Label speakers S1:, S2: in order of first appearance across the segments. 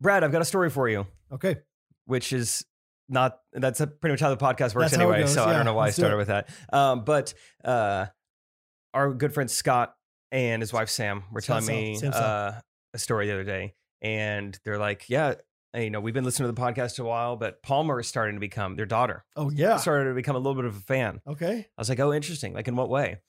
S1: Brad, I've got a story for you,
S2: Okay.
S1: which is not that's a, pretty much how the podcast works
S2: That's how it
S1: anyway.
S2: goes,
S1: So I
S2: yeah.
S1: don't know why I
S2: Let's do
S1: started
S2: it.
S1: with that. Um, but uh, our good friend Scott and his wife Sam were
S2: Scott
S1: telling
S2: Sam-
S1: me
S2: Sam Sam.
S1: uh, a story the other day, and they're like, "Yeah, you know, we've been listening to the podcast a while, but Palmer is starting to become their daughter
S2: Oh yeah.
S1: started to become a little bit of a fan."
S2: Okay.
S1: I was like, oh, interesting. Like, in what way?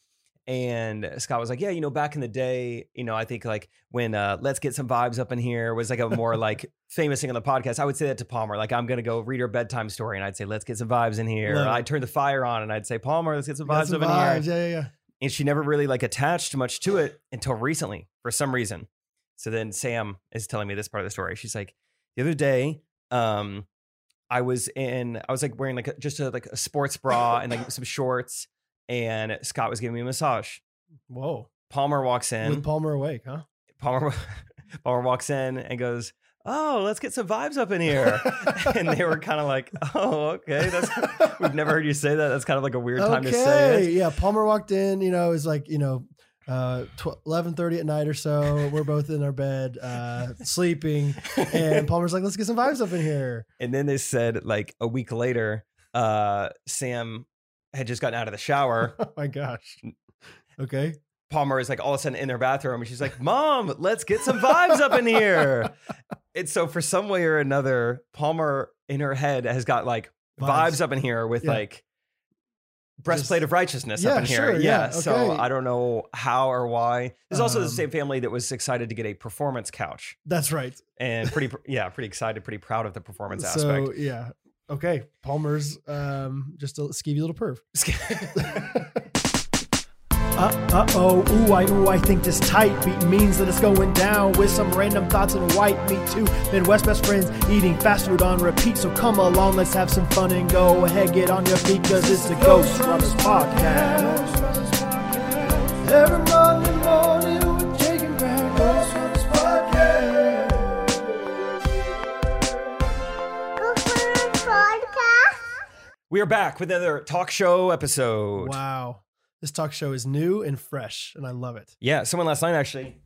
S1: And Scott was like, yeah, you know, back in the day, you know, I think like when uh, Let's Get Some Vibes Up in Here was like a more like famous thing on the podcast, I would say that to Palmer. Like, I'm going to go read her bedtime story and I'd say, let's get some vibes in here.
S2: Love
S1: Or
S2: it.
S1: I'd turn the fire on and I'd say, Palmer, let's get some
S2: Got
S1: vibes
S2: some
S1: up in
S2: vibes.
S1: here.
S2: Yeah, yeah, yeah.
S1: And she never really like attached much to it until recently for some reason. So then Sam is telling me this part of the story. She's like, the other day, um, I was in, I was like wearing like a, just a, like a sports bra and like some shorts, and Scott was giving me a massage.
S2: Whoa.
S1: Palmer walks in.
S2: With Palmer awake, huh?
S1: Palmer, Palmer walks in and goes, "Oh, let's get some vibes up in here." and they were kind of like, "Oh, okay, that's we've never heard you say that. That's kind of like a weird time to say
S2: Okay,
S1: it."
S2: Yeah, Palmer walked in. You know, it was like you know, uh, tw- eleven thirty at night or so. We're both in our bed, uh, sleeping, and Palmer's like, "Let's get some vibes up in here."
S1: And then they said like a week later, uh, Sam had just gotten out of the shower.
S2: Oh my gosh. Okay.
S1: Palmer is like all of a sudden in their bathroom and she's like, Mom, let's get some vibes up in here. And so for some way or another, Palmer in her head has got like vibes, up in here with
S2: Yeah.
S1: like breastplate of righteousness up
S2: Yeah,
S1: in here.
S2: sure,
S1: yeah.
S2: yeah,
S1: So
S2: okay.
S1: I don't know how or why. This is also the
S2: Um,
S1: same family that was excited to get a performance couch
S2: That's right.
S1: and pretty, pr- yeah, pretty excited, pretty proud of the performance
S2: So yeah. Okay. Palmer's um, just a skeevy little perv.
S1: aspect.
S2: Uh oh, ooh, I ooh, I think this tight beat means that it's going down with some random thoughts and white meat too. Midwest best friends eating fast food on repeat, so come along, let's have some fun and go ahead, get on your feet, cause it's the Ghost Brothers Podcast. Every Monday morning, we're taking back Ghost Brothers Podcast.
S1: we are back with another talk show episode.
S2: Wow, this talk show is new and fresh, and I love it.
S1: Yeah, someone last night actually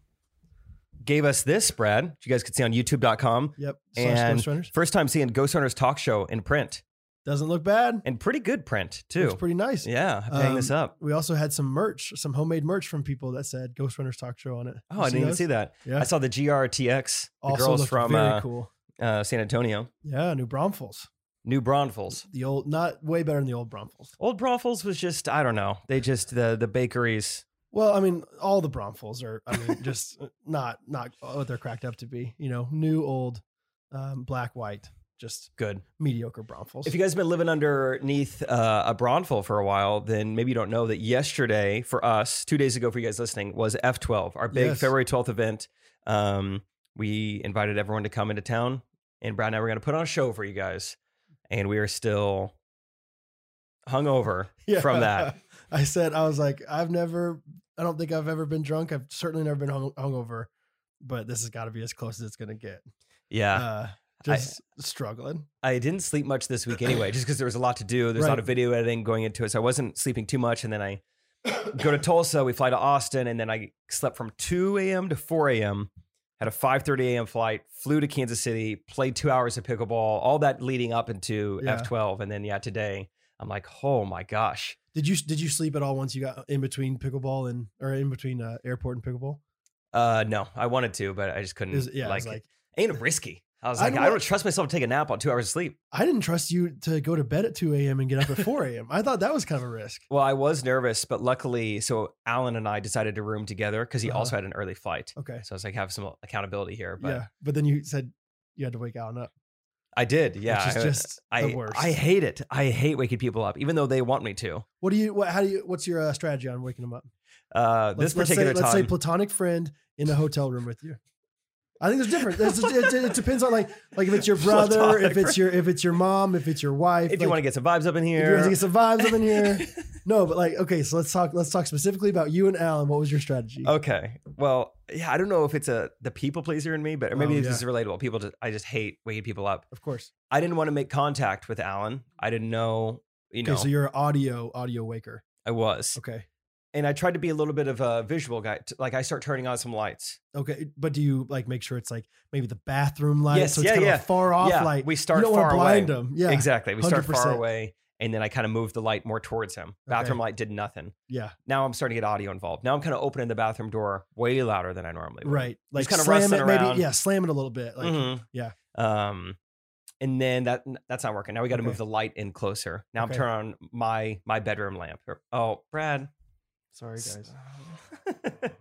S1: gave us this, Brad, which you guys could see on youtube.com.
S2: Yep,
S1: And
S2: Slash Ghost Runners.
S1: first time seeing Ghost Runners talk show in print
S2: Doesn't look bad.
S1: and pretty good print
S2: It's
S1: too.
S2: pretty nice.
S1: yeah, I'm paying this
S2: Um,
S1: up.
S2: We also had some merch, some homemade merch from people that said Ghost Runners Talk Show on it.
S1: Oh, I didn't even see that.
S2: Yeah.
S1: I saw the GRTX, the
S2: also
S1: girls
S2: looked
S1: from
S2: very
S1: uh,
S2: cool.
S1: uh, San Antonio,
S2: Yeah, new Bromfels.
S1: New Braunfels.
S2: The old, not way better than the old Bromfels.
S1: Old Braunfels was just I don't know. They just the the bakeries.
S2: Well, I mean, all the Bromfels are, I mean, just uh, not not what they're cracked up to be. You know, new, old, um, black, white, just
S1: Good.
S2: mediocre Bromfels.
S1: If you guys have been living underneath uh, a Braunfels for a while, then maybe you don't know that yesterday for us, two days ago for you guys listening, was F12, our big
S2: Yes.
S1: February 12th event. Um, we invited everyone to come into town, and Brad and I were going to put on a show for you guys, and we are still hungover from that.
S2: I said, I was like, I've never, I don't think I've ever been drunk. I've certainly never been hung, hungover, but this has got to be as close as it's going to get.
S1: Yeah,
S2: Uh, just struggling.
S1: I didn't sleep much this week anyway, just because there was a lot to do. There's a lot
S2: Right.
S1: of video editing going into it, so I wasn't sleeping too much. And then I go to Tulsa, we fly to Austin, and then I slept from 2 a.m. to 4 a.m. Had a 5:30 a.m. flight, flew to Kansas City, played two hours of pickleball, all that leading up into
S2: Yeah.
S1: F12, and then yeah, today I'm like, oh my gosh,
S2: Did you did you sleep at all once you got in between pickleball and or in between uh, airport and pickleball?
S1: uh, no, I wanted to, but I just couldn't.
S2: It was- yeah, I
S1: Mm, like,
S2: was like
S1: ain't risky. I was
S2: I
S1: like,
S2: don't
S1: I don't
S2: want-
S1: trust myself to take a nap on two hours of sleep.
S2: I didn't trust you to go to bed at two a.m. and get up at four a.m. I thought that was kind of a risk.
S1: Well, I was nervous, but luckily, so Alan and I decided to room together because he
S2: Uh-huh.
S1: also had an early flight.
S2: Okay,
S1: So I was like, have some accountability here. But
S2: yeah, but then you said you had to wake Alan up,
S1: I did. Yeah.
S2: which
S1: I-
S2: is just
S1: I,
S2: the worst.
S1: I hate it. I hate waking people up, even though they want me to.
S2: what do you? What, how do you? What's your uh, strategy on waking them up?
S1: Uh, this
S2: let's
S1: particular
S2: let's say, let's say
S1: time,
S2: platonic friend in a hotel room with you. I think there's different. There's, it, it, it depends on like like if it's your brother,
S1: Platonic
S2: if it's your if it's your mom, if it's your wife.
S1: if you
S2: like,
S1: want to get some vibes up in
S2: If you want
S1: here,
S2: to get some vibes up in here. No, but like, okay, so let's talk. Let's talk specifically about you and Alan. What was your strategy?
S1: okay. Well, yeah, I don't know if it's a the people pleaser in me, but or maybe
S2: Oh,
S1: this
S2: yeah.
S1: is relatable. People, just, I just hate waking people up.
S2: Of course.
S1: I didn't want to make contact with Alan. I didn't know, you
S2: Okay,
S1: know,
S2: so you're an audio audio waker.
S1: I was.
S2: Okay,
S1: and I tried to be a little bit of a visual guy. T- Like I start turning on some lights.
S2: Okay, but do you like make sure it's like maybe the bathroom light?
S1: Yes,
S2: so it's
S1: yeah,
S2: kind
S1: yeah.
S2: of a far off
S1: yeah,
S2: light.
S1: we
S2: you
S1: start
S2: don't
S1: far
S2: want to blind
S1: away.
S2: them. Yeah,
S1: Exactly, we start far
S2: 100%.
S1: away, and then I kind of move the light more towards him. Bathroom light did nothing.
S2: yeah,
S1: Now I'm starting to get audio involved. Now I'm kind of opening the bathroom door way louder than I normally would.
S2: right. Like
S1: kinda
S2: slam
S1: rustling
S2: it,
S1: around.
S2: maybe. Yeah, slam it a little bit. Like
S1: Mhm.
S2: yeah.
S1: Um, and then that that's not working. Now we got to
S2: Okay.
S1: move the light in closer. Now
S2: Okay.
S1: I'm turning on my my bedroom lamp. Or- Oh, Brad.
S2: sorry
S1: s-
S2: guys,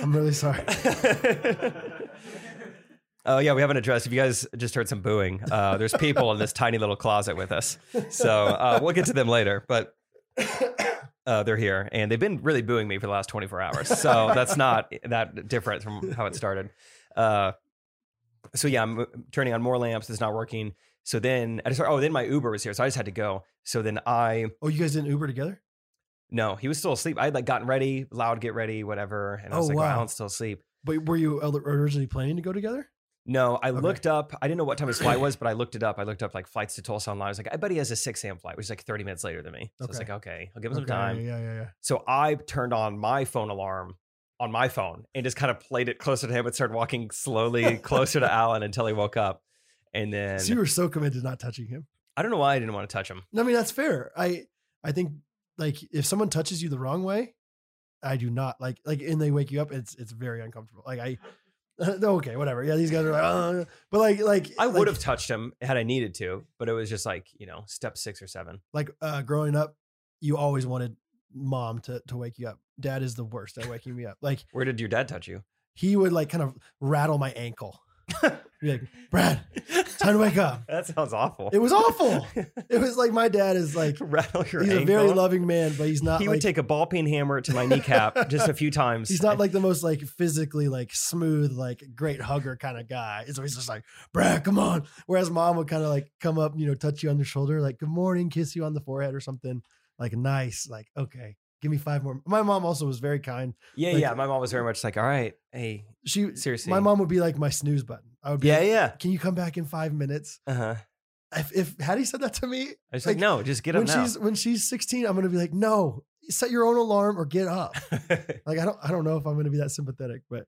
S2: I'm really sorry.
S1: Oh yeah, we haven't addressed. If you guys just heard some booing, uh, there's people in this tiny little closet with us. So uh, we'll get to them later, but uh, they're here and they've been really booing me for the last 24 hours. So that's not that different from how it started. Uh, so yeah, I'm uh, turning on more lamps. It's not working. So then I just oh then my Uber was here, so I just had to go. So then I
S2: Oh, you guys didn't Uber together?
S1: no, he was still asleep. I had like gotten ready, loud get ready, whatever, and I was
S2: Oh,
S1: like, wow.
S2: wow.
S1: I don't still asleep.
S2: But were you el- originally planning to go together?
S1: No, I
S2: Okay.
S1: looked up. I didn't know what time his flight was, but I looked it up. I looked up like flights to Tulsa online. I was like, I bet he has a 6 a.m. flight, which is like 30 minutes later than me. So I was
S2: Okay.
S1: like, okay, I'll give him some
S2: Okay,
S1: time.
S2: Yeah, yeah, yeah.
S1: So I turned on my phone alarm on my phone and just kind of played it closer to him and started walking slowly closer to Alan until he woke up. And then
S2: so you were so committed to not touching him.
S1: I don't know why I didn't want to touch him.
S2: I mean, that's fair. I I think like if someone touches you the wrong way, I do not like like and they wake you up. It's it's very uncomfortable. Like I okay, whatever. Yeah, these guys are like, uh, but like like
S1: I
S2: like-
S1: would have touched him had I needed to, but it was just like, you know, step six or seven.
S2: like uh, growing up, you always wanted mom to to wake you up. Dad is the worst at waking me up. Like
S1: Where did your dad touch you?
S2: he would like kind of rattle my ankle. Be like, Brad, time to wake up.
S1: That sounds awful.
S2: It was awful. It was like my dad is like
S1: rattle your
S2: he's a
S1: ankle.
S2: very loving man, but he's not
S1: he
S2: like
S1: would take a ball peen hammer to my kneecap just a few times.
S2: he's not like the most like physically like smooth like great hugger kind of guy. And so he's just like, Brad, come on. Whereas mom would kind of like come up, you know, touch you on the shoulder, like good morning, kiss you on the forehead or something. Like nice, like okay, give me five more. My mom also was very kind.
S1: yeah,
S2: like-
S1: yeah. My mom was very much like, all right, hey,
S2: She
S1: seriously.
S2: my mom would be like my snooze button. I would be
S1: Yeah,
S2: like,
S1: yeah.
S2: can you come back in five minutes?
S1: Uh huh.
S2: If, if had he said that to me,
S1: I was like,
S2: Like,
S1: no, just get up
S2: when
S1: now.
S2: she's when she's 16, I'm gonna be like, no, set your own alarm or get up. Like I don't I don't know if I'm gonna be that sympathetic, but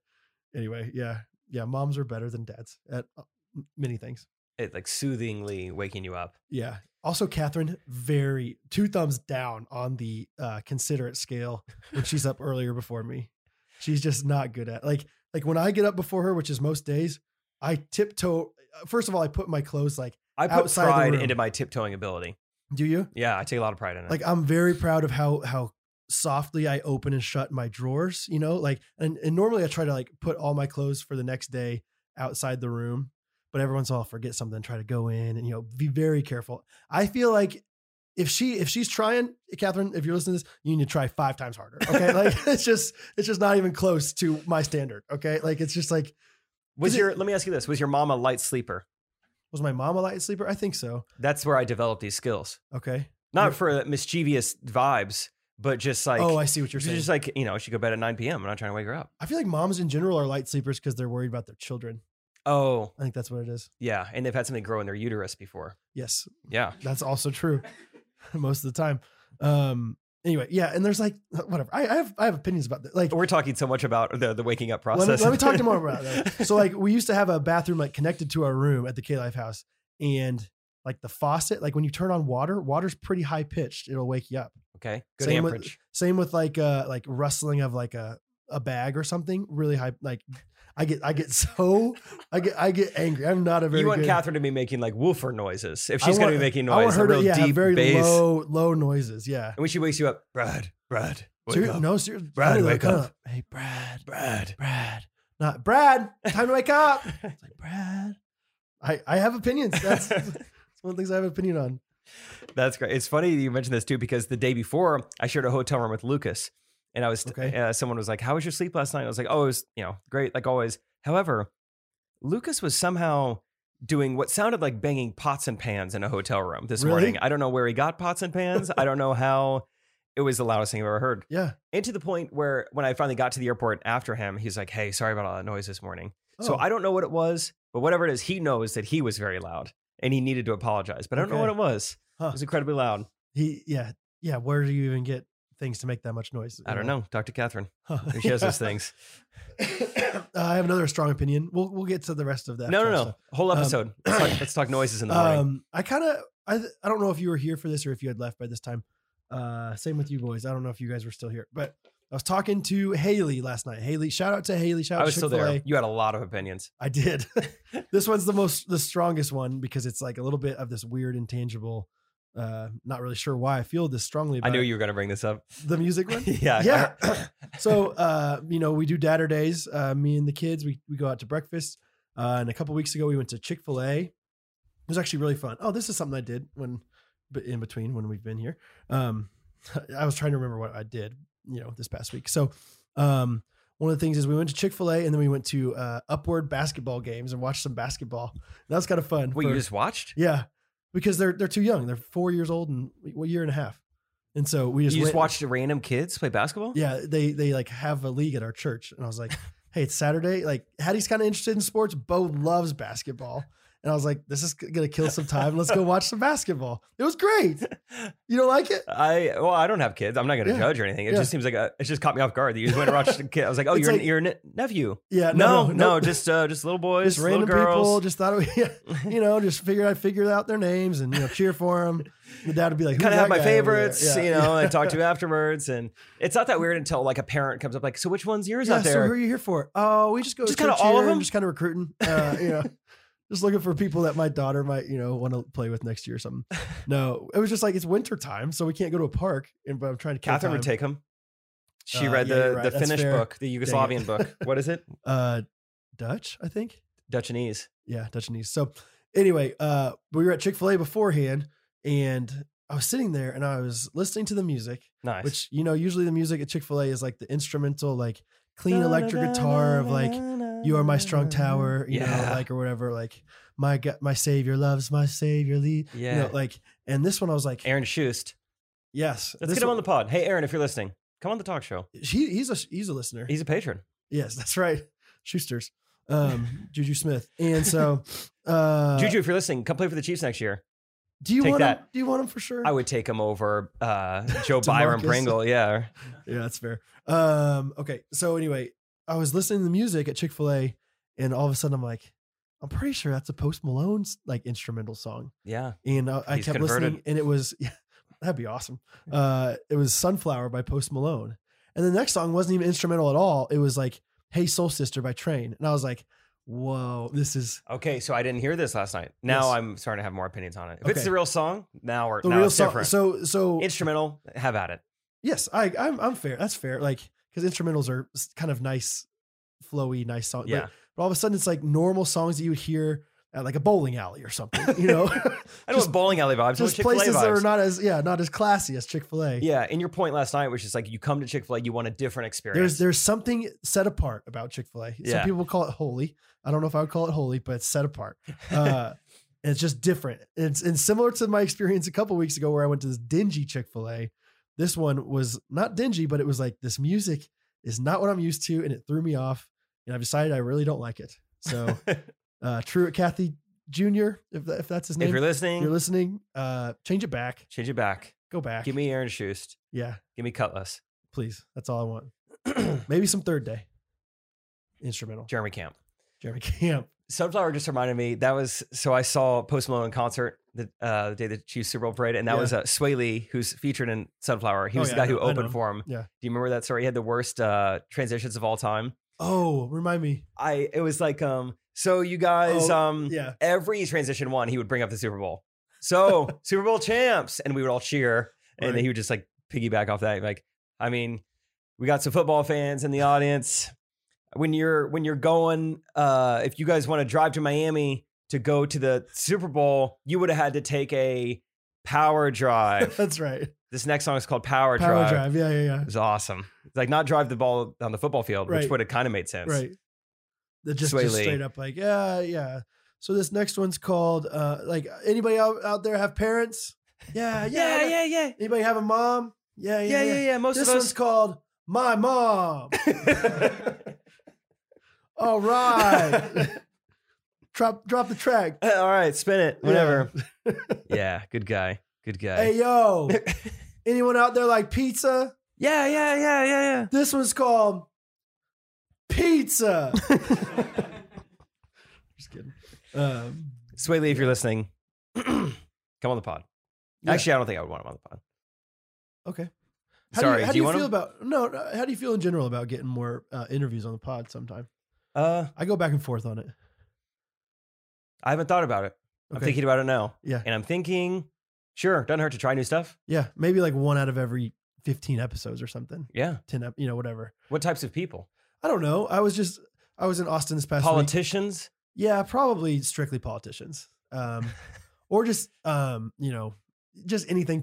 S2: anyway, yeah, yeah. Moms are better than dads at uh, m- many things.
S1: it like soothingly waking you up.
S2: Yeah. Also, Catherine, very two thumbs down on the uh, considerate scale when she's up earlier before me. She's just not good at like like when I get up before her, which is most days. I tiptoe. uh, First of all, I put my clothes like.
S1: I put
S2: Outside the
S1: pride
S2: room.
S1: into my tiptoeing ability.
S2: Do you?
S1: Yeah, I take a lot of pride in it.
S2: like I'm very proud of how how softly I open and shut my drawers, you know, like and, and normally I try to like put all my clothes for the next day outside the room, but every once in a while I'll forget something, try to go in and you know, be very careful. I feel like if she if she's trying, Catherine, if you're listening to this, you need to try five times harder. Okay. like it's just it's just not even close to my standard. Okay. Like it's just like
S1: was
S2: is it-
S1: your let me ask you this: Was your mom a light sleeper?
S2: was my mom a light sleeper? I think so.
S1: That's where I developed these skills,
S2: Okay.
S1: not
S2: Yeah.
S1: for mischievous vibes, but just like
S2: oh, I see what you're
S1: she's
S2: saying.
S1: just like you know, she go to bed at nine p.m. I'm not trying to wake her up.
S2: I feel like moms in general are light sleepers because they're worried about their children.
S1: Oh
S2: I think that's what it is.
S1: yeah, and they've had something grow in their uterus before.
S2: Yes,
S1: Yeah,
S2: That's also true most of the time. Um anyway, yeah, and there's like uh, whatever. I, I have I have opinions about that. Like
S1: we're talking so much about the the waking up
S2: let me,
S1: process.
S2: let me talk to more about that. So like we used to have a bathroom like connected to our room at the K Life house and like the faucet, like when you turn on water, water's pretty high pitched. It'll wake you up.
S1: okay, good
S2: Same with-
S1: amperage.
S2: Same with like uh like rustling of like a a bag or something, really high like I get I get so I get I get angry. I'm not a very
S1: you want
S2: good,
S1: Catherine to be making like woofer noises if
S2: I
S1: she's going to
S2: want-
S1: be making
S2: I
S1: noise,
S2: want her
S1: a
S2: to
S1: real
S2: yeah, have
S1: deep
S2: very
S1: bass.
S2: low low noises. Yeah.
S1: And when she wakes you up, Brad, Brad, wake
S2: Seri-
S1: up.
S2: No, seriously.
S1: Brad,
S2: Brad,
S1: wake
S2: wake
S1: up.
S2: up. Hey, Brad.
S1: Brad.
S2: Brad. Not Brad. Time to wake up. It's like, Brad. I, I have opinions. That's, that's one of the things I have an opinion on.
S1: That's great. It's funny you mentioned this too because the day before I shared a hotel room with Lucas, and I was
S2: Okay.
S1: uh, someone was like, "How was your sleep last night?" I was like, "Oh, it was you know great, like always." However, Lucas was somehow doing what sounded like banging pots and pans in a hotel room this
S2: Really?
S1: morning. I don't know where he got pots and pans. I don't know how. It was the loudest thing I've ever heard.
S2: Yeah.
S1: And to the point where when I finally got to the airport after him, he's like, "Hey, sorry about all that noise this morning." So
S2: Oh,
S1: I don't know what it was, but whatever it is, he knows that he was very loud and he needed to apologize. But I don't know
S2: Okay.
S1: what it was.
S2: Huh.
S1: It was incredibly loud.
S2: he, yeah. Yeah. Where do you even get things to make that much noise.
S1: I don't know. Talk to Catherine.
S2: know.
S1: She has those things.
S2: Uh, I have another strong opinion. We'll we'll get to the rest of that.
S1: No, no,
S2: stuff.
S1: no. Whole
S2: Um,
S1: episode. let's, talk, let's talk noises in the morning.
S2: Um, I kind of, I, th- I don't know if you were here for this or if you had left by this time. Uh, same with you boys. I don't know if you guys were still here, but I was talking to Haley last night. Haley, shout out to Haley. Shout out
S1: I was
S2: to
S1: still
S2: Chick-fil-A.
S1: there. You had a lot of opinions.
S2: I did. this one's the most, the strongest one because it's like a little bit of this weird, intangible. Uh, not really sure why I feel this strongly. About
S1: I knew
S2: it.
S1: you were going to bring this up.
S2: the music one.
S1: yeah.
S2: Yeah. so uh, you know, we do dadder days. Uh, me and the kids, we we go out to breakfast. Uh, and a couple weeks ago, we went to Chick fil A. It was actually really fun. Oh, this is something I did when, but in between when we've been here. Um, I was trying to remember what I did, you know, this past week. So, um, one of the things is we went to Chick fil A and then we went to uh, Upward basketball games and watched some basketball. That was kind of fun.
S1: What
S2: for-
S1: you just watched?
S2: yeah, because they're they're too young. They're four years old and a year and a half. And so we
S1: You
S2: just
S1: just
S2: went-
S1: watched random kids play basketball?
S2: yeah, they they like have a league at our church, and I was like, hey, it's Saturday. Like, Hattie's kind of interested in sports. Bo loves basketball, and I was like, this is gonna kill some time. Let's go watch some basketball. It was great. You don't like it?
S1: I well, I don't have kids. I'm not going to
S2: Yeah.
S1: judge or anything. It
S2: Yeah.
S1: just seems like a, it just caught me off guard that you just went and watched a kid. I was like, oh,
S2: It's
S1: you're
S2: like-
S1: an, you're a ne- nephew.
S2: Yeah.
S1: No, no,
S2: nope.
S1: just uh, just little boys,
S2: Just random
S1: little
S2: people
S1: girls.
S2: just thought, it was, you know, just figured I'd figure out their names and you know cheer for them. The dad would be like,
S1: kind of have my favorites, you know. I
S2: I
S1: talk to him afterwards, and it's not that weird until like a parent comes up, like, "So which one's yours
S2: yeah,
S1: out
S2: So who
S1: there?"
S2: are you here for? Oh, we just go
S1: Just
S2: to
S1: kinda
S2: church
S1: all
S2: here
S1: of
S2: and
S1: 'em?
S2: Just kind of recruiting. Uh, you know, just looking for people that my daughter might you know want to play with next year or something. No, it was just like it's winter time, so we can't go to a park. And but I'm trying to kill
S1: Catherine would
S2: time.
S1: take him. She
S2: Uh,
S1: read
S2: yeah,
S1: the
S2: you're right.
S1: the
S2: That's
S1: Finnish
S2: fair.
S1: book, the Yugoslavian book. What is it?
S2: uh, Dutch, I think.
S1: Dutchanese.
S2: Yeah, Dutch and East. So anyway, uh, we were at Chick Fil A beforehand, and I was sitting there and I was listening to the music,
S1: Nice.
S2: which you know usually the music at Chick Fil A is like the instrumental, like clean electric guitar of like you are my strong
S1: Mm.
S2: tower, you know,
S1: Yeah.
S2: like or whatever, like my God, my savior loves my savior Lee,
S1: yeah.
S2: you know, like. And this one, I was like,
S1: Aaron Schust.
S2: yes,
S1: Let's get him on the pod. Hey, Aaron, if you're listening, come on the talk show.
S2: the. He, he's a he's a listener.
S1: He's a patron.
S2: yes, that's right, Schuster's, um, Juju Smith, and so uh,
S1: Juju, if you're listening, come play for the Chiefs next year.
S2: Do you
S1: take
S2: want him?
S1: that.
S2: Do you want him for sure?
S1: I would take him over uh, Joe Byron
S2: Marcus.
S1: Pringle. Yeah.
S2: yeah, that's fair. Um, okay. So anyway, I was listening to the music at Chick Fil A, and all of a sudden I'm like, I'm pretty sure that's a Post Malone's like instrumental song,
S1: Yeah.
S2: and I, I
S1: He's
S2: kept
S1: converted.
S2: listening, and it was that'd be awesome. Uh, it was Sunflower by Post Malone, and the next song wasn't even instrumental at all. It was like Hey Soul Sister by Train, and I was like, Whoa, this is
S1: Okay. So I didn't hear this last night. Now
S2: Yes.
S1: I'm starting to have more opinions on it. If
S2: Okay.
S1: it's the real song, now we're
S2: the
S1: now
S2: real
S1: it's
S2: song.
S1: different.
S2: So so
S1: Instrumental, have at it.
S2: Yes, I, I'm, I'm fair. That's fair. Like, because instrumentals are s- kind of nice, flowy, nice song.
S1: Yeah.
S2: But, but all of a sudden, it's like normal songs that you would hear at like a bowling alley or something. You know,
S1: I don't
S2: Just-
S1: want bowling alley vibes. I want
S2: just
S1: Chick-fil-A
S2: places that are
S1: vibes.
S2: not as yeah, not as classy as Chick Fil A.
S1: Yeah. And your point last night, which is like you come to Chick fil A, you want a different
S2: There's
S1: experience.
S2: there's something set apart about Chick Fil A. Some
S1: Yeah.
S2: people call it holy. I don't know if I would call it holy, but it's set apart. Uh, and it's just different. It's and similar to my experience a couple weeks ago where I went to this dingy Chick Fil A. This one was not dingy, but it was like this music is not what I'm used to, and it threw me off. And I've decided I really don't like it. So uh, true at Kathy Jr. If that, if that's his name,
S1: if you're
S2: If
S1: listening,
S2: you're listening, uh, change it back.
S1: change it back.
S2: Go back.
S1: Give me Aaron Schust.
S2: yeah
S1: Give me Cutlass.
S2: please. That's all I want. Maybe some third day instrumental.
S1: Jeremy Camp.
S2: Jeremy Camp.
S1: Sunflower just reminded me that was so I saw Post Malone in concert the, uh, the day the Chiefs Super Bowl parade, and that
S2: Yeah.
S1: was uh, Sway Lee, who's featured in Sunflower. He
S2: Oh,
S1: was
S2: yeah,
S1: the
S2: I
S1: guy who
S2: know- I know him.
S1: opened for him.
S2: Yeah.
S1: Do you remember that story? He had the worst uh, transitions of all time.
S2: Oh, remind me.
S1: I it was like um so you guys
S2: Oh,
S1: um
S2: Yeah.
S1: every transition one he would bring up the Super Bowl. So Super Bowl champs, and we would all cheer, and
S2: Right.
S1: then he would just like piggyback off that. Like, I mean, we got some football fans in the audience. When you're when you're going, uh, if you guys want to drive to Miami to go to the Super Bowl, you would have had to take a power drive.
S2: That's right.
S1: this next song is called Power,
S2: Power drive.
S1: Drive.
S2: Yeah, yeah, yeah.
S1: It was awesome. It's like not drive the ball on the football field,
S2: Right.
S1: which would have kind of made sense.
S2: Right. The just,
S1: Sway
S2: just
S1: Lee.
S2: straight up like, yeah, yeah. So this next one's called uh like anybody out, out there have parents? Yeah, yeah.
S1: Yeah, yeah, yeah,
S2: Anybody have a mom? Yeah, yeah.
S1: yeah, yeah, yeah. Most
S2: This
S1: of
S2: one's
S1: us.
S2: called My Mom. All right. drop drop the track.
S1: Uh, All right, spin it. Whatever. Yeah, good guy. Good guy.
S2: Hey yo. Anyone out there like pizza?
S1: Yeah, yeah, yeah, yeah,
S2: This one's called Pizza.
S1: yeah.
S2: Just kidding. Um,
S1: Sway Lee, if you're listening, come on the pod.
S2: Yeah.
S1: Actually, I don't think I would want him on the pod.
S2: okay. How
S1: Sorry,
S2: do you, how
S1: do you,
S2: feel
S1: want him?
S2: about no, no? How do you feel in general about getting more uh, interviews on the pod? Sometime
S1: uh,
S2: I go back and forth on it.
S1: I haven't thought about it. I'm
S2: Okay.
S1: thinking about it now.
S2: Yeah.
S1: And I'm thinking, sure, doesn't hurt to try new stuff.
S2: Yeah, maybe like one out of every fifteen episodes or something.
S1: Yeah.
S2: Ten, ep- you know, whatever.
S1: What types of people?
S2: I don't know. I was just I was in Austin this past week.
S1: Politicians?
S2: Yeah, probably strictly politicians, um, or just um, you know, just anything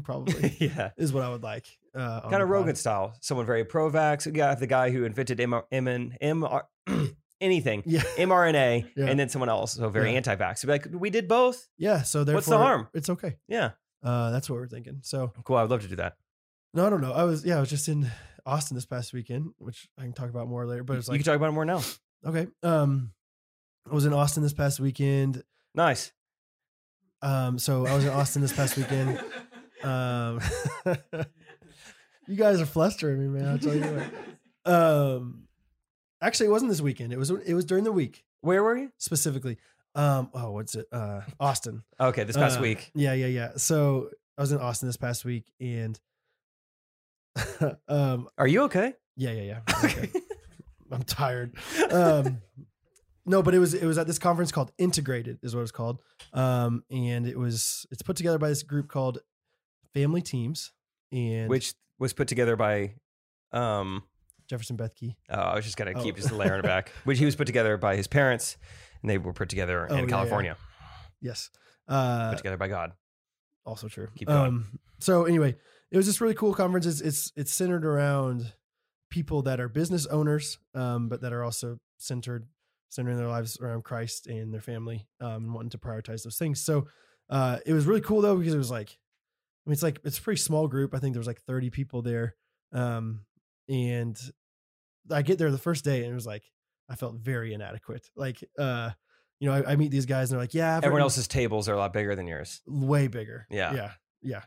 S2: Probably
S1: yeah.
S2: is what I would like. Uh, on
S1: Kind
S2: the
S1: of Rogan
S2: pod.
S1: style. Someone very pro vax. Yeah, I have the guy who invented M- M- M- anything,
S2: Yeah,
S1: mRNA,
S2: Yeah.
S1: and then someone else. So very
S2: Yeah.
S1: anti vax. Be like, we did both.
S2: yeah. So therefore,
S1: What's the harm?
S2: It's okay.
S1: Yeah.
S2: Uh, that's what we're thinking. So
S1: Cool. I would love to do that.
S2: no, I don't know. I was yeah, I was just in Austin this past weekend, which I can talk about more later. But it's
S1: you
S2: like
S1: can talk about it more now.
S2: okay, um, I was in Austin this past weekend.
S1: Nice.
S2: Um, so I was in Austin this past weekend. Um, you guys are flustering me, man. I'll tell you what. Um, actually, it wasn't this weekend. It was it was during the week
S1: Where were you?
S2: specifically. Um, oh, what's it? Uh, Austin
S1: Okay, this past
S2: Uh,
S1: week.
S2: Yeah, yeah, yeah. So I was in Austin this past week, and um,
S1: Are you okay?
S2: yeah, yeah, yeah. I'm okay. I'm tired. Um, no, but it was it was at this conference called Integrated is what it's called, um, and it was it's put together by this group called Family Teams and
S1: Which was put together by, um,
S2: Jefferson Bethke.
S1: oh, I was just gonna keep
S2: Oh.
S1: just layering it back. Which he was put together by his parents, and they were put together
S2: Oh, yeah,
S1: in
S2: yeah.
S1: California,
S2: Yes. Uh,
S1: put together by God.
S2: also true.
S1: Keep going.
S2: Um, so anyway, it was this really cool conference. It's it's, it's centered around people that are business owners, um, but that are also centered centering their lives around Christ and their family, um, and wanting to prioritize those things. So uh, it was really cool though because it was like, I mean, it's like it's a pretty small group. I think there was like thirty people there, um, and I get there the first day and it was like I felt very inadequate. Like, uh, you know, I, I meet these guys and they're like, yeah, I've
S1: Everyone
S2: written-
S1: else's tables are a lot bigger than yours.
S2: way bigger.
S1: Yeah.
S2: Yeah. Yeah.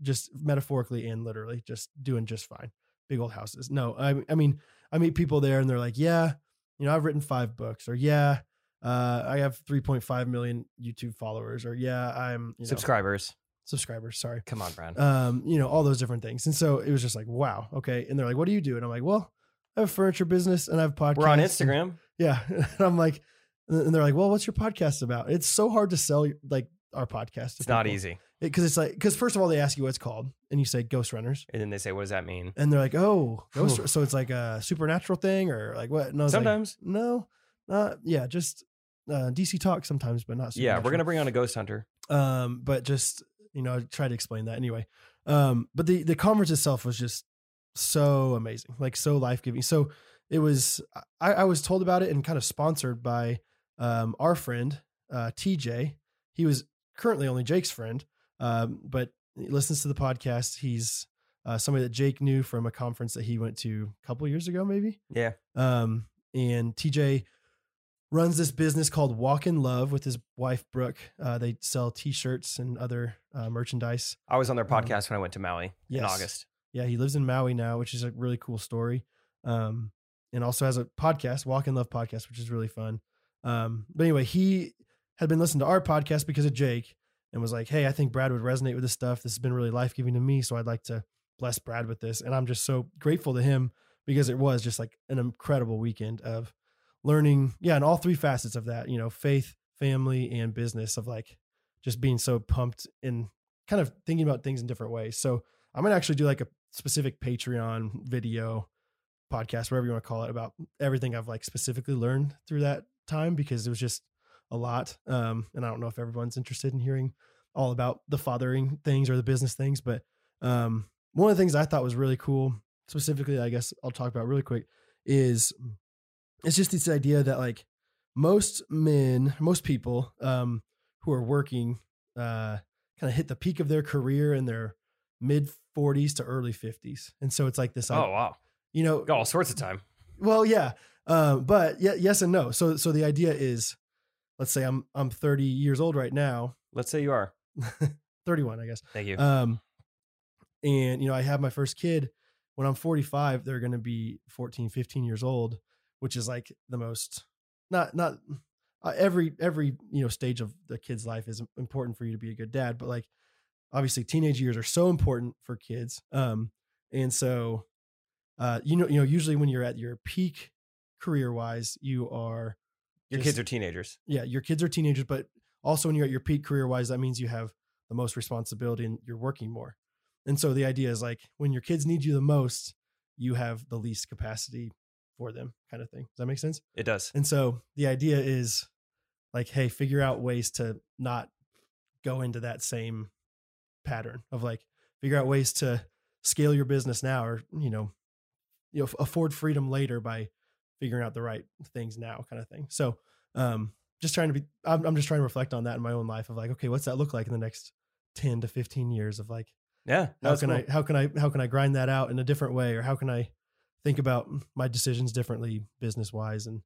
S2: Just metaphorically and literally, just doing just fine. Big old houses. No, I, I mean, I meet people there and they're like, yeah, you know, I've written five books or yeah, uh, I have 3.5 million YouTube followers or yeah, I'm you know,
S1: Subscribers,
S2: subscribers. Sorry.
S1: come on, Brad.
S2: Um, you know, all those different things. And so it was just like, wow. Okay. And they're like, what do you do? And I'm like, well, I have a furniture business and I have podcasts.
S1: we're on
S2: and-
S1: Instagram.
S2: yeah. And I'm like, and they're like, well, what's your podcast about? It's so hard to sell like our podcast. to
S1: It's not
S2: people
S1: easy.
S2: because it's like because first of all they ask you what it's called and you say ghost runners
S1: And then they say, "What does that mean?"
S2: and they're like oh ghost
S1: Whew.
S2: Ru- so it's like a supernatural thing or like what no
S1: Sometimes,
S2: no not yeah just uh, DC talk sometimes but not
S1: yeah, we're gonna
S2: supernatural.
S1: bring on a ghost hunter.
S2: um but just you know try to explain that anyway um but the the conference itself was just so amazing like so life giving so it was I, I was told about it and kind of sponsored by um our friend uh TJ he was currently only Jake's friend, um, but he listens to the podcast. He's uh, somebody that Jake knew from a conference that he went to a couple years ago, maybe.
S1: Yeah.
S2: Um, and TJ runs this business called Walk in Love with his wife Brooke. Uh, they sell T-shirts and other uh, merchandise.
S1: I was on their
S2: Um,
S1: podcast when I went to Maui in
S2: yes.
S1: August.
S2: Yeah, he lives in Maui now, which is a really cool story. Um, and also has a podcast, Walk in Love podcast, which is really fun. Um, but anyway, he had been listening to our podcast because of Jake and was like, Hey, I think Brad would resonate with this stuff. This has been really life giving to me. So I'd like to bless Brad with this. And I'm just so grateful to him because it was just like an incredible weekend of learning. Yeah. And all three facets of that, you know, faith, family, and business of like just being so pumped and kind of thinking about things in different ways. So I'm going to actually do like a specific Patreon video podcast, whatever you want to call it, about everything I've like specifically learned through that time because it was just a lot. Um, and I don't know if everyone's interested in hearing all about the fathering things or the business things, but um, one of the things I thought was really cool, specifically, I guess I'll talk about really quick, is it's just this idea that like most men, most people um, who are working uh, kind of hit the peak of their career in their mid 40s to early 50s. And so it's like this,
S1: oh wow,
S2: you know,
S1: all sorts of time.
S2: well, yeah, um, but yeah, yes and no. So, so the idea is, let's say I'm I'm 30 years old right now,
S1: Let's say you are. Uh,
S2: 31, I guess.
S1: Thank you.
S2: Um, and you know, I have my first kid, When I'm 45, they're going to be 14, 15 years old, which is like the most not not uh, every every you know stage of the kid's life is important for you to be a good dad, but like obviously teenage years are so important for kids. Um, and so uh, you know you know usually when you're at your peak career wise, you are
S1: Your
S2: just-
S1: kids are teenagers.
S2: yeah, your kids are teenagers, but also when you're at your peak career wise, that means you have the most responsibility and you're working more. And so the idea is like when your kids need you the most, you have the least capacity for them, kind of thing. Does that make sense?
S1: It does.
S2: And so the idea is like, hey, figure out ways to not go into that same pattern of like figure out ways to scale your business now or, you know, you know, afford freedom later by figuring out the right things now kind of thing. So, um, just trying to be, I'm, I'm just trying to reflect on that in my own life of like, okay, what's that look like in the next 10 to 15 years of like,
S1: Yeah.
S2: how
S1: that's
S2: can
S1: cool.
S2: I how can I how can I grind that out in a different way or how can I think about my decisions differently business wise and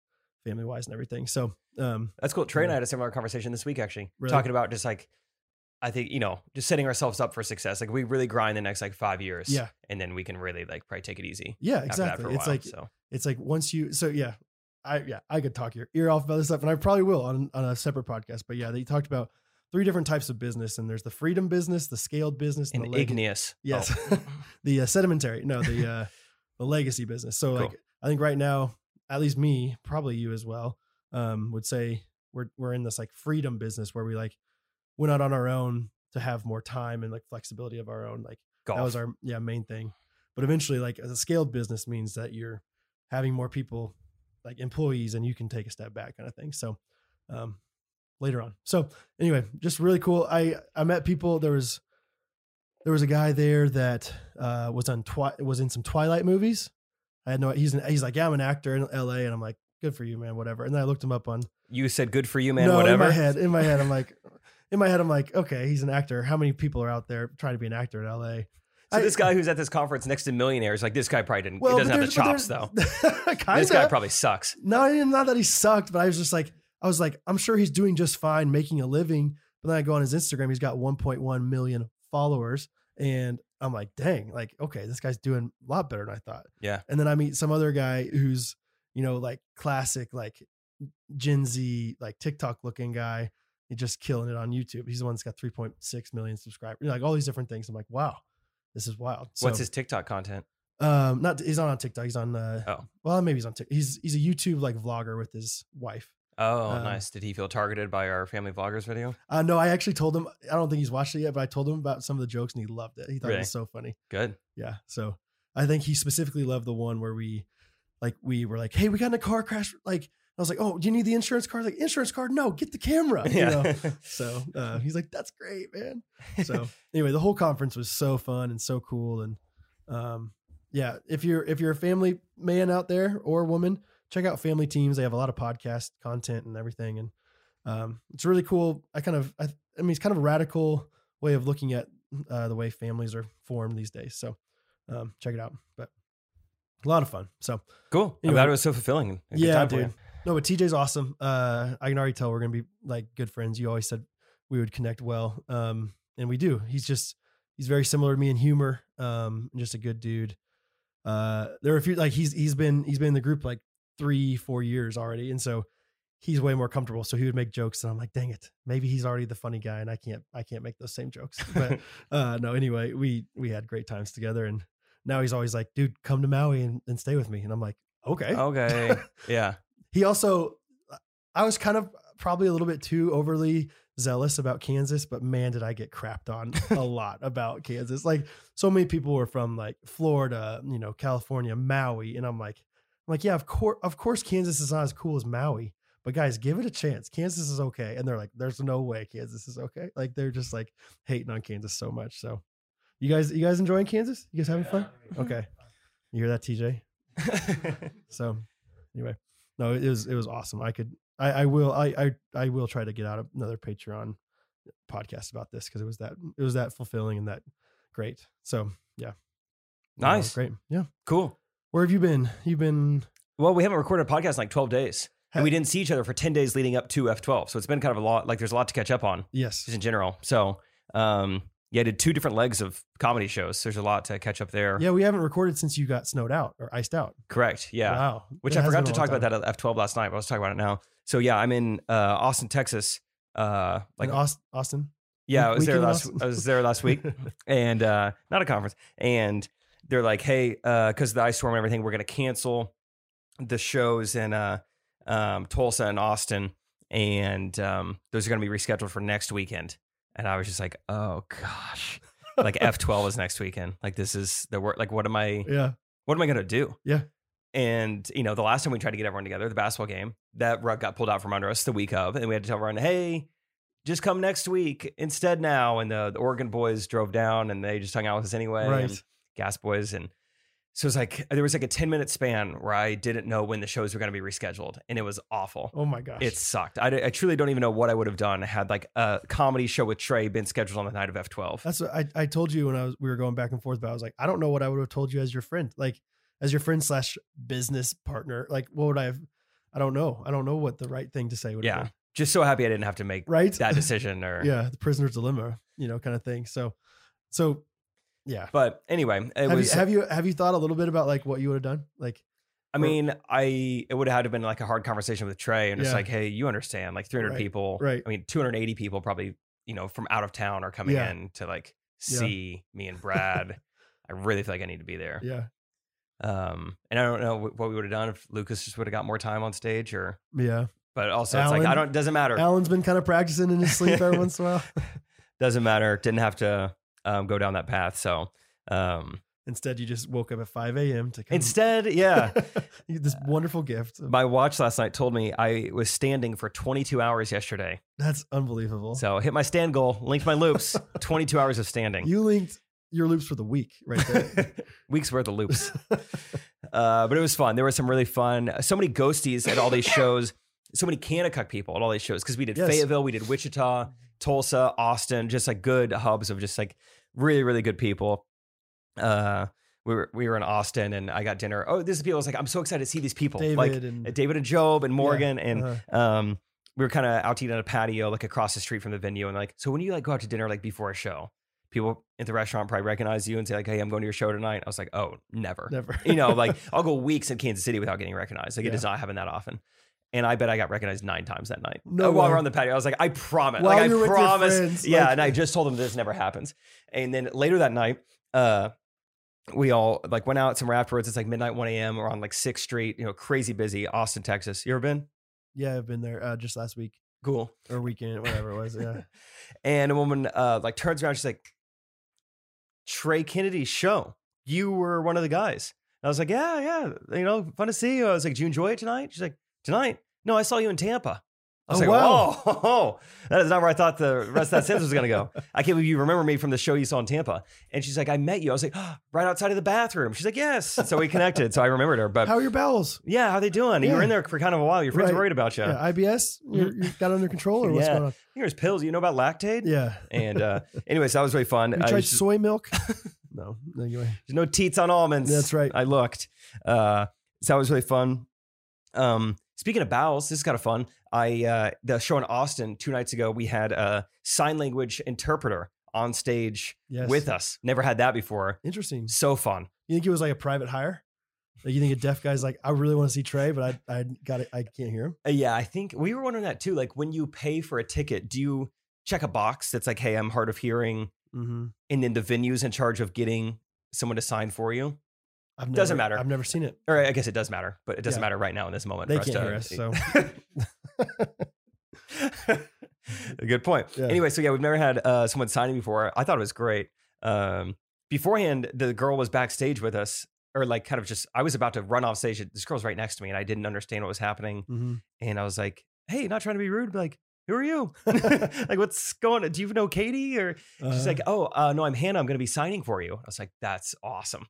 S2: family wise and everything. So um
S1: That's cool. Trey and I
S2: Yeah.
S1: had a similar conversation this week, actually,
S2: Really?
S1: talking about just like, I think, you know, just setting ourselves up for success. Like, we really grind the next like five years.
S2: Yeah.
S1: And then we can really like probably take it easy.
S2: yeah,
S1: after that
S2: exactly.
S1: for a
S2: It's
S1: while,
S2: like
S1: so
S2: it's like once you so yeah, I yeah, I could talk your ear off about this stuff and I probably will on on a separate podcast. But yeah, they talked about three different types of business and there's the freedom business, the scaled business, and,
S1: and
S2: the leg-
S1: igneous.
S2: Yes.
S1: Oh.
S2: the uh, sedimentary no the uh the legacy business so
S1: Cool.
S2: like i think right now at least me probably you as well um would say we're we're in this like freedom business where we like went out on our own to have more time and like flexibility of our own like
S1: golf.
S2: that was our yeah main thing but eventually like as a scaled business means that you're having more people like employees and you can take a step back kind of thing so um later on so anyway just really cool i i met people there was there was a guy there that uh was on twi- was in some twilight movies i had no he's an, he's like yeah i'm an actor in la and i'm like good for you man whatever and then i looked him up on
S1: you said good for you, man,
S2: no,
S1: whatever.
S2: In my head, in my head, I'm like, in my head, I'm like, okay, he's an actor. How many people are out there trying to be an actor in LA?
S1: So
S2: I-
S1: this guy who's at this conference next to millionaires, like this guy probably didn't. he doesn't have the chops though.
S2: though. kind
S1: This guy
S2: of.
S1: probably sucks.
S2: No, I didn't- not that he sucked, but I was just like, I was like, I'm sure he's doing just fine, making a living. But then I go on his Instagram, he's got 1.1 million followers, and I'm like, dang, like, okay, this guy's doing a lot better than I thought.
S1: Yeah.
S2: And then I meet some other guy who's, you know, like classic, like Gen Z, like TikTok looking guy. He's just killing it on YouTube. He's the one that's got 3.6 million subscribers, You know, like all these different things. I'm like, wow, this is wild.
S1: What's
S2: So-
S1: his TikTok content?
S2: um, not he's not on TikTok. He's on uh,
S1: Oh.
S2: well, maybe he's on TikTok. He's he's a YouTube like vlogger with his wife.
S1: Oh,
S2: Um,
S1: nice. Did he feel targeted by our family vloggers video?
S2: Uh, no, I actually told him. I don't think he's watched it yet, but I told him about some of the jokes and he loved it. He thought it
S1: Really?
S2: was so funny.
S1: Good.
S2: Yeah, so I think he specifically loved the one where we, like, we were like, hey, we got in a car crash. Like, I was like, oh, do you need the insurance card? Like, insurance card? No, get the camera. You know?
S1: Yeah.
S2: So uh, he's like, "That's great, man." So anyway, the whole conference was so fun and so cool, and um, yeah, if you're if you're a family man out there or woman, check out Family Teams. They have a lot of podcast content and everything, and um, it's really cool. I kind of, I, I mean, it's kind of a radical way of looking at uh, the way families are formed these days. So um, check it out, but a lot of fun. So
S1: cool. I'm
S2: Anyway.
S1: glad it was so fulfilling. A good
S2: yeah,
S1: time for you.
S2: dude. No, but TJ's awesome. Uh, I can already tell we're gonna be like good friends. You always said we would connect well, um, and we do. He's just he's very similar to me in humor, um, and just a good dude. Uh, there are a few like he's he's been he's been in the group like three four years already, and so he's way more comfortable. So he would make jokes, and I'm like, dang it, maybe he's already the funny guy, and I can't I can't make those same jokes. But uh, no, anyway, we we had great times together, and now he's always like, dude, come to Maui and, and stay with me, and I'm like, okay,
S1: okay. Yeah.
S2: he also i was kind of probably a little bit too overly zealous about kansas but man did i get crapped on a lot about kansas like so many people were from like florida you know california maui and i'm like i'm like yeah of course of course kansas is not as cool as maui but guys give it a chance kansas is okay and they're like there's no way kansas is okay like they're just like hating on kansas so much so you guys you guys enjoying kansas you guys having fun okay you hear that tj so anyway, no, it was it was awesome. I could I, I will I, I I will try to get out another Patreon podcast about this because it was that it was that fulfilling and that great. So yeah. Overall,
S1: Nice.
S2: Great. Yeah.
S1: cool.
S2: Where have you been? You've been
S1: Well, we haven't recorded a podcast in like 12 days. And we didn't see each other for 10 days leading up to F12. So it's been kind of a lot. Like there's a lot to catch up on
S2: yes.
S1: just in general. So um, yeah, I did two different legs of comedy shows. So there's a lot to catch up there.
S2: Yeah, we haven't recorded since you got snowed out or iced out.
S1: Correct. Yeah.
S2: Wow.
S1: Which
S2: It
S1: I
S2: has
S1: forgot
S2: been
S1: to
S2: a
S1: talk
S2: long
S1: about
S2: time.
S1: that at F12 last night, but I'll talk about it now. So yeah, I'm in uh, Austin, Texas. Uh, like
S2: In Aus- Austin.
S1: yeah, I
S2: week-
S1: was there
S2: weekend in
S1: last.
S2: Austin?
S1: I was there last week, and uh, not a conference. And they're like, hey, because of the ice storm and everything, we're gonna cancel the shows in uh, um, Tulsa and Austin, and um, those are gonna be rescheduled for next weekend. And I was just like, oh gosh, like F12 is next weekend. Like this is the work. Like what am I?
S2: yeah.
S1: what am I going to do?
S2: Yeah.
S1: And, you know, the last time we tried to get everyone together, the basketball game, that rug got pulled out from under us the week of. And we had to tell everyone, hey, just come next week instead now. And the, the Oregon boys drove down and they just hung out with us anyway.
S2: Right.
S1: And gas boys. And so it was like, there was like a 10 minute span where I didn't know when the shows were going to be rescheduled. And it was awful.
S2: Oh my gosh.
S1: It sucked. I, d- I truly don't even know what I would have done had like a comedy show with Trey been scheduled on the night of F12.
S2: That's what I, I told you when I was we were going back and forth, but I was like, I don't know what I would have told you as your friend, like as your friend slash business partner. Like, what would I have? I don't know. I don't know what the right thing to say would have
S1: yeah.
S2: been.
S1: Just so happy I didn't have to make
S2: Right?
S1: that decision or
S2: yeah, the prisoner's dilemma, you know, kind of thing. So, so yeah.
S1: But anyway, it
S2: have,
S1: was.
S2: you, have you have you thought a little bit about like what you would have done? Like,
S1: I mean, I it would have had to been like a hard conversation with Trey, and it's
S2: Yeah.
S1: like, hey, you understand, like 300
S2: Right,
S1: people,
S2: right.
S1: I mean, 280 people probably, you know, from out of town are coming
S2: Yeah.
S1: in to like
S2: Yeah.
S1: see me and Brad. I really feel like I need to be there.
S2: yeah,
S1: Um, and I don't know wh- what we would have done if Lucas just would have got more time on stage, or
S2: yeah.
S1: but also it's like I
S2: Alan-
S1: don't doesn't matter,
S2: Alan's been kind of practicing in his sleep every once in a while.
S1: doesn't matter. Didn't have to um, go down that path, so. Um,
S2: Instead, you just woke up at five a.m. to come.
S1: instead, yeah,
S2: You get this wonderful gift.
S1: my watch last night told me I was standing for 22 hours yesterday.
S2: That's unbelievable.
S1: So hit my stand goal, linked my loops, 22 hours of standing.
S2: you linked your loops for the week right there.
S1: Weeks worth of loops. Uh, but it was fun. There were some really fun, so many ghosties at all these shows, so many Kanakuk people at all these shows. Cause we did
S2: Yes.
S1: Fayetteville, we did Wichita, Tulsa, Austin, just like good hubs of just like really, really good people. Uh, we were, we were in Austin and I got dinner. Oh, this is people. I was like, I'm so excited to see these people.
S2: David
S1: like
S2: and
S1: David and Job and Morgan and
S2: uh-huh.
S1: um, we were kind of out to eat on a patio, like across the street from the venue. And like, so when you like go out to dinner, like before a show, people at the restaurant probably recognize you and say like, "Hey, I'm going to your show tonight." I was like, "Oh, never."
S2: never.
S1: you know, like I'll go weeks in Kansas City without getting recognized. Like
S2: Yeah.
S1: it does not happen that often. And I bet I got recognized nine times that night.
S2: No
S1: Uh, while
S2: way.
S1: we're on the patio, I was like, "I promise."
S2: While
S1: like
S2: you're
S1: I
S2: with your
S1: promise.
S2: friends,
S1: yeah,
S2: like-
S1: and I just told them this never happens. And then later that night, uh, we all like went out somewhere afterwards. It's like midnight, one a.m. We're on like Sixth Street. You know, crazy busy, Austin, Texas. You ever been?
S2: yeah, I've been there uh, just last week
S1: Cool.
S2: or weekend, whatever it was. Yeah.
S1: And a woman uh, like turns around, she's like, Trey Kennedy's show. You were one of the guys. And I was like, Yeah, yeah. You know, fun to see you. I was like, Do you enjoy it tonight? She's like, Tonight? No, I saw you in Tampa. I was
S2: Oh,
S1: like,
S2: wow.
S1: Whoa, that is not where I thought the rest of that sentence was going to go. I can't believe you remember me from the show you saw in Tampa. And she's like, I met you. I was like, "Oh, Right outside of the bathroom. She's like, Yes. So we connected. So I remembered her. But
S2: How are your bowels?
S1: yeah, how they doing? You
S2: Yeah.
S1: were in there for kind of a while. Your friends
S2: Right.
S1: were worried about you.
S2: Yeah, IBS. You're, you got under control, or what's
S1: Mm-hmm. Yeah.
S2: going on?
S1: Here's pills. You know about lactate?
S2: Yeah.
S1: And uh, anyways, that was really fun.
S2: You
S1: I
S2: tried
S1: was-
S2: soy milk? no. Anyway.
S1: There's no teats on almonds.
S2: That's right.
S1: I looked. Uh, so that was really fun. Um, speaking of bowels, this is kind of fun. I uh, the show in Austin two nights ago, we had a sign language interpreter on stage
S2: Yes.
S1: with us. Never had that before.
S2: Interesting.
S1: So fun.
S2: You think it was like a private hire? Like you think a deaf guy's like, I really want to see Trey, but I I got it. I can't hear him.
S1: Uh, yeah, I think we were wondering that too. Like when you pay for a ticket, do you check a box that's like, "Hey, I'm hard of hearing,"
S2: Mm-hmm.
S1: and then the venue's in charge of getting someone to sign for you?
S2: I've never,
S1: Doesn't matter.
S2: I've never seen it.
S1: Or I guess it does matter, but it doesn't
S2: Yeah.
S1: matter right now in this moment.
S2: They
S1: for us to-
S2: can't hear us. So
S1: Good point.
S2: Yeah.
S1: Anyway, so yeah, we've never had uh, someone signing before. I thought it was great. Um, beforehand, the girl was backstage with us, or like kind of just, I was about to run off stage. This girl's right next to me, and I didn't understand what was happening.
S2: Mhm.
S1: And I was like, hey, not trying to be rude, but like, who are you? like, what's going on? Do you know Katie? Or she's
S2: Uh,
S1: like, oh, uh, no, I'm Hannah. I'm going to be signing for you. I was like, that's awesome.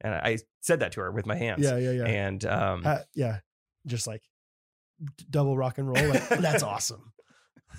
S1: And I- I said that to her with my hands.
S2: Yeah, yeah, yeah.
S1: And um,
S2: Ha- Uh, yeah. Just like d- double rock and roll. Like, that's awesome.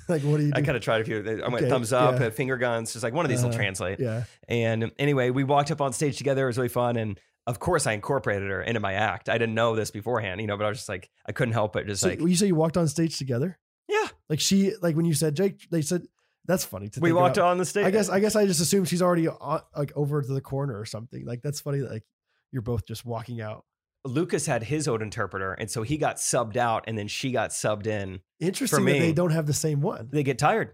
S2: Like, what do you do?
S1: I kind of tried a few. I went
S2: Okay,
S1: thumbs up,
S2: yeah.
S1: uh, finger guns. Just like one of these
S2: Uh,
S1: will translate.
S2: yeah.
S1: And anyway, we walked up on stage together. It was really fun. And of course, I incorporated her into my act. I didn't know this beforehand, you know, but I was just like, I couldn't help it. Just
S2: So
S1: like,
S2: you say you walked on stage together?
S1: Yeah.
S2: Like she, like when you said Jake, they said That's funny. To
S1: we
S2: think
S1: walked
S2: about.
S1: on the stage.
S2: I guess I guess I just assumed she's already on, like over to the corner or something. Like that's funny. That, like you're both just walking out.
S1: Lucas had his own interpreter, and so he got subbed out, and then she got subbed in.
S2: Interesting that they
S1: me.
S2: don't have the same one.
S1: They get tired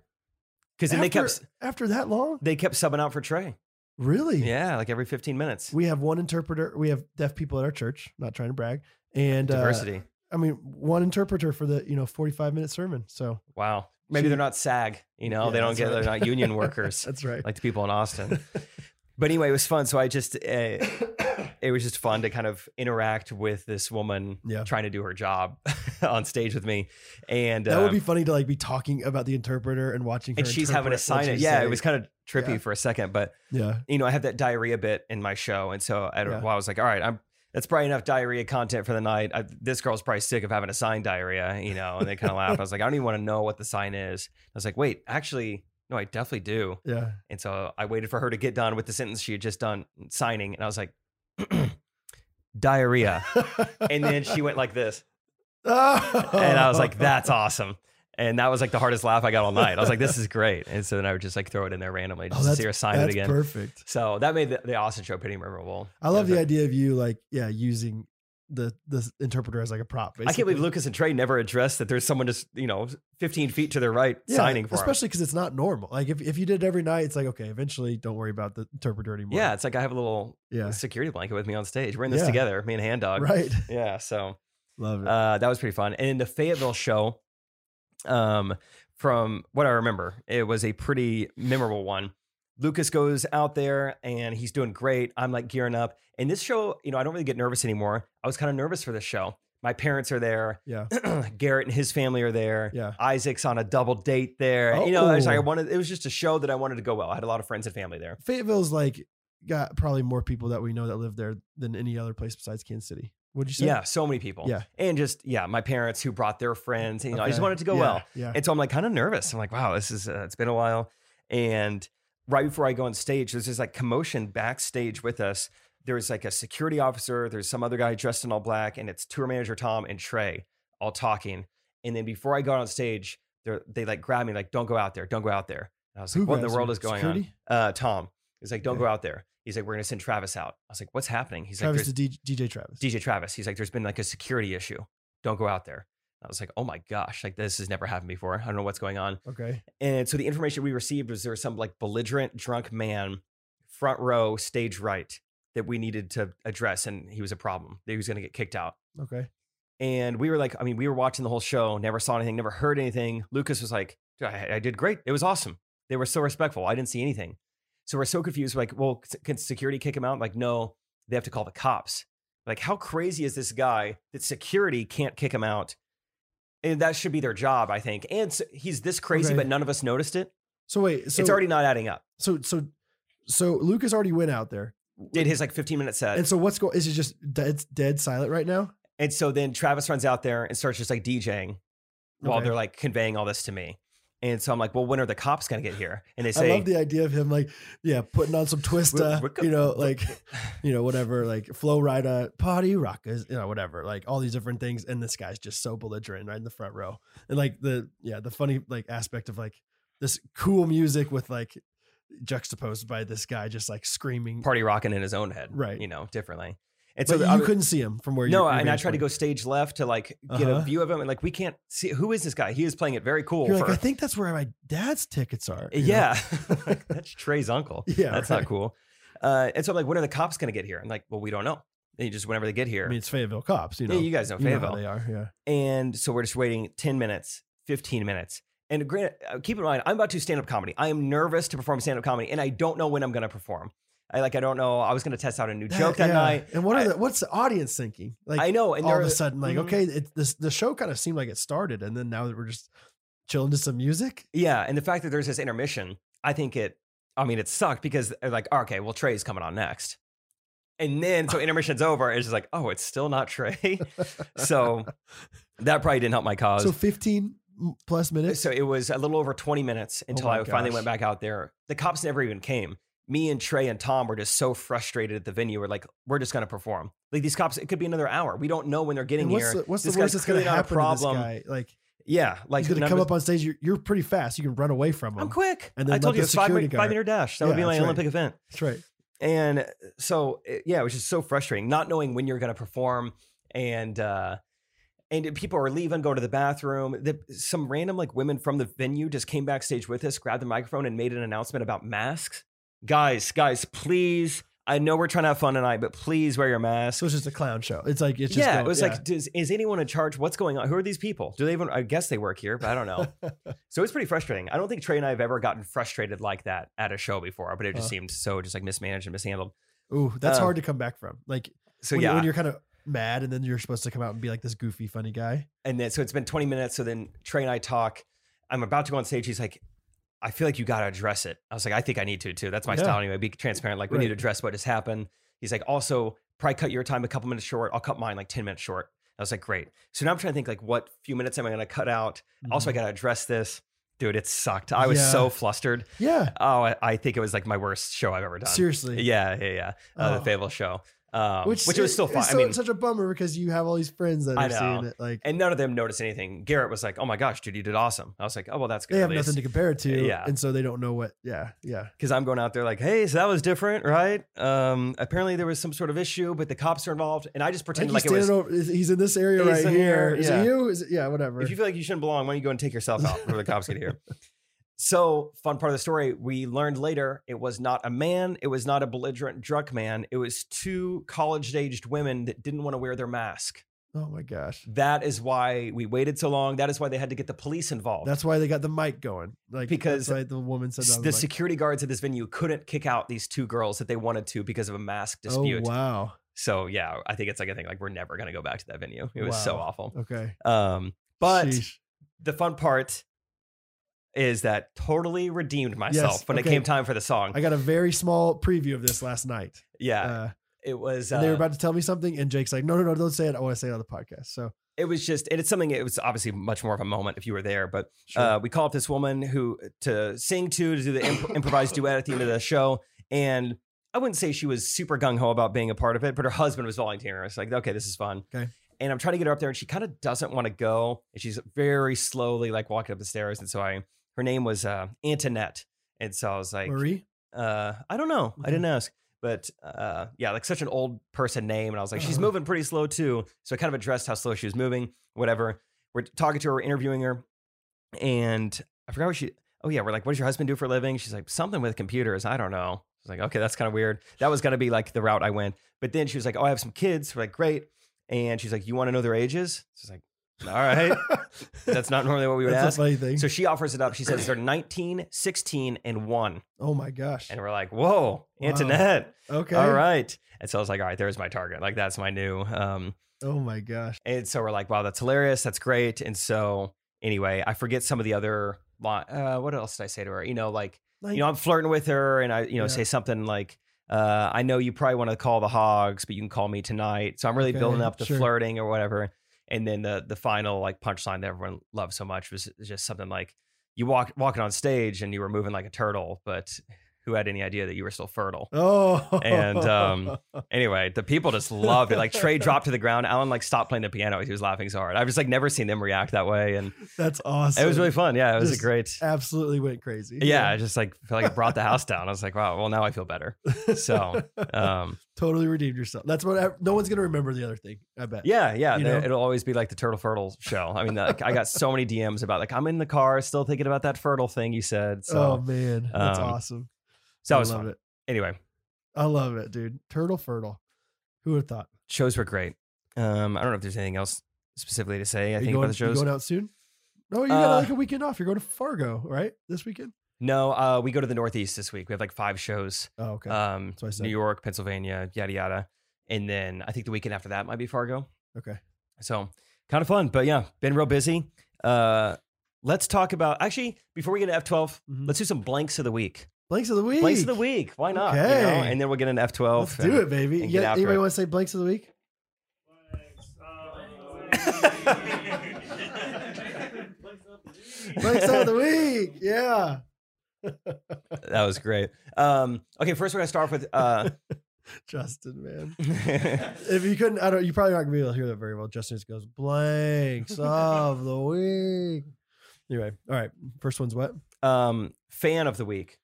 S1: because then they kept
S2: after that long.
S1: they kept subbing out for Trey.
S2: Really?
S1: Yeah, like every fifteen minutes.
S2: We have one interpreter. We have deaf people at our church. Not trying to brag. And uh,
S1: Diversity.
S2: I mean, one interpreter for the you know 45 minute sermon. So
S1: Wow. Maybe
S2: she-
S1: they're not SAG. You know,
S2: Yeah,
S1: they don't
S2: that's
S1: get.
S2: right.
S1: They're not union workers
S2: that's right.
S1: like the people in Austin. But anyway, it was fun. So I just uh, it was just fun to kind of interact with this woman
S2: Yeah.
S1: trying to do her job on stage with me, and
S2: that would
S1: um,
S2: be funny to like be talking about the interpreter and watching her.
S1: and she's having to
S2: interpret what
S1: sign it.
S2: she's
S1: Yeah, it
S2: saying.
S1: was kind of trippy
S2: Yeah.
S1: for a second, but
S2: yeah.
S1: you know, I have that diarrhea bit in my show, and so I, don't-
S2: Yeah.
S1: well, I was like, all right, I'm that's probably enough diarrhea content for the night. I, this girl's probably sick of having a sign diarrhea, you know. And they kind of laughed. I was like, I don't even want to know what the sign is. I was like, wait, actually, no, I definitely do.
S2: Yeah.
S1: And so I waited for her to get done with the sentence she had just done signing, and I was like, diarrhea. And then she went like this, and I was like, that's awesome. And that was like the hardest laugh I got all night. I was like, this is great. And so then I would just like throw it in there randomly, just to
S2: Oh, that's-
S1: see her sign it
S2: That's
S1: again.
S2: perfect.
S1: So that made the, the Austin show pretty memorable.
S2: I love
S1: Yeah,
S2: the idea of you like yeah using the the interpreter as like a prop.
S1: but I can't believe
S2: basically.
S1: Lucas and Trey never addressed that there's someone just, you know, 15 feet to their right
S2: Yeah,
S1: signing for especially-
S2: especially because it's not normal. Like if, if you did it every night, it's like okay, eventually don't worry about the interpreter anymore.
S1: Yeah, it's like I have a little
S2: yeah,
S1: security blanket with me on stage. We're in this
S2: Yeah.
S1: together, me and Hand Dog.
S2: right.
S1: Yeah, so
S2: Love it.
S1: uh, that was pretty fun. And in the Fayetteville show, um, from what I remember, it was a pretty memorable one. Lucas goes out there and he's doing great. I'm like gearing up. And this show, you know, I don't really get nervous anymore. I was kind of nervous for this show. My parents are there.
S2: yeah,
S1: Garrett and his family are there.
S2: yeah,
S1: Isaac's on a double date there. You know, I was like, I
S2: Oh.
S1: wanted. It was just a show that I wanted to go well. I had a lot of friends and family there.
S2: Fayetteville's like got probably more people that we know that live there than any other place besides Kansas City. Would you say?
S1: yeah, so many people.
S2: Yeah.
S1: and just yeah, my parents who brought their friends. And, you know, I just
S2: Okay.
S1: wanted to go
S2: Yeah,
S1: well.
S2: Yeah,
S1: And so I'm like kind of nervous. I'm like, wow, this is uh, it's been a while. And right before I go on stage, there's this like commotion backstage with us. There's like a security officer, there's some other guy dressed in all black, and it's tour manager Tom and Trey all talking. And then before I got on stage, they are they like grab me like, "Don't go out there, don't go out there." And I was like, "What in the
S2: grabs
S1: world
S2: you?
S1: is going
S2: Security?
S1: on?" Uh, Tom is like, "Don't
S2: Okay.
S1: go out there." He's like, "We're gonna send Travis out." I was like, "What's happening?" He's like,
S2: Travis
S1: "There's-
S2: to D- DJ Travis.
S1: DJ Travis. He's like, there's been like a security issue. Don't go out there. I was like, oh my gosh, like this has never happened before. I don't know what's going on.
S2: okay.
S1: And so the information we received was there was some like belligerent drunk man, front row, stage right, that we needed to address. And he was a problem. That he was going to get kicked out.
S2: Okay.
S1: And we were like, I mean, we were watching the whole show, never saw anything, never heard anything. Lucas was like, "Dude, I, I did great. It was awesome. They were so respectful. I didn't see anything. So we're so confused. We're like, well, c- can security kick him out? Like, no, they have to call the cops. Like, how crazy is this guy that security can't kick him out? And that should be their job, I think. And so he's this crazy,
S2: Okay.
S1: but none of us noticed it.
S2: So wait. So
S1: it's already not adding up.
S2: So so so Lucas already went out there.
S1: Did his like 15 minute set.
S2: And so what's going? Is it just dead dead silent right now?
S1: And so then Travis runs out there and starts just like DJing while
S2: Okay.
S1: they're like conveying all this to me. And so I'm like, well, when are the cops going to get here? And they say,
S2: I love the idea of him like, yeah, putting on some twista,
S1: we're co-
S2: you know, like, you know, whatever, like flow rider, party rockers, you know, whatever, like all these different things. And this guy's just so belligerent right in the front row. And like the, yeah, the funny like aspect of like this cool music with like juxtaposed by this guy just like screaming.
S1: party rocking in his own head,
S2: Right.
S1: You know, differently. And so
S2: but you
S1: I was-
S2: couldn't see him from where you
S1: no, and I tried to go stage left to like get
S2: Uh-huh.
S1: a view of him, and like we can't see who is this guy. He is playing it very cool.
S2: You're like,
S1: for,
S2: I think that's where my dad's tickets are. you know?
S1: yeah, Like, that's Trey's uncle.
S2: Yeah.
S1: that's
S2: right.
S1: not cool. Uh, and so I'm like, when are the cops going to get here? I'm like, well, we don't know. And you just whenever they get here,
S2: I mean, it's Fayetteville cops, you
S1: Yeah,
S2: know.
S1: you guys know
S2: you know
S1: Fayetteville.
S2: how they are. Yeah.
S1: And so we're just waiting 10 minutes, 15 minutes. And granted, uh, keep in mind, I'm about to stand up comedy. I am nervous to perform stand up comedy, and I don't know when I'm going to perform. I like, I don't know. I was going to test out a new joke that
S2: yeah.
S1: night.
S2: And what are
S1: I-
S2: the, what's the audience thinking? Like,
S1: I know. And
S2: all
S1: there
S2: of a
S1: are-
S2: sudden, like,
S1: Mhm.
S2: okay, it, this the show kind of seemed like it started, and then now that we're just chilling to some music.
S1: Yeah. And the fact that there's this intermission, I think it, I mean, it sucked because they're like, okay, well, Trey's coming on next. And then, so intermission's over. It's just like, oh, it's still not Trey. so that probably didn't help my cause.
S2: so fifteen m- plus minutes.
S1: So it was a little over 20 minutes until
S2: Uh, Oh my
S1: I finally
S2: gosh.
S1: went back out there. The cops never even came. Me and Trey and Tom were just so frustrated at the venue. We're like, we're just going to perform. Like these cops, it could be another hour. We don't know when they're
S2: And
S1: getting
S2: what's
S1: here.
S2: the, what's the
S1: This guy's
S2: worst that's going
S1: clearly
S2: to
S1: not a
S2: happen to this
S1: problem.
S2: guy? Like,
S1: yeah, like
S2: he's going
S1: and
S2: to
S1: I
S2: come
S1: was-
S2: up on stage. You're, you're pretty fast. You can run away from him.
S1: I'm quick.
S2: and
S1: And then
S2: then
S1: I
S2: let
S1: told
S2: the
S1: you it's five,
S2: security
S1: mi- five
S2: guard-
S1: meter dash. That
S2: Yeah,
S1: would be my
S2: that's right.
S1: Olympic event.
S2: That's right.
S1: And uh, so it- yeah, it was just so frustrating not knowing when you're going to perform and uh and people are leaving, go to the bathroom. The, some random like women from the venue just came backstage with us, grabbed the microphone, and made an announcement about masks. Guys, guys, please! I know we're trying to have fun tonight, but please wear your mask.
S2: So it's just a clown show. It's like it's just
S1: yeah,
S2: going-
S1: it was like, does, is anyone in charge? What's going on? Who are these people? Do they even? I guess they work here, but I don't know. so it's pretty frustrating. I don't think Trey and I have ever gotten frustrated like that at a show before, but it just
S2: Uh.
S1: seemed so just like mismanaged and mishandled.
S2: ooh, that's
S1: um,
S2: hard to come back from. Like
S1: So
S2: when, you-
S1: yeah,
S2: when you're kind of mad, and then you're supposed to come out and be like this goofy, funny guy.
S1: and then so it's been 20 minutes. So then Trey and I talk. I'm about to go on stage. He's like, I feel like you got to address it. I was like, I think I need to too. That's my
S2: Yeah.
S1: style anyway. Be transparent. Like, we
S2: Right.
S1: need to address what has happened. He's like, also, probably cut your time a couple minutes short. I'll cut mine like 10 minutes short. I was like, great. So now I'm trying to think, like, what few minutes am I going to cut out? Mm-hmm. Also, I got to address this. Dude, it sucked. I was
S2: Mm-hmm. Yeah.
S1: so flustered.
S2: yeah,
S1: Oh, I, I think it was like my worst show I've ever done.
S2: seriously.
S1: Yeah, yeah, yeah. Uh,
S2: Oh.
S1: The Fable show, um, which, was still fun.
S2: It's
S1: I
S2: so-
S1: mean,
S2: such a bummer because you have all these friends that
S1: I
S2: are seeing
S1: know.
S2: it. Like
S1: and none of them noticed anything. Garrett was like, "Oh my gosh, dude, you did awesome." I was like, "Oh well, that's good."
S2: they have nothing to compare it to,
S1: Yeah.
S2: and so they don't know what. Yeah, yeah.
S1: because I'm going out there like, "Hey, so that was different, right?" Um, apparently there was some sort of issue, but the cops are involved, and I just
S2: I think
S1: pretended
S2: he's
S1: like it
S2: standing
S1: was.
S2: over. is- He's in this area
S1: He's
S2: right
S1: in
S2: here.
S1: here,
S2: Is
S1: yeah.
S2: it you? Is it, yeah, whatever.
S1: If you feel like you shouldn't belong, why don't you go and take yourself out before the cops get here? So, fun part of the story, we learned later it was not a man, it was not a belligerent drunk man, it was two college-aged women that didn't want to wear their mask.
S2: oh my gosh.
S1: That is why we waited so long. That is why they had to get the police involved.
S2: That's why they got the mic going.
S1: Oh.
S2: Like
S1: Because
S2: that's why the woman said
S1: S-
S2: that
S1: the security guards at this venue couldn't kick out these two girls that they wanted to because of a mask dispute.
S2: Oh wow.
S1: So yeah, I think it's like a thing like we're never gonna go back to that venue. It was so
S2: Wow.
S1: awful.
S2: Okay.
S1: Um, but
S2: Sheesh.
S1: the fun part is that totally redeemed myself
S2: Yes,
S1: when
S2: okay.
S1: it came time for the song.
S2: I got a very small preview of this last night.
S1: yeah,
S2: Uh,
S1: it was.
S2: and they were
S1: uh,
S2: about to tell me something, and Jake's like, "No, no, no, don't say it. I want to say it on the podcast." So
S1: it was just, and it's something. It was obviously much more of a moment if you were there, but
S2: sure.
S1: Uh, we called up this woman who uh, to sing to to do the imp- improvised duet at the end of the show, and I wouldn't say she was super gung ho about being a part of it, but her husband was volunteering. I was like, okay, this is fun.
S2: Okay.
S1: And I'm trying to get her up there, and she kind of doesn't want to go, and she's very slowly like walking up the stairs. And so I, her name was uh, Antoinette, and so I was like,
S2: Marie.
S1: uh, I don't know, I
S2: Okay.
S1: didn't ask. But uh, yeah, like such an old person name, and I was like, she's
S2: Uh-huh.
S1: moving pretty slow too. So I kind of addressed how slow she was moving. Whatever. We're talking to her, we're interviewing her, and I forgot what she. Oh yeah, we're like, what does your husband do for a living? She's like, something with computers. I don't know. I was like, okay, that's kind of weird. That was gonna be like the route I went. But then she was like, oh, I have some kids. We're like, great. And she's like, you want to know their ages? She's like, all right, that's not normally what we would
S2: That's
S1: ask.
S2: a funny thing.
S1: So she offers it up. She says they're 19, 16, and one.
S2: oh my gosh.
S1: And we're like, whoa,
S2: Wow.
S1: Antoinette.
S2: Okay.
S1: All right. And so I was like, all right, there's my target. Like, that's my new. Um,
S2: Oh my gosh.
S1: and so we're like, wow, that's hilarious. That's great. And so anyway, I forget some of the other. li- Uh, what else did I say to her? You know, like,
S2: Like,
S1: you know, I'm flirting with her and I, you know,
S2: Yeah.
S1: say something like, uh, I know you probably want to call the hogs, but you can call me tonight. So I'm really
S2: Okay,
S1: building up the
S2: sure.
S1: flirting or whatever. And then the the final like punchline that everyone loved so much was just something like you walked walking on stage and you were moving like a turtle, but who had any idea that you were still fertile?
S2: oh.
S1: And, um, Anyway, the people just loved it. Like Trey dropped to the ground. Alan like stopped playing the piano. He was laughing so hard. I've just like never seen them react that way. And
S2: that's awesome.
S1: it was really fun. Yeah, it was
S2: Just-
S1: a great
S2: absolutely went crazy.
S1: yeah, I just like felt like it brought the house down. I was like, wow, well now I feel better. So um,
S2: totally redeemed yourself. That's what I, no one's gonna remember the other thing. I bet.
S1: yeah, yeah,
S2: You
S1: the-
S2: know?
S1: it'll always be like the turtle fertile show. I mean, like, I got so many DMs about like I'm in the car still thinking about that fertile thing you said. So,
S2: oh man, that's
S1: um,
S2: awesome.
S1: so
S2: I
S1: that was
S2: love
S1: fun.
S2: it.
S1: Anyway,
S2: I love it, dude. Turtle fertile. Who would have thought?
S1: shows were great. Um, I don't know if there's anything else specifically to say. I
S2: Are you
S1: think
S2: going,
S1: about the
S2: you
S1: shows.
S2: going out soon? No, you got
S1: Uh,
S2: like a weekend off. You're going to Fargo, right? This weekend?
S1: No, uh, we go to the Northeast this week. We have like five shows.
S2: Oh, okay.
S1: Um,
S2: That's what I said.
S1: New York, Pennsylvania, yada yada, and then I think the weekend after that might be Fargo.
S2: okay.
S1: So kind of fun, but yeah, been real busy. Uh, let's talk about actually before we get into F12,
S2: Mhm.
S1: let's do some blanks of the week.
S2: Blanks of the week.
S1: Blanks of the week, why not? You know?
S2: Okay.
S1: And then we'll get into F12.
S2: Let's do it, baby.
S1: and
S2: You
S1: get
S2: got-
S1: after
S2: anybody
S1: it.
S2: want to say blanks of the week? Blanks of the week. Yeah.
S1: That was great. Um, okay, first we're gonna start off with uh,
S2: Justin, man. If you couldn't, I don't. You probably aren't gonna be able to hear that very well. Justin just goes blanks of the week. Anyway, all right. First one's what?
S1: um, fan of the week.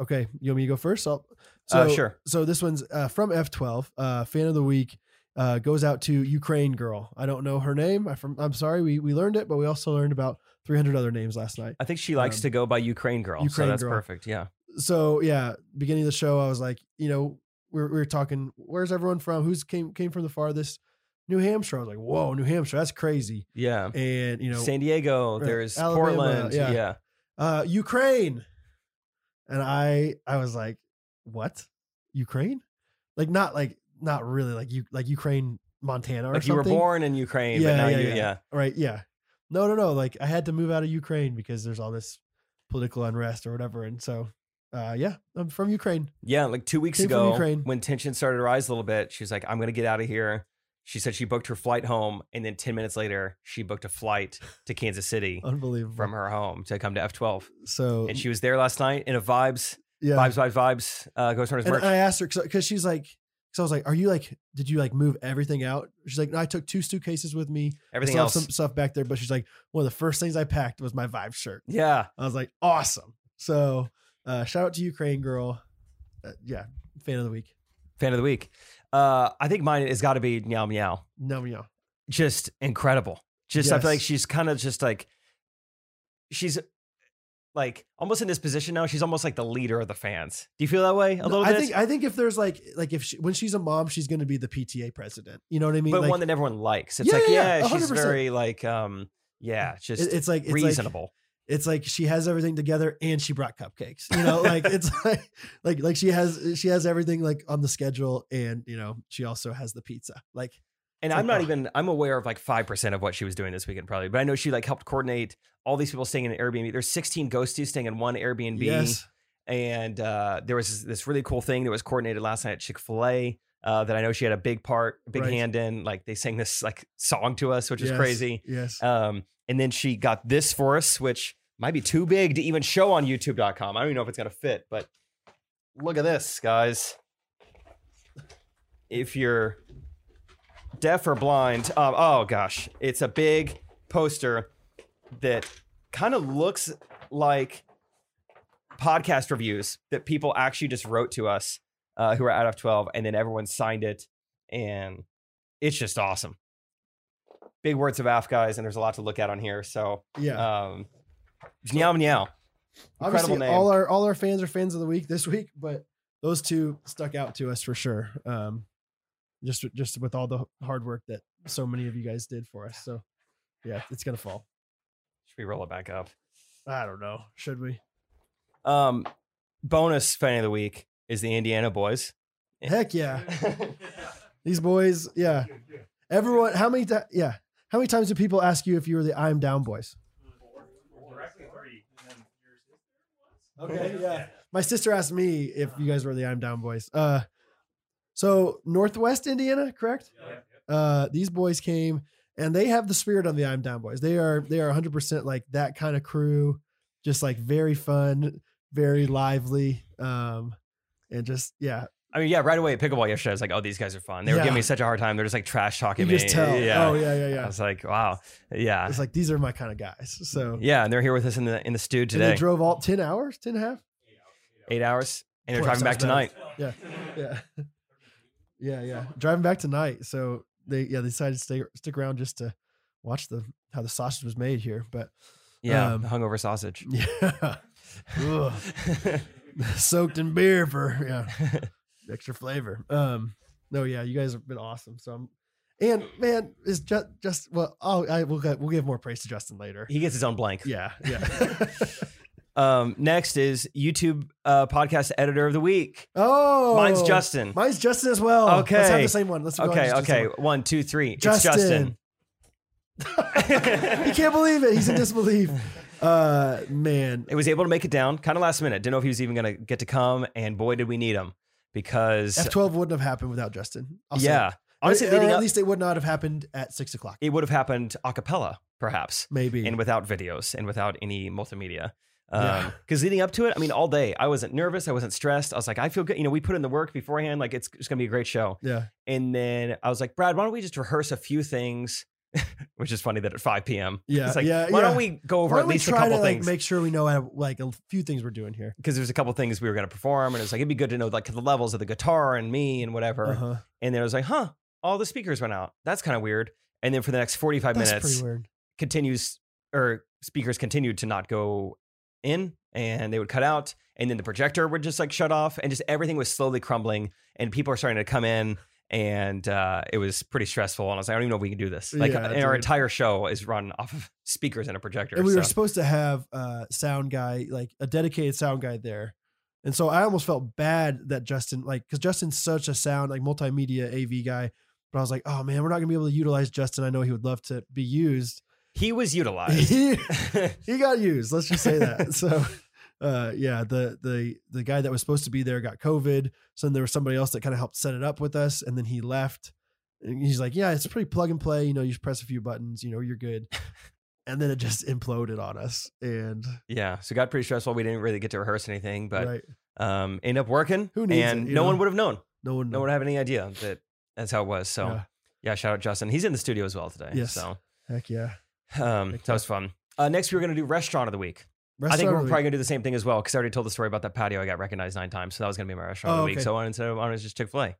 S2: Okay, you want me to go first? I'll,
S1: uh, sure.
S2: So this one's uh, from F12. Uh, fan of the week uh, goes out to Ukraine girl. I don't know her name. I from, I'm sorry. We we learned it, but we also learned about 300 other names last night.
S1: I think she likes
S2: Um,
S1: to go by Ukraine girl. so
S2: Ukraine
S1: that's
S2: Girl.
S1: perfect. Yeah.
S2: so yeah, beginning of the show, I was like, you know, we were, we were talking, where's everyone from? Who's came came from the farthest? New Hampshire. I was like, whoa, New Hampshire, that's crazy.
S1: Yeah.
S2: And you know,
S1: San Diego,
S2: right,
S1: there's
S2: Alabama,
S1: Portland.
S2: yeah.
S1: Yeah.
S2: uh, Ukraine. And I I was like, what? Ukraine? Like not like not really like you like Ukraine, Montana or
S1: Like you
S2: something.
S1: were born in Ukraine,
S2: Yeah,
S1: but now
S2: yeah,
S1: you,
S2: yeah.
S1: yeah.
S2: Right, yeah. No, no, no. Like I had to move out of Ukraine because there's all this political unrest or whatever. And so uh yeah, I'm from Ukraine.
S1: Yeah, like two weeks
S2: Came from
S1: ago,
S2: Ukraine.
S1: when tension started to rise a little bit, she was like, I'm going to get out of here. She said she booked her flight home. And then 10 minutes later, she booked a flight to Kansas City
S2: Unbelievable.
S1: from her home to come to F12.
S2: so
S1: And she was there last night in a Vibes,
S2: Oh. yeah.
S1: Vibes, Vibes, Vibes, uh, Ghost Runners
S2: And
S1: merch.
S2: I asked her because she's like, because I was like, "Are you like, did you like move everything out?" She's like, "No, I took two suitcases with me. I
S1: everything
S2: still
S1: else.
S2: have some stuff back there." But she's like, "One of the first things I packed was my Vibe shirt."
S1: yeah.
S2: I was like, "Awesome!" So, uh, shout out to Ukraine girl. Uh, yeah, fan of the week.
S1: Fan of the week. Uh, I think mine has got to be Meow Meow.
S2: No, no,
S1: just incredible. Just I
S2: Yes.
S1: feel like she's kind of just like she's like almost in this position now. She's almost like the leader of the fans. Do you feel that way a little
S2: I
S1: bit?
S2: think I think if there's like like if she, when she's a mom, she's going to be the PTA president. You know what I mean?
S1: but
S2: like,
S1: one that everyone likes. It's
S2: Yeah,
S1: like
S2: yeah,
S1: yeah,
S2: yeah,
S1: she's
S2: 100%.
S1: very like um yeah, it's just
S2: it- it's like it's Like,
S1: reasonable.
S2: it's like she has everything together and she brought cupcakes you know like it's like like like she has she has everything like on the schedule and you know she also has the pizza like
S1: and
S2: it's
S1: I'm
S2: like,
S1: not
S2: oh.
S1: even I'm aware of like five percent of what she was doing this weekend probably, but I know she like helped coordinate all these people staying in an Airbnb. There's 16 ghosties staying in one Airbnb.
S2: yes
S1: and uh, there was this really cool thing that was coordinated last night at Chick Fil A uh, that I know she had a big part, a big
S2: Right.
S1: hand in. Like they sang this like song to us, which is
S2: yes,
S1: crazy.
S2: yes
S1: Um, and then she got this for us, which might be too big to even show on YouTube.com. I don't even know if it's gonna fit, but look at this, guys. If you're deaf or blind, um, oh gosh, it's a big poster that kind of looks like podcast reviews that people actually just wrote to us uh, who are out of 12 and then everyone signed it and it's just awesome big words of af guys and there's a lot to look at on here so
S2: yeah
S1: um meow meow
S2: obviously
S1: incredible name.
S2: all our all our fans are fans of the week this week but those two stuck out to us for sure um just just with all the hard work that so many of you guys did for us so yeah it's gonna fall
S1: should we roll it back up
S2: i don't know should we
S1: um bonus fan of the week is the indiana boys
S2: heck yeah These boys, yeah. Everyone, how many? Th- yeah, how many times do people ask you if you were the I'm Down boys? Okay, yeah. My sister asked me if you guys were the I'm Down boys. Uh, so Northwest Indiana, correct? Uh, these boys came and they have the spirit of the I'm Down boys. They are they are 100 percent like that kind of crew, just like very fun, very lively, um, and just yeah,
S1: i mean yeah right away at pickleball yesterday i was like oh these guys are fun they were
S2: Yeah.
S1: giving me such a hard time they're just like trash
S2: you
S1: talking me
S2: just tell.
S1: yeah
S2: Oh yeah, yeah,
S1: i
S2: yeah.
S1: was like wow yeah
S2: It's like these are my kind of guys. So
S1: yeah and they're here with us in the in the stew
S2: And
S1: today
S2: they drove all 10 hours, 10 and a half.
S1: eight hours and they're
S2: Boy, that
S1: driving back
S2: sounds bad.
S1: tonight
S2: Yeah. Yeah. Yeah. Yeah. Driving back tonight. So they, yeah, they decided to stay, stick around just to watch the, how the sausage was made here. But
S1: yeah
S2: Um,
S1: hungover sausage
S2: yeah. Ugh. Soaked in beer for, yeah, extra flavor. Um, no, yeah, you guys have been awesome. So I'm, and man, is just, just, well, I'll, I will, get- we'll give more praise to Justin later.
S1: he gets his own blank
S2: Yeah. Yeah.
S1: um next is youtube uh podcast editor of the week
S2: oh,
S1: mine's justin
S2: Mine's Justin as well. Let's have
S1: Okay.
S2: the same one. Let's go on
S1: okay
S2: just the same
S1: okay
S2: one.
S1: one two three
S2: Justin.
S1: it's
S2: He
S1: justin
S2: can't believe it. He's in disbelief. Uh, man.
S1: it was able to make it down kind of last minute didn't know if he was even gonna get to come and boy did we need him because
S2: F12 wouldn't have happened without Justin. I'll say
S1: yeah
S2: it.
S1: honestly
S2: or,
S1: leading
S2: or at
S1: up,
S2: least it would not have happened at six o'clock.
S1: it would have happened a cappella perhaps
S2: Maybe.
S1: and without videos and without any multimedia Because
S2: Yeah.
S1: leading up to it, I mean, all day I wasn't nervous, I wasn't stressed. I was like, I feel good. You know, we put in the work beforehand. Like it's, it's gonna be a great show.
S2: Yeah.
S1: And then I was like, Brad, why don't we just rehearse a few things? Which is funny that at 5 p.m.
S2: Yeah,
S1: it's like,
S2: yeah,
S1: why
S2: yeah.
S1: don't we go over
S2: Why
S1: at
S2: don't we
S1: least a
S2: try
S1: couple
S2: to, like,
S1: things?
S2: make sure we know how, like a few things we're doing here.
S1: because there's a couple things we were going to perform and it was like it'd be good to know like the levels of the guitar and me and whatever
S2: Uh-huh.
S1: and then it was like huh all the speakers went out that's kind of weird and then for the next 45
S2: That's
S1: minutes
S2: pretty weird.
S1: continues or speakers continued to not go in and they would cut out and then the projector would just like shut off and just everything was slowly crumbling and people are starting to come in and uh, it was pretty stressful and i was like i don't even know if we can do this like
S2: Yeah,
S1: and our
S2: dude.
S1: entire show is run off of speakers and a projector
S2: And we
S1: so.
S2: were supposed to have a sound guy, like a dedicated sound guy there. And so I almost felt bad that Justin, like, because Justin's such a sound, like, multimedia AV guy. But I was like, oh man, we're not gonna be able to utilize Justin. I know he would love to be used.
S1: he was utilized
S2: He, he got used. Let's just say that. so, uh, yeah, the the the guy that was supposed to be there got COVID. So then there was somebody else that kind of helped set it up with us, and then he left. And he's like, "Yeah, it's pretty plug and play. You know, you just press a few buttons. You know, you're good." And then it just imploded on us, and
S1: Yeah, so it got pretty stressful. We didn't really get to rehearse anything, but
S2: right,
S1: um, ended up working.
S2: Who needs
S1: and
S2: it, you
S1: no
S2: know?
S1: one would have known.
S2: no one,
S1: No one would have any idea that that's how it was. So yeah.
S2: Yeah.
S1: shout out Justin. He's in the studio as well today.
S2: Yes.
S1: So
S2: heck yeah.
S1: um,
S2: Heck
S1: that was fun. Uh, next, we were going to do restaurant of the week. I think
S2: Restaurant
S1: we're
S2: of
S1: probably
S2: the week.
S1: going to do the same thing as well because I already told the story about that patio. I got recognized nine times, so that was going to be my restaurant
S2: Oh,
S1: of the week.
S2: okay.
S1: So I wanted to, I wanted to just Chick Fil A.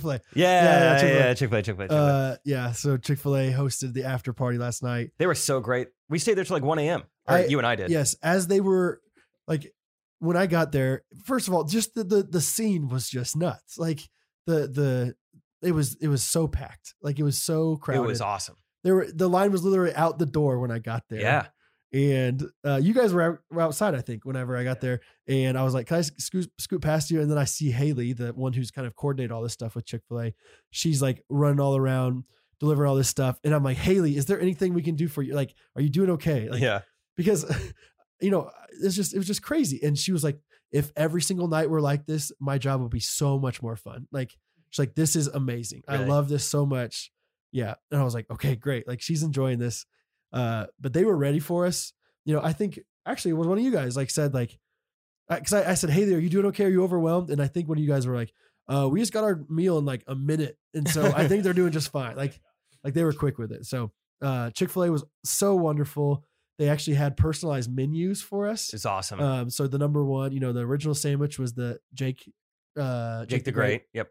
S2: Fil A.
S1: Yeah,
S2: yeah,
S1: yeah,
S2: Chick-fil-A.
S1: yeah, Chick Fil A, Chick Fil A.
S2: Uh, yeah. So Chick Fil A hosted the after party last night.
S1: They were so great. We stayed there till like one a.m. Or
S2: I-
S1: you and I did.
S2: Yes, as they were like when I got there, first of all, just the the, the scene was just nuts. Like the the it was it was so packed. Like it was so
S1: it
S2: crowded.
S1: was awesome.
S2: There were the line was literally out the door when I got there.
S1: Yeah,
S2: And uh, you guys were, out, were outside, I think, whenever I got there. And I was like, can I scoot, scoot past you? And then I see Haley, the one who's kind of coordinated all this stuff with Chick fil A. She's like running all around, delivering all this stuff. And I'm like, Haley, is there anything we can do for you? Like, are you doing okay? Like,
S1: yeah.
S2: because you know it's just it was just crazy and she was like if every single night we're like this my job will be so much more fun like she's like this is amazing i
S1: Really?
S2: love this so much yeah and i was like okay great like she's enjoying this uh but they were ready for us you know i think actually it was one of you guys like said like because I, I said hey there are you doing okay are you overwhelmed and i think one of you guys were like uh we just got our meal in like a minute and so i think they're doing just fine like like they were quick with it so uh chick-fil-a was so wonderful they actually had personalized menus for us.
S1: It's awesome.
S2: Um, so the number one, you know, the original sandwich was the Jake, uh,
S1: Jake, the Great. Yep.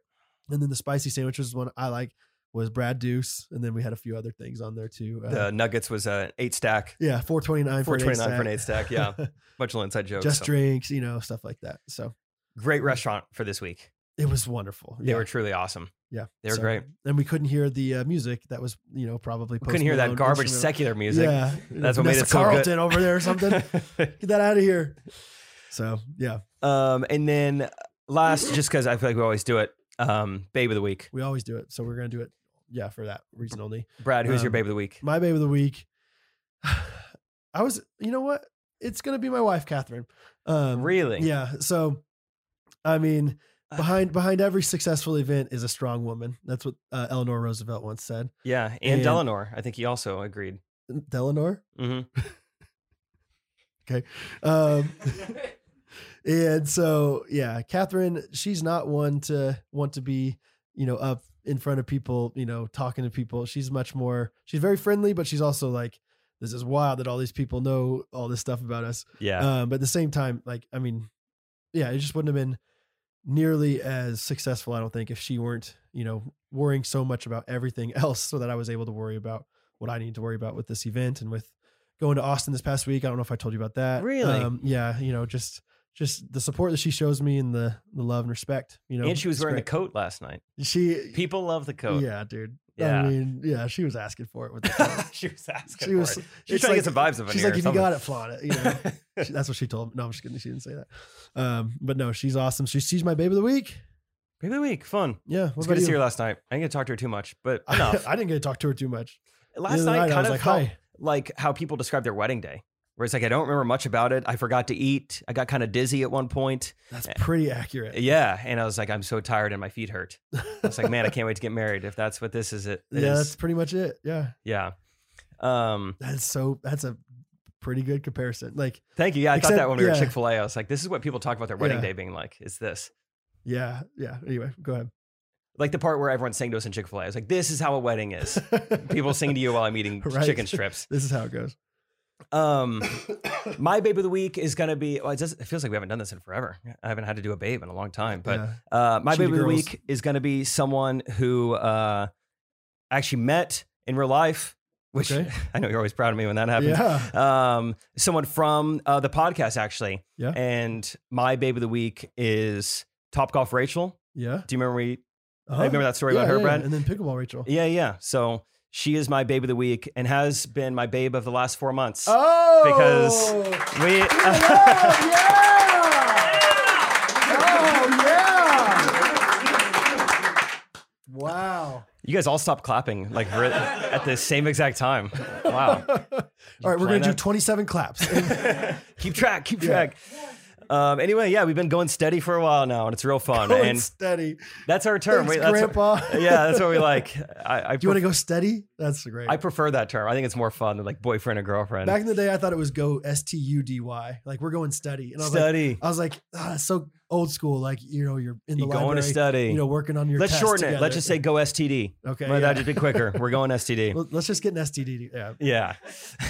S2: and then the spicy sandwich was one I like was Brad Deuce, and then we had a few other things on there too. Uh,
S1: the Nuggets was an eight stack.
S2: yeah, four twenty nine,
S1: Four twenty nine for an eight stack. Yeah, much little inside joke.
S2: just
S1: so.
S2: drinks, you know, stuff like that. So
S1: Great restaurant for this week.
S2: it was wonderful.
S1: They
S2: yeah,
S1: were truly awesome.
S2: yeah,
S1: They were
S2: So-
S1: great.
S2: And we couldn't hear the uh, music that was, you know, probably
S1: We couldn't hear that
S2: Post
S1: garbage
S2: Malone
S1: secular music.
S2: instrumental. Yeah,
S1: That's what made
S2: Vanessa
S1: it so good.
S2: Carlton over there or something. Get that out of here. So yeah,
S1: um, and then last, just because I feel like we always do it, um, babe of the week.
S2: We always do it. So we're going to do it. Yeah, for that reason only.
S1: Brad, who's your
S2: Um,
S1: babe of the week?
S2: My babe of the week. I was, you know what? It's going to be my wife, Catherine. Um,
S1: really?
S2: Yeah. So, I mean, behind behind every successful event is a strong woman. That's what uh, Eleanor Roosevelt once said.
S1: Yeah. And,
S2: and-
S1: Eleanor, I think he also agreed.
S2: Eleanor.
S1: hmm
S2: Um, and so, yeah, Catherine, she's not one to want to be, you know, up in front of people, you know, talking to people. She's much more, she's very friendly, but she's also like, this is wild that all these people know all this stuff about us.
S1: Yeah.
S2: Um, but at the same time, like, I mean, yeah, it just wouldn't have been nearly as successful, I don't think, if she weren't, you know, worrying so much about everything else so that I was able to worry about what I need to worry about with this event and with going to Austin this past week. I don't know if I told you about that. Um,
S1: Really?
S2: yeah, you know, just just the support that she shows me and the the love and respect, you know.
S1: and she was
S2: it's
S1: wearing
S2: great.
S1: the coat last night.
S2: she
S1: People love the coat.
S2: Yeah, dude.
S1: Yeah.
S2: I mean, yeah, she was asking for it with the coat.
S1: she was asking.
S2: She was
S1: for it. She's
S2: it's
S1: trying
S2: like-
S1: to get some vibes of it.
S2: She's
S1: here
S2: like,
S1: or
S2: if you
S1: something.
S2: got it, flaunt it. You know, She- that's what she told me. No, I'm just kidding. She didn't say that. Um, but no, she's awesome. She, she's my babe of the week.
S1: babe of the week. Fun.
S2: Yeah. What
S1: It was
S2: about
S1: good to see
S2: you?
S1: her last night. I didn't get to talk to her too much, but
S2: I,
S1: enough.
S2: I didn't get to talk to her too much. The
S1: Last
S2: other
S1: night,
S2: I
S1: kind
S2: was
S1: of
S2: like,
S1: felt
S2: hi.
S1: like how people describe their wedding day, where it's like I don't remember much about it. I forgot to eat. I got kind of dizzy at one point.
S2: That's pretty accurate.
S1: Yeah, and I was like, I'm so tired and my feet hurt. I was like, man, I can't wait to get married. If that's what this is, it, it
S2: yeah,
S1: is.
S2: that's pretty much it. Yeah.
S1: yeah. Um,
S2: That's so, that's a pretty good comparison. Like,
S1: Thank you. Yeah, I
S2: Except-
S1: thought that when we were at
S2: yeah.
S1: Chick Fil A, I was like, this is what people talk about their wedding
S2: Yeah.
S1: day being like. Is this
S2: yeah, yeah. Anyway, go ahead.
S1: like the part where everyone's singing to us in Chick Fil A? I was like, this is how a wedding is. people sing to you while I'm eating
S2: Right.
S1: chicken strips.
S2: This is how it goes.
S1: Um, my babe of the week is gonna be. Well, it, does, it feels like we haven't done this in forever. I haven't had to do a babe in a long time, but
S2: Yeah.
S1: Uh, my
S2: Shitty
S1: baby of the
S2: girls.
S1: week is going to be someone who uh, actually met in real life, which
S2: Okay.
S1: I know you're always proud of me when that happens.
S2: yeah.
S1: Um, someone from uh, the podcast, actually.
S2: Yeah.
S1: And my babe of the week is Top Golf Rachel.
S2: Yeah.
S1: Do you remember we?
S2: Uh-huh.
S1: remember that story
S2: Yeah,
S1: about her,
S2: yeah,
S1: Brad?
S2: And then pickleball, Rachel.
S1: Yeah, yeah. So she is my babe of the week and has been my babe of the last four months.
S2: Oh,
S1: Because- we.
S2: Oh yeah! Wow.
S1: you guys all stopped clapping like ri- at the same exact time. Wow.
S2: All right, we're
S1: Why
S2: gonna do
S1: not?
S2: 27 claps.
S1: keep track, keep
S2: Yeah.
S1: track. Um, anyway, yeah, we've been going steady for a while now, and it's real fun.
S2: Going
S1: and
S2: steady.
S1: that's our term.
S2: Thanks,
S1: We- that's
S2: Grandpa.
S1: yeah, that's what we like. I, I,
S2: Do you
S1: pref-
S2: want to go steady? That's great.
S1: I prefer that term. I think it's more fun than like boyfriend or girlfriend.
S2: Back in the day, I thought it was go S T U D Y. Like we're going steady, and I was like,
S1: study.
S2: I was like, ah, that's so old school. Like you know, you're in the
S1: you
S2: library,
S1: going to study.
S2: you know, working on your.
S1: Let's
S2: test
S1: shorten it.
S2: together.
S1: Let's just say go STD.
S2: okay.
S1: Well,
S2: yeah.
S1: That'd be quicker. We're going STD.
S2: Well, let's just get an STD. Yeah.
S1: yeah.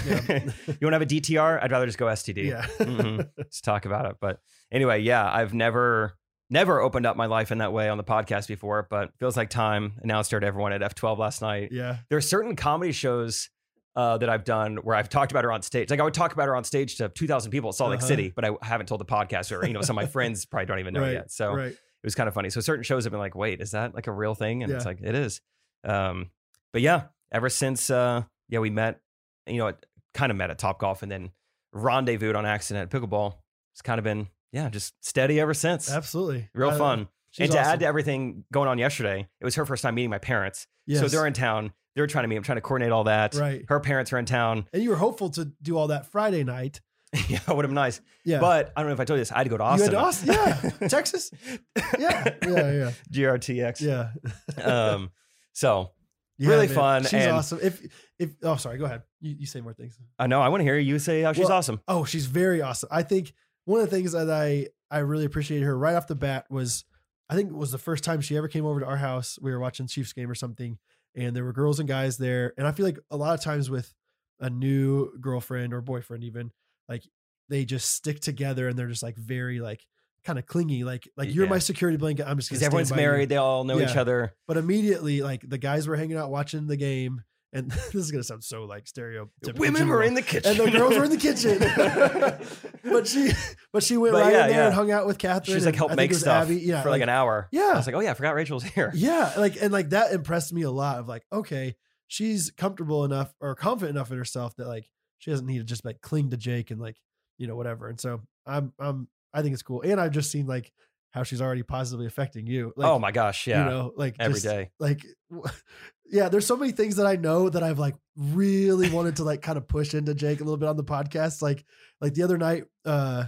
S2: Yeah.
S1: you want to have a DTR? I'd rather just go STD.
S2: Yeah.
S1: Mhm. Let's talk about it. But anyway, yeah, I've never never opened up my life in that way on the podcast before, but feels like time. Announced her to everyone at F12 last night.
S2: yeah.
S1: There are certain comedy shows uh, that I've done where I've talked about her on stage. Like I would talk about her on stage to 2,000 people at Salt Lake
S2: Uh-huh.
S1: City, but I haven't told the podcast or, you know, some of my friends probably don't even know
S2: Right,
S1: yet. So
S2: Right.
S1: it was kind of funny. So certain shows have been like, wait, is that like a real thing? And it's
S2: Yeah.
S1: like, it is. Um, but yeah, ever since, uh, yeah, we met, you know, it kind of met at Top Golf and then rendezvoused on accident at pickleball. It's kind of been, yeah, just steady ever since.
S2: Absolutely.
S1: Real
S2: I-
S1: fun.
S2: she's
S1: And to add
S2: awesome.
S1: to everything going on yesterday, it was her first time meeting my parents. So
S2: Yes.
S1: they're in town. They're trying to meet. I'm trying to coordinate all that.
S2: right.
S1: Her parents are in town.
S2: And you were hopeful to do all that Friday night.
S1: yeah, would have been nice.
S2: Yeah.
S1: But I don't know if I told you this. I had to go to
S2: you
S1: Austin.
S2: had to Austin. Yeah. Texas. Yeah. Yeah. Yeah.
S1: GRTX.
S2: Yeah.
S1: Um, so
S2: Yeah,
S1: Really
S2: man.
S1: fun,
S2: She's
S1: and-
S2: awesome. If if oh sorry, go ahead. You, you say more things.
S1: I know. I want to hear you say how she's
S2: Well,
S1: awesome.
S2: Oh, she's very awesome. I think one of the things that I I really appreciated her right off the bat was I think it was the first time she ever came over to our house. We were watching Chiefs game or something, and there were girls and guys there. And I feel like a lot of times with a new girlfriend or boyfriend, even like they just stick together and they're just like very like kind of clingy. Like like you're
S1: Yeah.
S2: my security blanket. I'm just gonna
S1: Because
S2: stand
S1: everyone's
S2: by you.
S1: married. They all know each
S2: Yeah.
S1: other.
S2: But immediately, like the guys were hanging out watching the game, and this is gonna sound so like stereotypical.
S1: Women were in the kitchen.
S2: and the girls were in the kitchen. but she, but she went
S1: But
S2: right
S1: yeah,
S2: in there
S1: yeah.
S2: and hung out with Catherine.
S1: she's like,
S2: and
S1: help
S2: I think
S1: make
S2: it was
S1: stuff
S2: Abby. Yeah,
S1: for like, an hour. I
S2: yeah,
S1: was like, oh yeah, I forgot Rachel's here.
S2: yeah, like and like that impressed me a lot. Of like, okay, she's comfortable enough or confident enough in herself that like she doesn't need to just like cling to Jake and like you know whatever. And so I'm, I'm, I think it's cool. And I've just seen like how she's already positively affecting you. Like,
S1: oh my gosh. Yeah.
S2: you know, like
S1: every
S2: just-
S1: day.
S2: like w- yeah there's so many things that i know that i've like really wanted to like kind of push into jake a little bit on the podcast like like the other night uh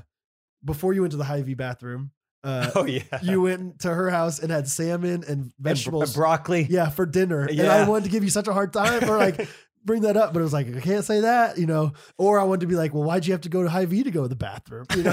S2: before you went to the high v bathroom uh
S1: oh yeah.
S2: you went to her house and had salmon and
S1: And bro-
S2: vegetables
S1: broccoli.
S2: yeah for dinner and i
S1: Yeah.
S2: wanted to give you such a hard time for like bring that up but it was like i can't say that you know or i wanted to be like well why'd you have to go to high v to go to the bathroom you know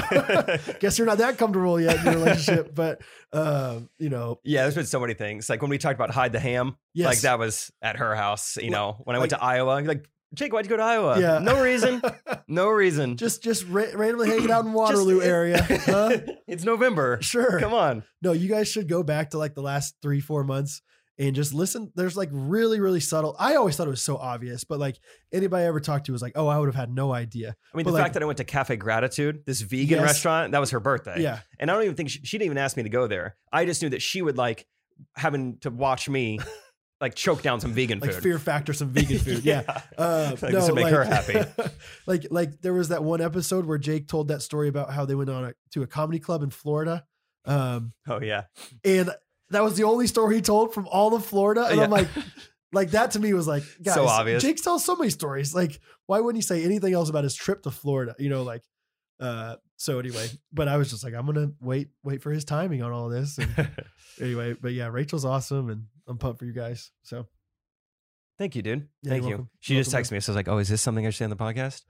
S2: guess you're not that comfortable yet in your relationship but um you know
S1: Yeah, there's been so many things. Like when we talked about hide the ham,
S2: yes
S1: like that was at her house. You
S2: Like-
S1: know, when I went
S2: like-
S1: to Iowa, like Jake, why'd you go to Iowa?
S2: Yeah.
S1: no reason, no reason.
S2: just just ra- randomly hanging out in Waterloo
S1: Just-
S2: area. Huh?
S1: it's November.
S2: Sure.
S1: Come on.
S2: No, you guys should go back to like the last three four months and just listen. There's like really really subtle. I always thought it was so obvious, but like anybody I ever talked to was like, oh, I would have had no idea.
S1: I mean, the
S2: But like-
S1: fact that I went to Cafe Gratitude, this vegan
S2: Yes.
S1: restaurant, that was her birthday.
S2: Yeah,
S1: And I don't even think she, she didn't even ask me to go there. I just knew that she would like having to watch me like choke down some vegan
S2: like
S1: food.
S2: Fear Factor, some vegan food. Yeah. Uh,
S1: Like, this would make her happy.
S2: like, like there was that one episode where Jake told that story about how they went on a, to a comedy club in Florida, um,
S1: Oh yeah.
S2: and that was the only story he told from all of Florida. And I'm
S1: Yeah.
S2: like, like that to me was like, guys,
S1: So obvious.
S2: Jake tells so many stories. Like, why wouldn't he say anything else about his trip to Florida? You know, like, uh, so anyway, but I was just like, I'm gonna wait, wait for his timing on all this. And anyway, but yeah, Rachel's awesome, and I'm pumped for you guys. So
S1: Thank you, dude.
S2: Yeah,
S1: Thank
S2: you're
S1: you.
S2: welcome.
S1: She
S2: You're
S1: just
S2: welcome,
S1: texted me. So I was like, "Oh, is this something I should say on the podcast?"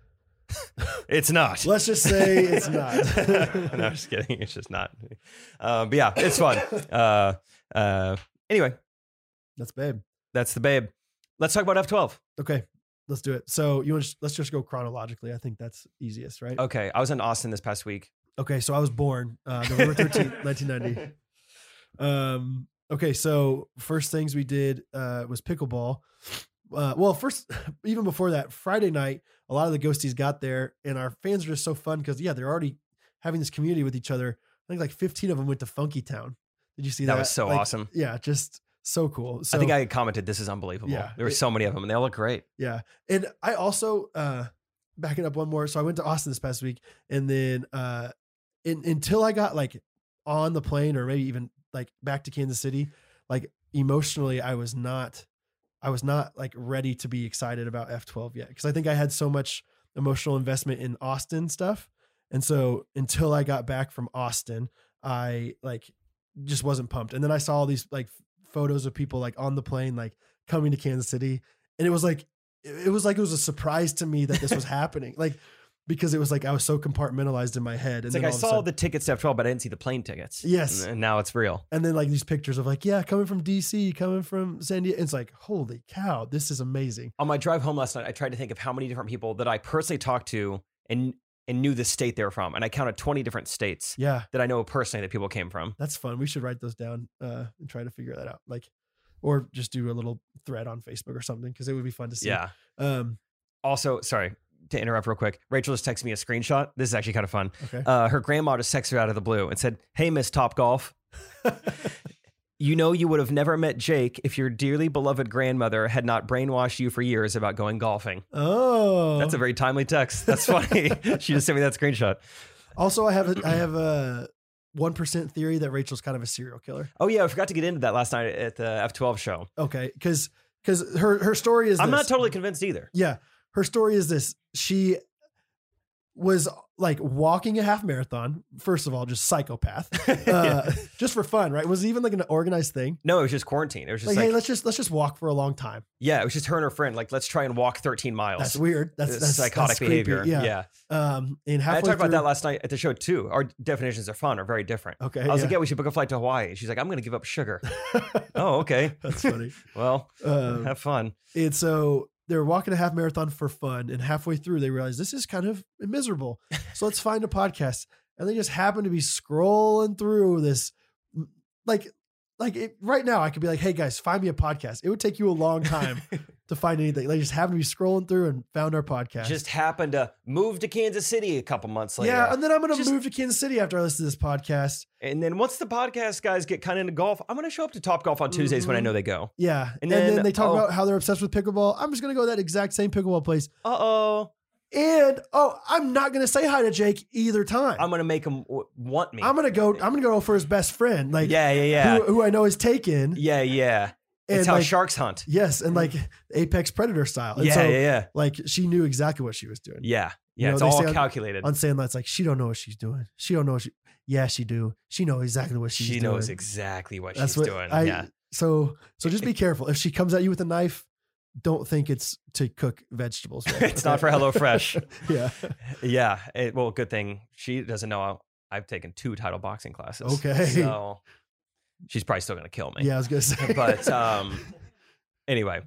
S1: it's not.
S2: Let's just say it's not.
S1: no, I'm just kidding. It's just not. Uh, but yeah, it's fun. Uh, uh, anyway,
S2: That's babe.
S1: that's the babe. Let's talk about F12.
S2: Okay, let's do it. So you want to, let's just go chronologically. I think that's easiest, right?
S1: Okay, I was in Austin this past week.
S2: Okay, so I was born uh, November thirteenth, nineteen ninety. Um, okay, so first things we did uh, was pickleball. Uh, well, first, even before that, Friday night, a lot of the ghosties got there, and our fans are just so fun because yeah, they're already having this community with each other. I think like fifteen of them went to Funky Town. Did you see that?
S1: That was so
S2: Like,
S1: awesome.
S2: Yeah, just so cool. So
S1: I think I commented, "This is unbelievable."
S2: Yeah.
S1: there were so many of them, and they all look great.
S2: Yeah. And I also uh backing up one more. So I went to Austin this past week and then uh in, until I got like on the plane or maybe even like back to Kansas City, like emotionally I was not I was not like ready to be excited about F12 yet cuz I think I had so much emotional investment in Austin stuff. And so until I got back from Austin, I like just wasn't pumped. And then I saw all these like photos of people like on the plane like coming to Kansas City and it was like it it was like it was a surprise to me that this was happening. Like because it was like I was so compartmentalized in my head. And
S1: It's
S2: then
S1: like I
S2: all of a
S1: saw
S2: sudden-
S1: the tickets to F12, but I didn't see the plane tickets.
S2: Yes.
S1: and now it's real.
S2: and then like these pictures of like, yeah, coming from DC, coming from San Diego. It's like, holy cow, this is amazing.
S1: On my drive home last night, I tried to think of how many different people that I personally talked to and and knew the state they were from, and I counted twenty different states
S2: Yeah,
S1: that I know personally that people came from.
S2: that's fun. We should write those down uh, and try to figure that out. Like, or just do a little thread on Facebook or something because it would be fun to see.
S1: Yeah.
S2: Um.
S1: Also, sorry to interrupt real quick. Rachel just texted me a screenshot. This is actually kind of fun.
S2: Okay.
S1: Uh, her grandma just texted her out of the blue and said, "Hey, Miss Top Golf." You know, you would have never met Jake if your dearly beloved grandmother had not brainwashed you for years about going golfing.
S2: oh,
S1: That's a very timely text. That's funny. she just sent me that screenshot.
S2: also I have a, I have a one percent theory that Rachel's kind of a serial killer.
S1: Oh yeah, I forgot to get into that last night at the F12 show.
S2: Okay, because because her her story is
S1: I'm
S2: this.
S1: not totally convinced either.
S2: Yeah. Her story is this. She was like walking a half marathon, first of all, just psychopath. Uh, just for fun, right? Was it even like an organized thing?
S1: No, it was just quarantine. It was just
S2: Like,
S1: like,
S2: hey, let's just let's just walk for a long time.
S1: yeah, it was just her and her friend. Like, let's try and walk 13 miles.
S2: That's weird. That's
S1: It's
S2: that's
S1: psychotic
S2: that's creepy.
S1: behavior.
S2: Yeah.
S1: yeah.
S2: Um and
S1: And
S2: halfway
S1: I talked
S2: through,
S1: about that last night at the show too. Our definitions of fun are very different.
S2: Okay.
S1: I was
S2: Uh, yeah.
S1: like, yeah, we should book a flight to Hawaii. And she's like, I'm going to give up sugar. oh, okay.
S2: that's funny.
S1: Well,
S2: Um,
S1: have fun.
S2: And so they were walking a half marathon for fun. And halfway through, they realized this is kind of miserable. So let's find a podcast. And they just happened to be scrolling through this, like, like it, right now, I could be like, "Hey guys, find me a podcast." It would take you a long time to find anything. They just happened to be scrolling through and found our podcast.
S1: Just happened to move to Kansas City a couple months later.
S2: yeah, uh, and then I'm gonna
S1: Just-
S2: move to Kansas City after I listen to this podcast.
S1: And then once the podcast guys get kind of into golf, I'm going to show up to Top Golf on Tuesdays when I
S2: Mhm.
S1: know they go.
S2: Yeah, and
S1: And
S2: then,
S1: then-
S2: they talk
S1: oh.
S2: about how they're obsessed with pickleball. I'm just gonna go to that exact same pickleball place.
S1: Uh oh,
S2: And oh, I'm not gonna say hi to Jake either time.
S1: I'm going to make them w- want me.
S2: I'm gonna go. I'm gonna go for his best friend, like
S1: yeah, yeah, yeah,
S2: who, who I know is taken.
S1: yeah, yeah.
S2: and
S1: It's how
S2: like,
S1: sharks hunt.
S2: yes, and like apex predator style. And
S1: yeah,
S2: so,
S1: yeah, yeah,
S2: like she knew exactly what she was doing.
S1: yeah,
S2: You
S1: yeah.
S2: know,
S1: it's
S2: they say
S1: all
S2: on-
S1: calculated.
S2: On Sandlot's like she don't know what she's doing. She don't know. What she yeah, she do. She know exactly what she's
S1: she
S2: doing.
S1: knows exactly what
S2: That's
S1: she's
S2: what
S1: doing.
S2: I.
S1: yeah,
S2: So so just be careful. If she comes at you with a knife, don't think it's to cook vegetables. with.
S1: it's not for HelloFresh.
S2: yeah.
S1: yeah. It, well, good thing she doesn't know I'll- I've taken two title boxing classes.
S2: Okay.
S1: so she's probably still going to kill me.
S2: Yeah, I was gonna say.
S1: But um, anyway,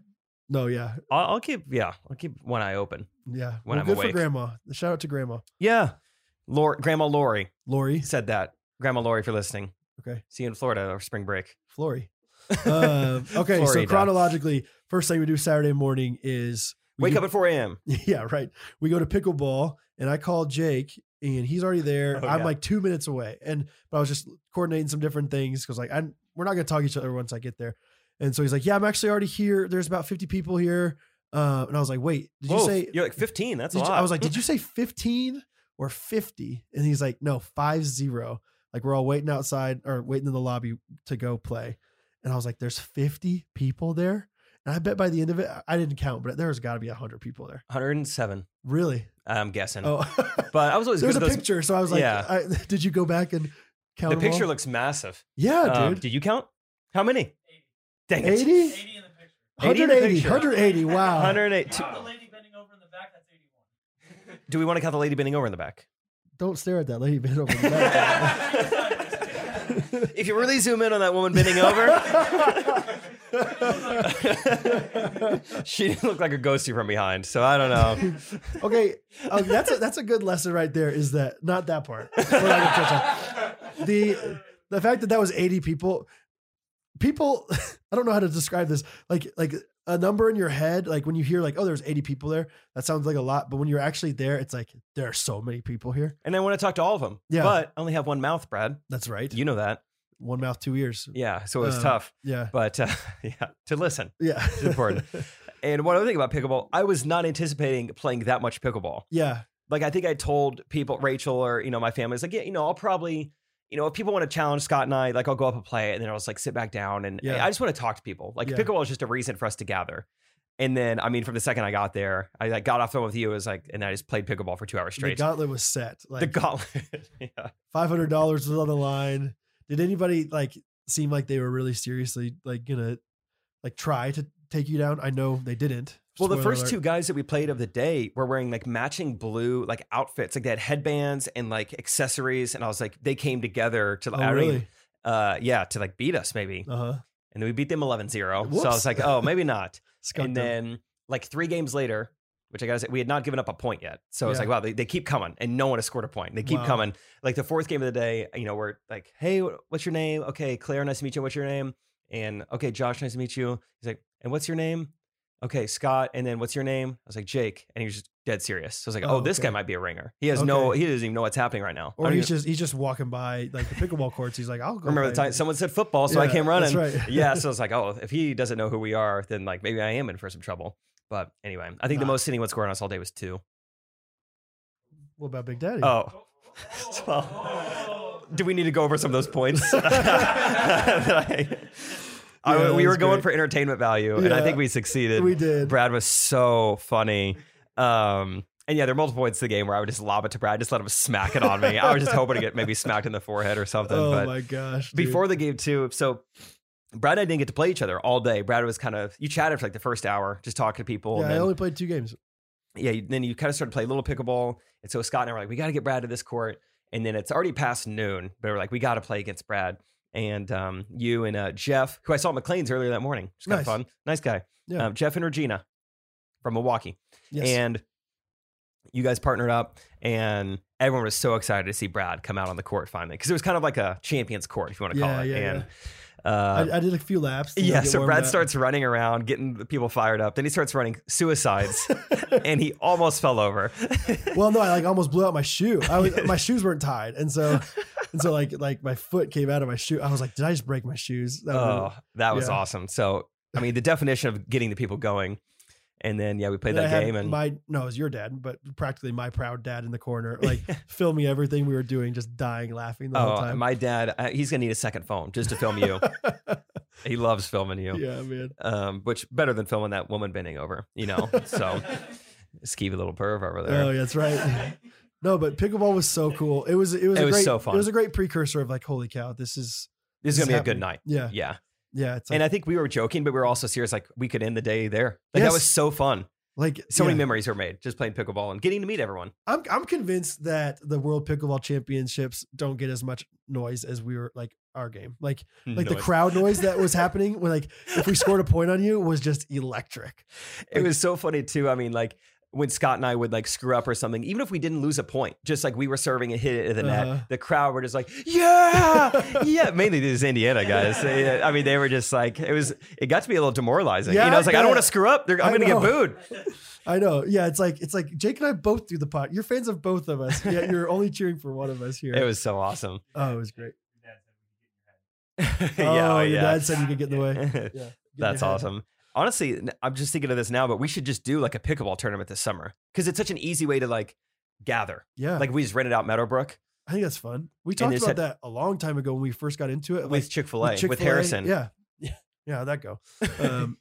S2: no, yeah,
S1: I'll, I'll keep yeah, I'll keep one eye open.
S2: yeah.
S1: When
S2: well,
S1: I'm
S2: good
S1: awake.
S2: for grandma. Shout out to grandma
S1: Yeah, Lor- Grandma Lori
S2: Lori.
S1: said that. Grandma Lori, if you're listening,
S2: Okay.
S1: see you in Florida over spring break.
S2: Flory. Um, okay, so
S1: Florida.
S2: chronologically, first thing we do Saturday morning is we
S1: Wake
S2: go-
S1: up at 4 a.m.
S2: Yeah, right. We go to pickleball, and I call Jake, and he's already there.
S1: Oh,
S2: I'm
S1: yeah.
S2: like two minutes away, and but I was just coordinating some different things because like I we're not gonna talk to each other once I get there. And so he's like, "Yeah, I'm actually already here. There's about 50 people here." Uh, and I was like, "Wait, did you
S1: Whoa,
S2: say?"
S1: you're like 15? That's a
S2: did you-
S1: lot.
S2: I was like, "Did you say 15 or 50?" And he's like, "No, five zero. Like we're all waiting outside or waiting in the lobby to go play." And I was like, "There's 50 people there." And I bet by the end of it, I didn't count, but there was got to be 100 people there.
S1: 107.
S2: Really? I'm
S1: I'm guessing.
S2: Oh,
S1: But I was always
S2: there was a
S1: good at those-
S2: picture, so I was like,
S1: Yeah.
S2: I, "Did you go back and count?"
S1: The
S2: them all?
S1: picture looks massive.
S2: yeah,
S1: Um,
S2: dude,
S1: did you count? How many? Dang it.
S2: 80?
S1: 80 in the
S2: 180,
S1: picture.
S2: 180, wow,
S1: 108.
S3: Not the lady bending over in the back, that's 81.
S1: do we want to count the lady bending over in the back?
S2: Don't stare at that lady bent over the back.
S1: If you really zoom in on that woman bending over, she didn't look like a ghostie from behind. So I don't know.
S2: okay, okay, that's a, that's a good lesson right there. Is that not that part? We're not gonna touch on. The the fact that that was eighty people, people. I don't know how to describe this. Like like a number in your head, like when you hear like, oh, there's eighty people there. That sounds like a lot, but when you're actually there, it's like there are so many people here.
S1: And I want to talk to all of them.
S2: Yeah.
S1: But I only have one mouth, Brad.
S2: That's right.
S1: You know that.
S2: One mouth, two ears.
S1: Yeah. So it was
S2: Um,
S1: tough.
S2: Yeah,
S1: But uh, yeah, to listen
S2: yeah.
S1: is important. and one other thing about pickleball, I was not anticipating playing that much pickleball.
S2: yeah,
S1: like I think I told people, Rachel or you know my family, it's like yeah, you know I'll probably you know if people want to challenge Scott and I, like I'll go up and play, and then I'll just like sit back down and
S2: Yeah.
S1: I just want to talk to people. Like
S2: Yeah.
S1: pickleball is just a reason for us to gather. And then I mean, from the second I got there, I like got off the phone with you, it was like, and I just played pickleball for two hours
S2: the
S1: straight.
S2: gauntlet was set. Like
S1: The gauntlet. yeah.
S2: five hundred dollars was on the line. Did anybody like seem like they were really seriously like gonna like try to take you down? I know they didn't.
S1: Well, the
S2: Spoiler
S1: first
S2: alert.
S1: two guys that we played of the day were wearing like matching blue like outfits, like they had headbands and like accessories, and I was like, they came together to, I
S2: Oh,
S1: don't even-
S2: really?
S1: uh, yeah, to like beat us maybe,
S2: Uh huh.
S1: and then we beat them 11-0. So I
S2: Whoops.
S1: was like, oh, maybe not. and then like three games later, which I gotta say, we had not given up a point yet. So it's
S2: Yeah.
S1: like, wow, they, they keep coming and no one has scored a point. They keep
S2: Wow.
S1: coming. Like the fourth game of the day, you know, we're like, hey, wh- what's your name? Okay, Claire, nice to meet you. What's your name? And okay, Josh, nice to meet you. He's like, and what's your name? Okay, Scott. And then what's your name? I was like, Jake. And he was just dead serious. So I was like,
S2: Oh,
S1: oh, this
S2: okay.
S1: guy might be a ringer. He has no,
S2: Okay.
S1: he doesn't even know what's happening right now. I
S2: or
S1: don't
S2: he's
S1: even-
S2: just he's just walking by like the pickleball courts. He's like, I'll go.
S1: remember the
S2: play.
S1: time someone said football, so I
S2: Yeah,
S1: came running
S2: That's right.
S1: yeah, so it's like, oh, if he doesn't know who we are, then like maybe I am in for some trouble. But anyway, I think the
S2: Nah.
S1: most anyone scored on us all day was two.
S2: What about Big Daddy?
S1: Oh. well, do we need to go over some of those points? I- I-
S2: Yeah,
S1: we
S2: that
S1: were
S2: was
S1: going
S2: great.
S1: for entertainment value, and I
S2: Yeah,
S1: think we succeeded.
S2: we did.
S1: Brad was so funny. Um, and yeah, there were multiple points in the game where I would just lob it to Brad, just let him smack it on me. I was just hoping to get maybe smacked in the forehead or something.
S2: oh
S1: but
S2: my gosh! dude.
S1: before the game too. So Brad and I didn't get to play each other all day. Brad was kind of you chatted for like the first hour, just talking to people.
S2: yeah,
S1: and then,
S2: I only played two games.
S1: yeah, you- then you kind of started to play a little pickleball. And so Scott and I were like, we got to get Brad to this court. And then it's already past noon, but we're like, we got to play against Brad. And um, you and uh, Jeff, who I saw at McLean's earlier that morning, which is kind of
S2: Nice.
S1: fun. Nice guy.
S2: Yeah.
S1: Um, Jeff and Regina from Milwaukee.
S2: Yes.
S1: And you guys partnered up, and everyone was so excited to see Brad come out on the court finally. Because it was kind of like a champions court, if you want to
S2: Yeah,
S1: call it.
S2: yeah,
S1: and uh,
S2: I, I did a few laps. you know,
S1: yeah,
S2: get
S1: so
S2: warmed
S1: Brad
S2: up.
S1: starts running around, getting the people fired up. Then he starts running suicides, and he almost fell over.
S2: Well, no, I like almost blew out my shoe. I was, my shoes weren't tied, and so and so like like my foot came out of my shoe. I was like, did I just break my shoes? That would've been-
S1: oh, that was
S2: yeah.
S1: awesome. So, I mean, the definition of getting the people going. And then, yeah, we played
S2: then
S1: that
S2: I had
S1: game, and
S2: my no, it was your dad, but practically my proud dad in the corner, like filming everything we were doing, just dying laughing the whole
S1: oh,
S2: time.
S1: my dad, I, he's gonna need a second phone just to film you. he loves filming you.
S2: yeah, man.
S1: um, which better than filming that woman bending over, you know. So skeevy little perv over there.
S2: Oh, yeah, that's right. No, but pickleball was so cool. It was it was
S1: It
S2: a
S1: was
S2: great,
S1: so fun.
S2: It was a great precursor of like, holy cow, this is
S1: this is
S2: this
S1: gonna be
S2: is
S1: a good
S2: happening.
S1: night.
S2: yeah
S1: Yeah,
S2: yeah. It's like,
S1: and uh, I think we were joking, but we were also serious. Like we could end the day there. Like
S2: Yes.
S1: that was so fun.
S2: like
S1: So
S2: yeah.
S1: many memories were made just playing pickleball and getting to meet everyone.
S2: I'm I'm convinced that the World Pickleball Championships don't get as much noise as we were like our game. Like like the
S1: Noise.
S2: crowd noise that was happening when like if we scored a point on you was just electric.
S1: It was so funny too. I mean, like when Scott and I would like screw up or something, even if we didn't lose a point, just like we were serving and hit it in the
S2: Uh-huh.
S1: net, the crowd were just like, yeah, yeah. Mainly these Indiana guys. They- uh, I mean, they were just like, it was, it got to be a little demoralizing.
S2: Yeah,
S1: you know, I was
S2: I
S1: like, I don't
S2: bet.
S1: want to screw up. They're, I'm
S2: I
S1: going to get
S2: know.
S1: booed.
S2: I know. Yeah, it's like it's like Jake and I both do the pot. You're fans of both of us. Yeah, you're only cheering for one of us here.
S1: It was so awesome.
S2: oh, it was great.
S1: yeah,
S2: oh,
S1: oh,
S2: your
S1: yeah.
S2: dad said you could get in the way. Get in your
S1: That's
S2: head.
S1: awesome. Honestly, n- I'm just thinking of this now, but we should just do like a pickleball tournament this summer because it's such an easy way to like gather.
S2: Yeah, like
S1: Like we just rented out Meadowbrook
S2: I think that's fun. We talked
S1: they
S2: about
S1: said-
S2: that a long time ago when we first got into it.
S1: with Chick Fil A with
S2: Chick-fil-A.
S1: Harrison.
S2: Yeah, yeah, yeah. How'd that go? Um,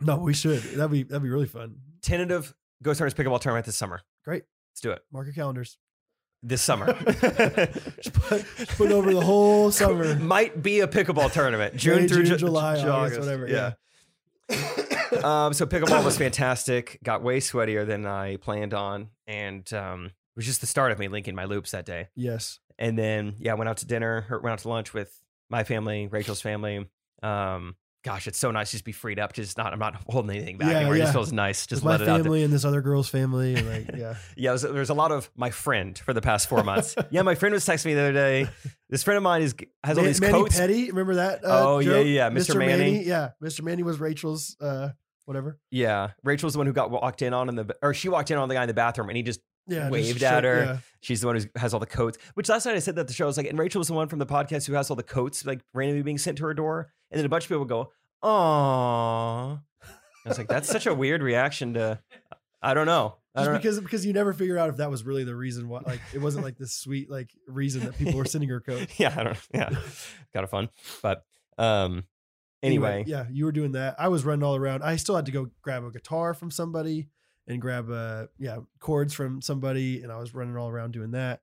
S2: no, we should. That'd be that'd be really fun.
S1: Tentative Ghost Hunters pickleball tournament this summer.
S2: Great.
S1: let's do it
S2: Mark your calendars.
S1: this summer.
S2: Just put, just put over the whole summer.
S1: Might be a pickleball tournament June
S2: May,
S1: through
S2: June,
S1: Ju-
S2: July,
S1: Ju-
S2: August, whatever, yeah.
S1: Um, so pickleball was fantastic. Got way sweatier than I planned on, and um, it was just the start of me linking my loops that day.
S2: Yes.
S1: And then yeah, went out to dinner or went out to lunch with my family, Rachel's family. Um, gosh, it's so nice just be freed up. Just not, I'm not holding anything back
S2: Yeah,
S1: anymore. It
S2: yeah.
S1: just feels nice. Just
S2: With my
S1: let it out. there.
S2: family and this other girl's family. and, Like, yeah.
S1: Yeah, there's, there's a lot of my friend for the past four months. yeah, my friend was texting me the other day. This friend of mine is has all
S2: Man-
S1: these
S2: Manny
S1: coats.
S2: Petty, remember that? Uh,
S1: Oh, yeah,
S2: joke?
S1: yeah, Mr. Manny.
S2: Yeah, Mr. Manny was Rachel's uh, whatever.
S1: Yeah, Rachel's the one who got walked in on in the or she walked in on the guy in the bathroom and he just
S2: Yeah, just
S1: Waved
S2: shit,
S1: at her.
S2: yeah.
S1: she's the one who has all the coats. Which last night I said that at the show I was like, and Rachel was the one from the podcast who has all the coats like randomly being sent to her door, and then a bunch of people go, "Aww." I was like, that's such a weird reaction to. I don't know. I
S2: Just
S1: don't
S2: because because you never figure out if that was really the reason why. Like, it wasn't like this sweet like reason that people were sending her coat.
S1: yeah, I don't. Yeah, kind of fun, but um. Anyway,
S2: yeah, you were doing that. I was running all around. I still had to go grab a guitar from somebody and grab uh yeah chords from somebody, and I was running all around doing that.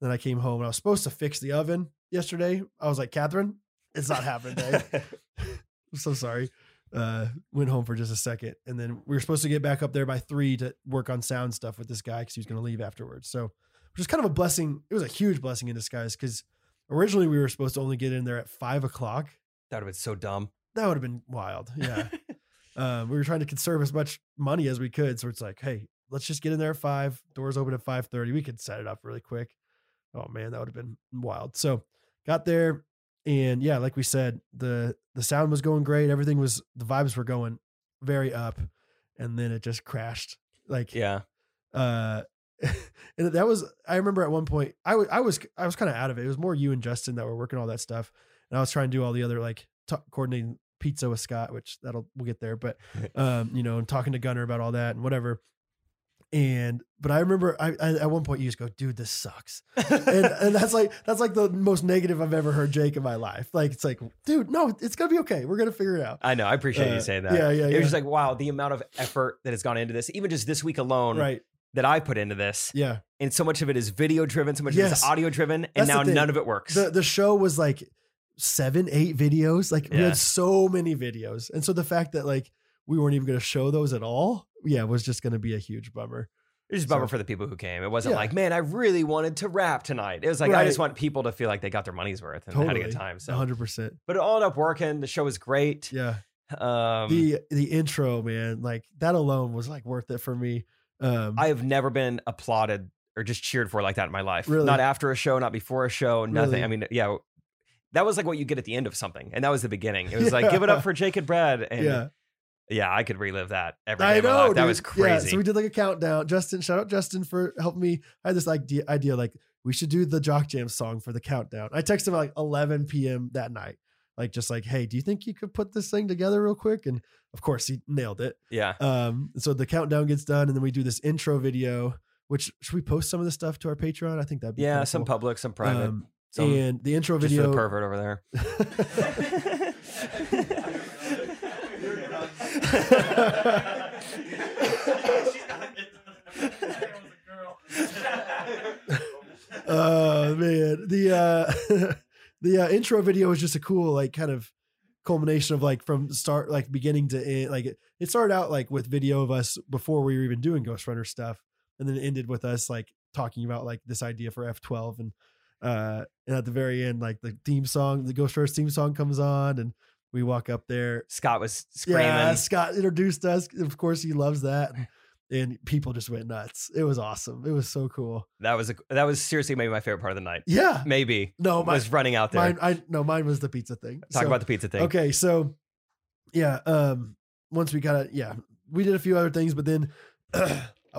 S2: Then I came home and I was supposed to fix the oven yesterday. I was like, Catherine, it's not happening. Today. I'm so sorry. Uh, went home for just a second, and then we were supposed to get back up there by three to work on sound stuff with this guy because he was going to leave afterwards. So, which is kind of a blessing. It was a huge blessing in disguise because originally we were supposed to only get in there at five o'clock.
S1: that would have been so dumb.
S2: That would have been wild. Yeah, um, we were trying to conserve as much money as we could, so it's like, hey, let's just get in there at five. Doors open at five thirty. We could set it up really quick. Oh man, that would have been wild. So got there, and yeah, like we said, the the sound was going great. Everything was the vibes were going very up, and then it just crashed. Like
S1: yeah.
S2: uh and that was i remember at one point i was i was i was kind of out of it it was more you and justin that were working all that stuff and i was trying to do all the other like t- coordinating pizza with scott which that'll we'll get there but um you know and talking to gunner about all that and whatever and but i remember i, I at one point you just go dude this sucks and, and that's like that's like the most negative i've ever heard jake in my life like it's like dude no it's gonna be okay we're gonna figure it out
S1: I know. I appreciate
S2: Uh,
S1: you saying that.
S2: yeah yeah,
S1: it
S2: yeah.
S1: was just like, wow, the amount of effort that has gone into this, even just this week alone,
S2: right
S1: that I put into this,
S2: yeah
S1: and so much of it is video driven, so much of it
S2: Yes.
S1: is audio driven,
S2: That's
S1: and
S2: the
S1: now
S2: thing.
S1: none of it works.
S2: the the show was like seven eight videos like we
S1: Yeah.
S2: had so many videos and so the fact that like we weren't even going to show those at all yeah was just going to be a huge bummer
S1: it was just a bummer
S2: so-
S1: for the people who came. It wasn't
S2: Yeah.
S1: like, man, I really wanted to rap tonight. It was like I just
S2: Right.
S1: want people to feel like they got their money's worth and had a
S2: Totally.
S1: good time. So,
S2: 100%
S1: but it all ended up working. The show was great.
S2: yeah
S1: Um,
S2: the the intro man like that alone was like worth it for me um
S1: I have never been applauded or just cheered for like that in my life.
S2: Really?
S1: Not after a show, not before a show, nothing.
S2: Really?
S1: I mean, uh, yeah, that was like what you get at the end of something, and that was the beginning. It was like give it
S2: Yeah.
S1: up for Jake and Brad, and
S2: yeah
S1: yeah, I could relive that every day.
S2: i
S1: of my
S2: know
S1: life. that
S2: dude.
S1: was
S2: Yeah,
S1: crazy.
S2: so we did like a countdown justin shout out justin for helping me i had this like idea, idea like we should do the jock jam song for the countdown i texted him at like 11 p.m that night like just like hey do you think you could put this thing together real quick and of course he nailed it
S1: yeah,
S2: Um, so the countdown gets done, and then we do this intro video. Which should we post some of this stuff to our Patreon? I think that'd be
S1: yeah,
S2: kinda
S1: some
S2: cool.
S1: public, some private,
S2: Um,
S1: some
S2: and the intro
S1: just for the
S2: video.
S1: pervert over there.
S2: Oh man, the uh, the uh, intro video was just a cool like kind of culmination of like from start like beginning to end. Like it, it started out like with video of us before we were even doing Ghost Runner stuff, and then it ended with us like talking about like this idea for F twelve and uh and at the very end like the theme song, the Ghost Runner's theme song comes on, and we walk up there
S1: Scott was screaming.
S2: yeah, Scott introduced us. Of course, he loves that, and people just went nuts. It was awesome. It was so cool.
S1: That was a, that was seriously maybe my favorite part of the night.
S2: Yeah.
S1: Maybe
S2: No, Oh, my,
S1: was running out there.
S2: mine. I no, mine was the pizza thing.
S1: Talk
S2: So-
S1: about the pizza thing.
S2: Okay, so yeah, um, once we got it, yeah, we did a few other things, but then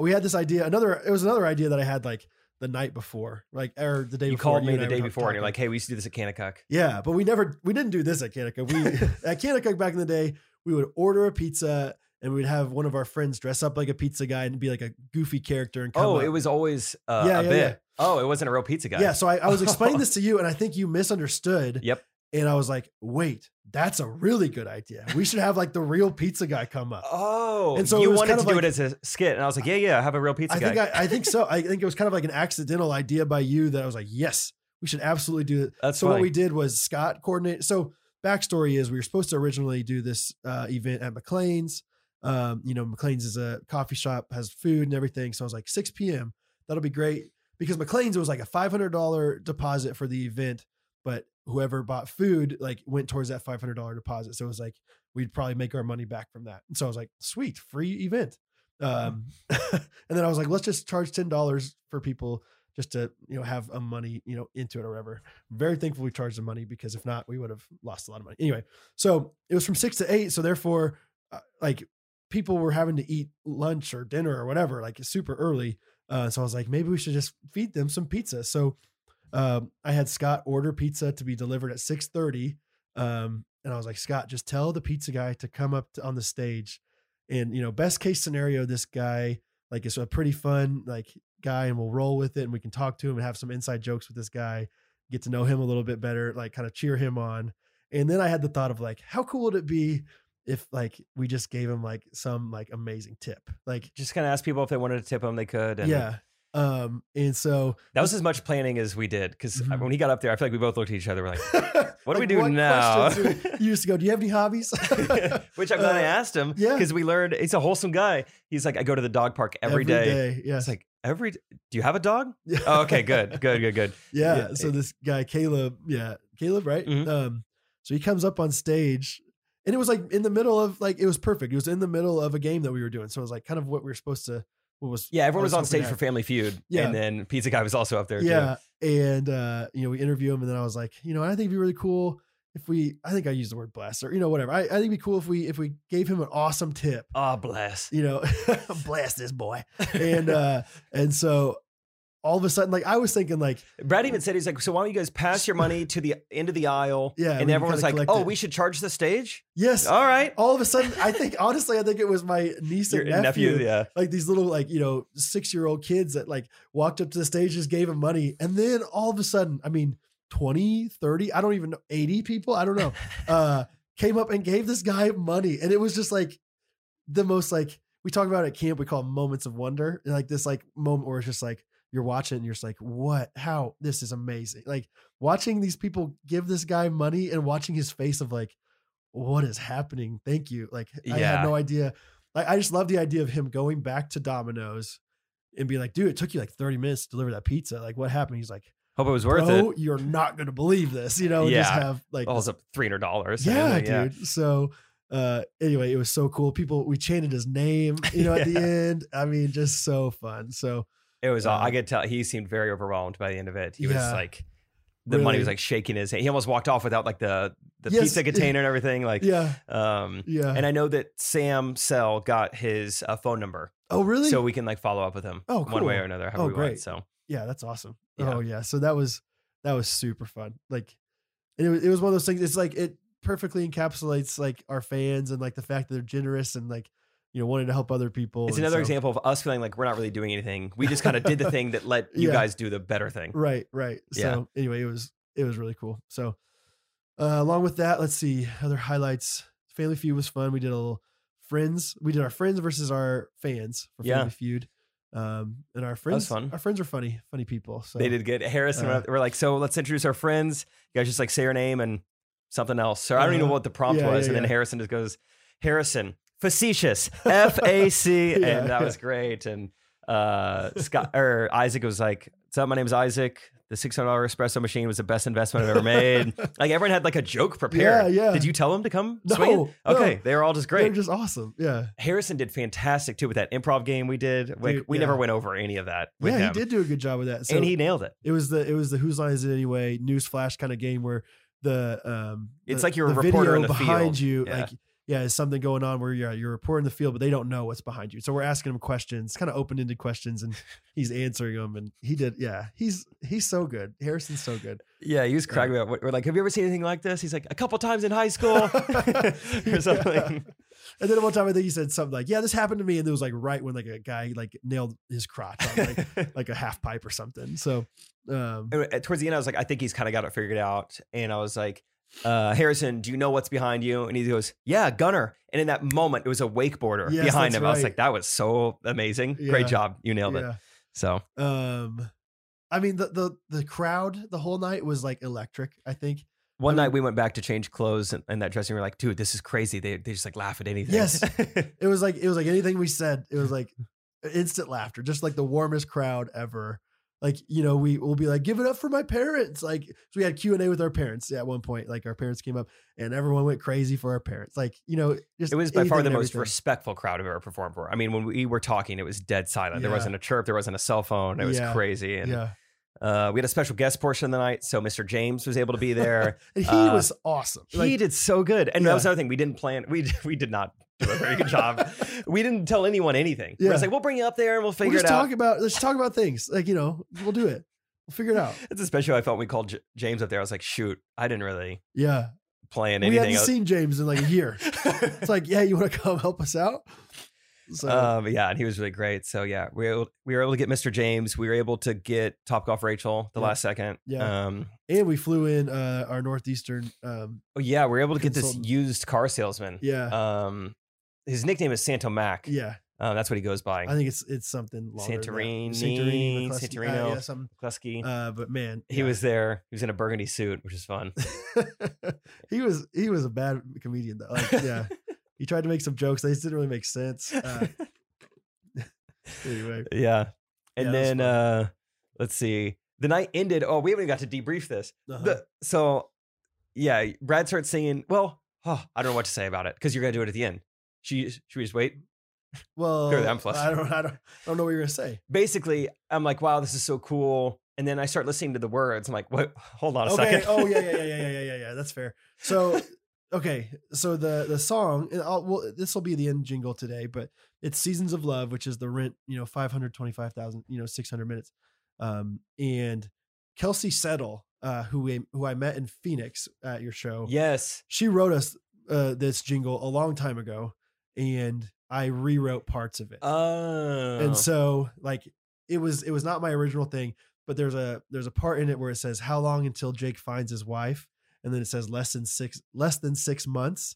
S2: we had this idea. Another, it was another idea that I had like the night before, like or the day
S1: You
S2: before.
S1: called me
S2: and
S1: the
S2: I were
S1: day
S2: talk-
S1: before, and you're
S2: talking.
S1: like, "Hey, we used to do this at Canacook."
S2: Yeah, but we never we didn't do this at Kanaka. We at Kanaka back in the day, we would order a pizza and we'd have one of our friends dress up like a pizza guy and be like a goofy character and come
S1: Oh,
S2: up.
S1: it was always uh,
S2: Yeah,
S1: a
S2: yeah,
S1: bit.
S2: yeah.
S1: Oh, it wasn't a real pizza guy.
S2: yeah. So I, I was explaining this to you, and I think you misunderstood.
S1: Yep.
S2: And I was like, wait, that's a really good idea. We should have like the real pizza guy come up.
S1: Oh,
S2: And so it
S1: you
S2: was
S1: wanted
S2: kind
S1: to
S2: of
S1: do
S2: like-
S1: it as a skit, and I was like, "Yeah, yeah, I have a real pizza
S2: I
S1: guy."
S2: think I, I think so. I think it was kind of like an accidental idea by you that I was like, yes, we should absolutely do it.
S1: That's
S2: so what
S1: funny.
S2: we did was Scott coordinated. So backstory is we were supposed to originally do this uh, event at McLean's. Um, you know, McLean's is a coffee shop, has food and everything. So I was like, 6 p.m. That'll be great because McLean's it was like a $500 deposit for the event, but whoever bought food like went towards that $500 deposit. So it was like we'd probably make our money back from that. And so I was like, sweet, free event. Um,
S1: Mm-hmm.
S2: and then I was like, let's just charge ten dollars for people just to you know have a money you know into it or whatever. Very thankful we charged the money because if not, we would have lost a lot of money anyway. So it was from six to eight. So therefore, uh, like people were having to eat lunch or dinner or whatever like super early. Uh, so I was like, maybe we should just feed them some pizza. So um, I had Scott order pizza to be delivered at six thirty. Um, and I was like, Scott, just tell the pizza guy to come up to, on the stage and you know best case scenario this guy like is a pretty fun like guy and we'll roll with it and we can talk to him and have some inside jokes with this guy get to know him a little bit better like kind of cheer him on and then i had the thought of like how cool would it be if like we just gave him like some like amazing tip like
S1: Just kind of ask people if they wanted to tip him, they could. And
S2: yeah um and so
S1: That was as much planning as we did because
S2: Mhm.
S1: when he got up there, I feel like we both looked at each other. We're like,
S2: what
S1: do we do now?
S2: questions do we- you used to go do you have any hobbies
S1: which I'm glad I
S2: Uh,
S1: asked him
S2: yeah.
S1: because we learned he's a wholesome guy. He's like, I go to the dog park every day.
S2: yeah
S1: It's like, every, do you have a dog?
S2: Yeah.
S1: Oh, okay, good, good, good, good.
S2: yeah,
S1: Yeah,
S2: so
S1: it-
S2: this guy caleb yeah caleb right
S1: Mhm.
S2: um so he comes up on stage and it was like in the middle of like it was perfect it was in the middle of a game that we were doing so it was like kind of what we were supposed to what was
S1: Yeah, everyone
S2: I
S1: was,
S2: was
S1: on
S2: hoping
S1: stage
S2: that-
S1: for Family Feud.
S2: Yeah.
S1: And then Pizza Guy was also up there. Too.
S2: yeah and uh you know we interview him and then i was like you know i think it'd be really cool if we i think i used the word blast or you know whatever i, I think it'd be cool if we if we gave him an awesome tip
S1: Oh, bless.
S2: you know blast this boy and uh and so all of a sudden like i was thinking like
S1: Brad even said, he's like, so why don't you guys pass your money to the end of the aisle?
S2: Yeah, we
S1: And
S2: can
S1: everyone's
S2: kinda
S1: like,
S2: collect
S1: oh,
S2: it."
S1: we should charge the stage?
S2: yes
S1: All right.
S2: all of a sudden, I think honestly, I think it was my niece
S1: Your
S2: and nephew,
S1: nephew, yeah.
S2: like these little like you know six year old kids that like walked up to the stage, just gave him money, and then all of a sudden, I mean, 20, 30, I don't even know, 80 people, I don't know, uh, came up and gave this guy money, and it was just like the most like we talk about it at camp, we call 'em moments of wonder, and like this like moment where it's just like you're watching and you're just like, what? How? This is amazing. Like watching these people give this guy money and watching his face of like, what is happening? Thank you. Like I
S1: Yeah.
S2: had no idea. Like I just love the idea of him going back to Domino's and being like, dude, it took you like 30 minutes to deliver that pizza. Like what happened? He's like,
S1: Hope it was worth
S2: bro,
S1: it.
S2: Oh, you're not gonna believe this. You know, and just
S1: Yeah.
S2: have like
S1: Oh, it
S2: this-
S1: was up $300.
S2: yeah,
S1: And, uh,
S2: dude. So uh anyway, it was so cool. People we chanted his name, you know, at the
S1: Yeah.
S2: end. I mean, just so fun. So
S1: It was,
S2: Uh,
S1: I could tell he seemed very overwhelmed by the end of it. He
S2: Yeah.
S1: was like, the money was
S2: Really.
S1: like shaking his hand. He almost walked off without like the, the
S2: Yes.
S1: pizza container and everything. Like,
S2: yeah,
S1: um,
S2: yeah.
S1: and I know that Sam Sell got his uh, phone number.
S2: oh, really?
S1: So we can like follow up with him
S2: Oh,
S1: one way
S2: cool.
S1: or another, however
S2: Oh,
S1: we
S2: great.
S1: want. So
S2: yeah, that's awesome.
S1: Yeah.
S2: Oh yeah, so that was that was super fun. Like, and it was it was one of those things. It's like it perfectly encapsulates like our fans and like the fact that they're generous and like you know wanting to help other people.
S1: it's
S2: and
S1: another
S2: so-
S1: example of us feeling like we're not really doing anything. We just kind of did the thing that let you
S2: Yeah.
S1: guys do the better thing.
S2: Right, right.
S1: Yeah.
S2: So anyway, it was it was really cool. So uh, along with that, let's see other highlights. Family Feud was fun. We did a little friends. We did our friends versus our fans for
S1: Yeah.
S2: Family Feud. Um, and our friends,
S1: fun.
S2: our friends are funny, funny people. So
S1: They did good. Harris and
S2: Uh,
S1: I- we're like, so let's introduce our friends. You guys just like say your name and something else. So I don't even
S2: Uh-huh.
S1: know what the prompt
S2: Yeah,
S1: was.
S2: yeah,
S1: and
S2: yeah.
S1: then Harrison just goes, Harrison, facetious, F A C. E." And
S2: Yeah,
S1: that
S2: yeah.
S1: was great. And uh, Scott or Isaac was like, what's up? My name's Isaac. The $600 espresso machine was the best investment I've ever made. like everyone had like a joke prepared.
S2: Yeah, yeah.
S1: Did you tell them to come?
S2: No,
S1: swing it?
S2: no.
S1: Okay. They were all just
S2: They're
S1: great.
S2: just awesome. Yeah.
S1: Harrison did fantastic too with that improv game we did. Like
S2: Dude,
S1: we
S2: yeah.
S1: never went over any of that with
S2: yeah,
S1: him.
S2: he did do a good job with that. So
S1: and he nailed it.
S2: it was the it was the whose line is it anyway newsflash kind of game where the um
S1: It's
S2: the-
S1: like you're a
S2: the
S1: reporter
S2: video
S1: in the
S2: behind
S1: field.
S2: you
S1: Yeah.
S2: like yeah is something going on where you're you're reporting the field but they don't know what's behind you so we're asking him questions kind of open ended questions and he's answering them and he did yeah he's he's so good Harrison's so good
S1: Yeah, he was cracking me up. We're like, "Have you ever seen anything like this?" He's like, "A couple times in high school or something."
S2: and then one time I think he said something like yeah this happened to me and it was like right when like a guy like nailed his crotch on like like a half pipe or something so um
S1: And at- Towards the end, I was like, "I think he's kind of got it figured out," and I was like. Uh, Harrison, do you know what's behind you? And he goes, Yeah, Gunner. And in that moment, it was a wakeboarder
S2: Yes,
S1: behind
S2: that's
S1: him. I was
S2: right.
S1: like, That was so amazing.
S2: Yeah.
S1: Great job. You nailed
S2: yeah.
S1: it. So,
S2: um i mean the the the crowd the whole night was like electric i think
S1: One night we went back to change clothes in, in that dressing room. We're like, dude, this is crazy. They they just like laugh at anything.
S2: Yes. It was like it was like anything we said. It was like instant laughter, just like the warmest crowd ever. Like you know, we will be like, "Give it up for my parents!" Like so we had Q and A with our parents at one point. Like our parents came up, and everyone went crazy for our parents. Like you know, just
S1: it was by
S2: anything
S1: far the
S2: and
S1: most
S2: everything.
S1: respectful crowd I've ever performed for. I mean, when we were talking, it was dead silent. There
S2: Yeah.
S1: wasn't a chirp. There wasn't a cell phone. It was
S2: Yeah.
S1: crazy. And
S2: yeah,
S1: uh, we had a special guest portion of the night, so Mr. James was able to be there.
S2: and he
S1: uh,
S2: was awesome.
S1: he
S2: Like,
S1: did so good, and
S2: Yeah.
S1: that was another thing. We didn't plan. We we did not do a very good job. we didn't tell anyone anything. We're
S2: Yeah.
S1: just like, we'll bring you up there and we'll
S2: we'll
S1: figure
S2: just
S1: it out.
S2: talk about let's talk about things. Like you know, we'll do it. We'll figure it out.
S1: It's especially how I felt when we called J- James up there. I was like, shoot, I didn't really
S2: Yeah,
S1: plan
S2: we hadn't
S1: anything. else.
S2: seen James in like a year. it's like, yeah, you want to come help us out? So
S1: um, yeah, and he was really great. So yeah, we were able, we were able to get Mr. James. We were able to get Top Golf Rachel the
S2: Yeah.
S1: last second.
S2: Yeah.
S1: Um,
S2: and we flew in uh, our northeastern. Um,
S1: oh, yeah, we were able to get this
S2: Consultant.
S1: used car salesman.
S2: yeah,
S1: Um, his nickname is Santo Mac.
S2: yeah.
S1: Uh, that's what he goes by.
S2: I think it's it's something longer than that.
S1: Santorini,
S2: McCluskey,
S1: Santorino.
S2: uh, yeah, something.
S1: Klusky.
S2: Uh, but man,
S1: he
S2: yeah.
S1: was there. He was in a burgundy suit, which is fun.
S2: he was he was a bad comedian though. Like, yeah, he tried to make some jokes. They just didn't really make sense. Uh, anyway,
S1: yeah.
S2: Yeah,
S1: And
S2: that was
S1: then
S2: fun.
S1: uh, let's see. The night ended. Oh, we haven't even got to debrief this.
S2: uh-huh.
S1: The- so, yeah, Brad starts singing. Well, oh, I don't know what to say about it because you're gonna do it at the end. She should we just wait?
S2: well,
S1: Clearly, I'm
S2: I
S1: flustered.
S2: don't, I don't, I don't know what you're gonna say.
S1: Basically, I'm like, wow, this is so cool. And then I start listening to the words. I'm like, what? Hold on a
S2: okay.
S1: second.
S2: oh yeah, yeah, yeah, yeah, yeah, yeah, yeah, yeah. That's fair. So, okay. So the the song, and I'll, well, this will be the end jingle today, but it's "Seasons of Love," which is the Rent, you know, five hundred twenty five thousand, you know, six hundred minutes, um, and Kelsey Settle, uh, who we, who I met in Phoenix at your show,
S1: yes.
S2: she wrote us uh, this jingle a long time ago, and I rewrote parts of it
S1: Oh.
S2: and so like it was it was not my original thing but there's a there's a part in it where it says how long until jake finds his wife and then it says less than six less than six months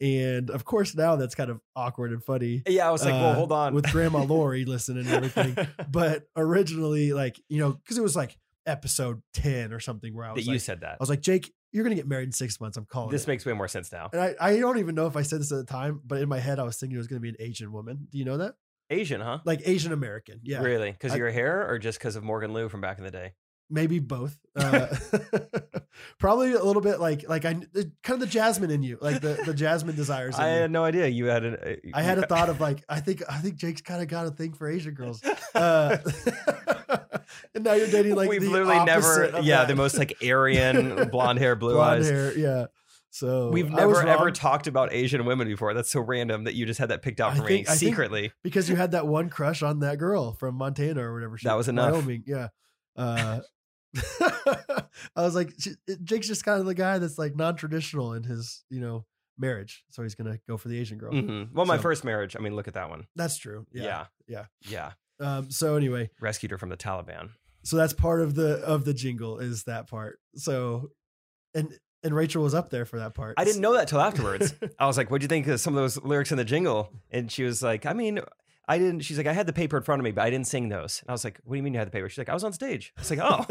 S2: and of course now that's kind of awkward and funny
S1: yeah, I was like,
S2: uh,
S1: well, hold on.
S2: with grandma lori listening and everything but originally like you know because it was like episode 10 or something where i
S1: that
S2: was
S1: you
S2: like,
S1: said that.
S2: i was like jake you're gonna get married in six months i'm calling
S1: this
S2: it."
S1: makes way more sense now.
S2: and I, I don't even know if i said this at the time but in my head i was thinking it was gonna be an asian woman do you know that
S1: Asian, huh?
S2: like asian american yeah
S1: Really? Because
S2: I-
S1: of your hair or just because of Morgan Liu from back in the day?
S2: maybe both uh, probably a little bit like like i the- kind of the jasmine in you like the the jasmine desires in
S1: I
S2: you.
S1: had no idea you had an.
S2: I had a thought of like i think i think jake's kind of got a thing for asian girls uh, and now you're dating like
S1: We've
S2: the
S1: literally never.
S2: opposite of
S1: Yeah,
S2: that.
S1: the most like Aryan, blonde hair, blue
S2: blonde
S1: eyes.
S2: hair yeah so
S1: We've
S2: I was
S1: never ever
S2: wrong
S1: talked about Asian women before. That's so random that you just had that picked out
S2: I
S1: for
S2: think- I
S1: me
S2: think
S1: secretly.
S2: because you had that one crush on that girl from montana or whatever she,
S1: That was enough.
S2: Wyoming, yeah uh I was like, "J- Jake's just kind of the guy that's like non-traditional in his, you know, marriage. So he's gonna go for the Asian girl.
S1: Mhm. Well, my
S2: Mm-hmm. So-
S1: first marriage. I mean, look at that one.
S2: That's true.
S1: Yeah.
S2: Yeah.
S1: Yeah.
S2: Um, so anyway,
S1: Rescued her from the Taliban.
S2: so that's part of the of the jingle is that part. So, and and Rachel was up there for that part.
S1: I didn't know that till afterwards. I was like, "What'd you think of some of those lyrics in the jingle?" And she was like, "I mean, I didn't." She's like, "I had the paper in front of me, but I didn't sing those." And I was like, "What do you mean you had the paper?" She's like, "I was on stage." I was like, "Oh,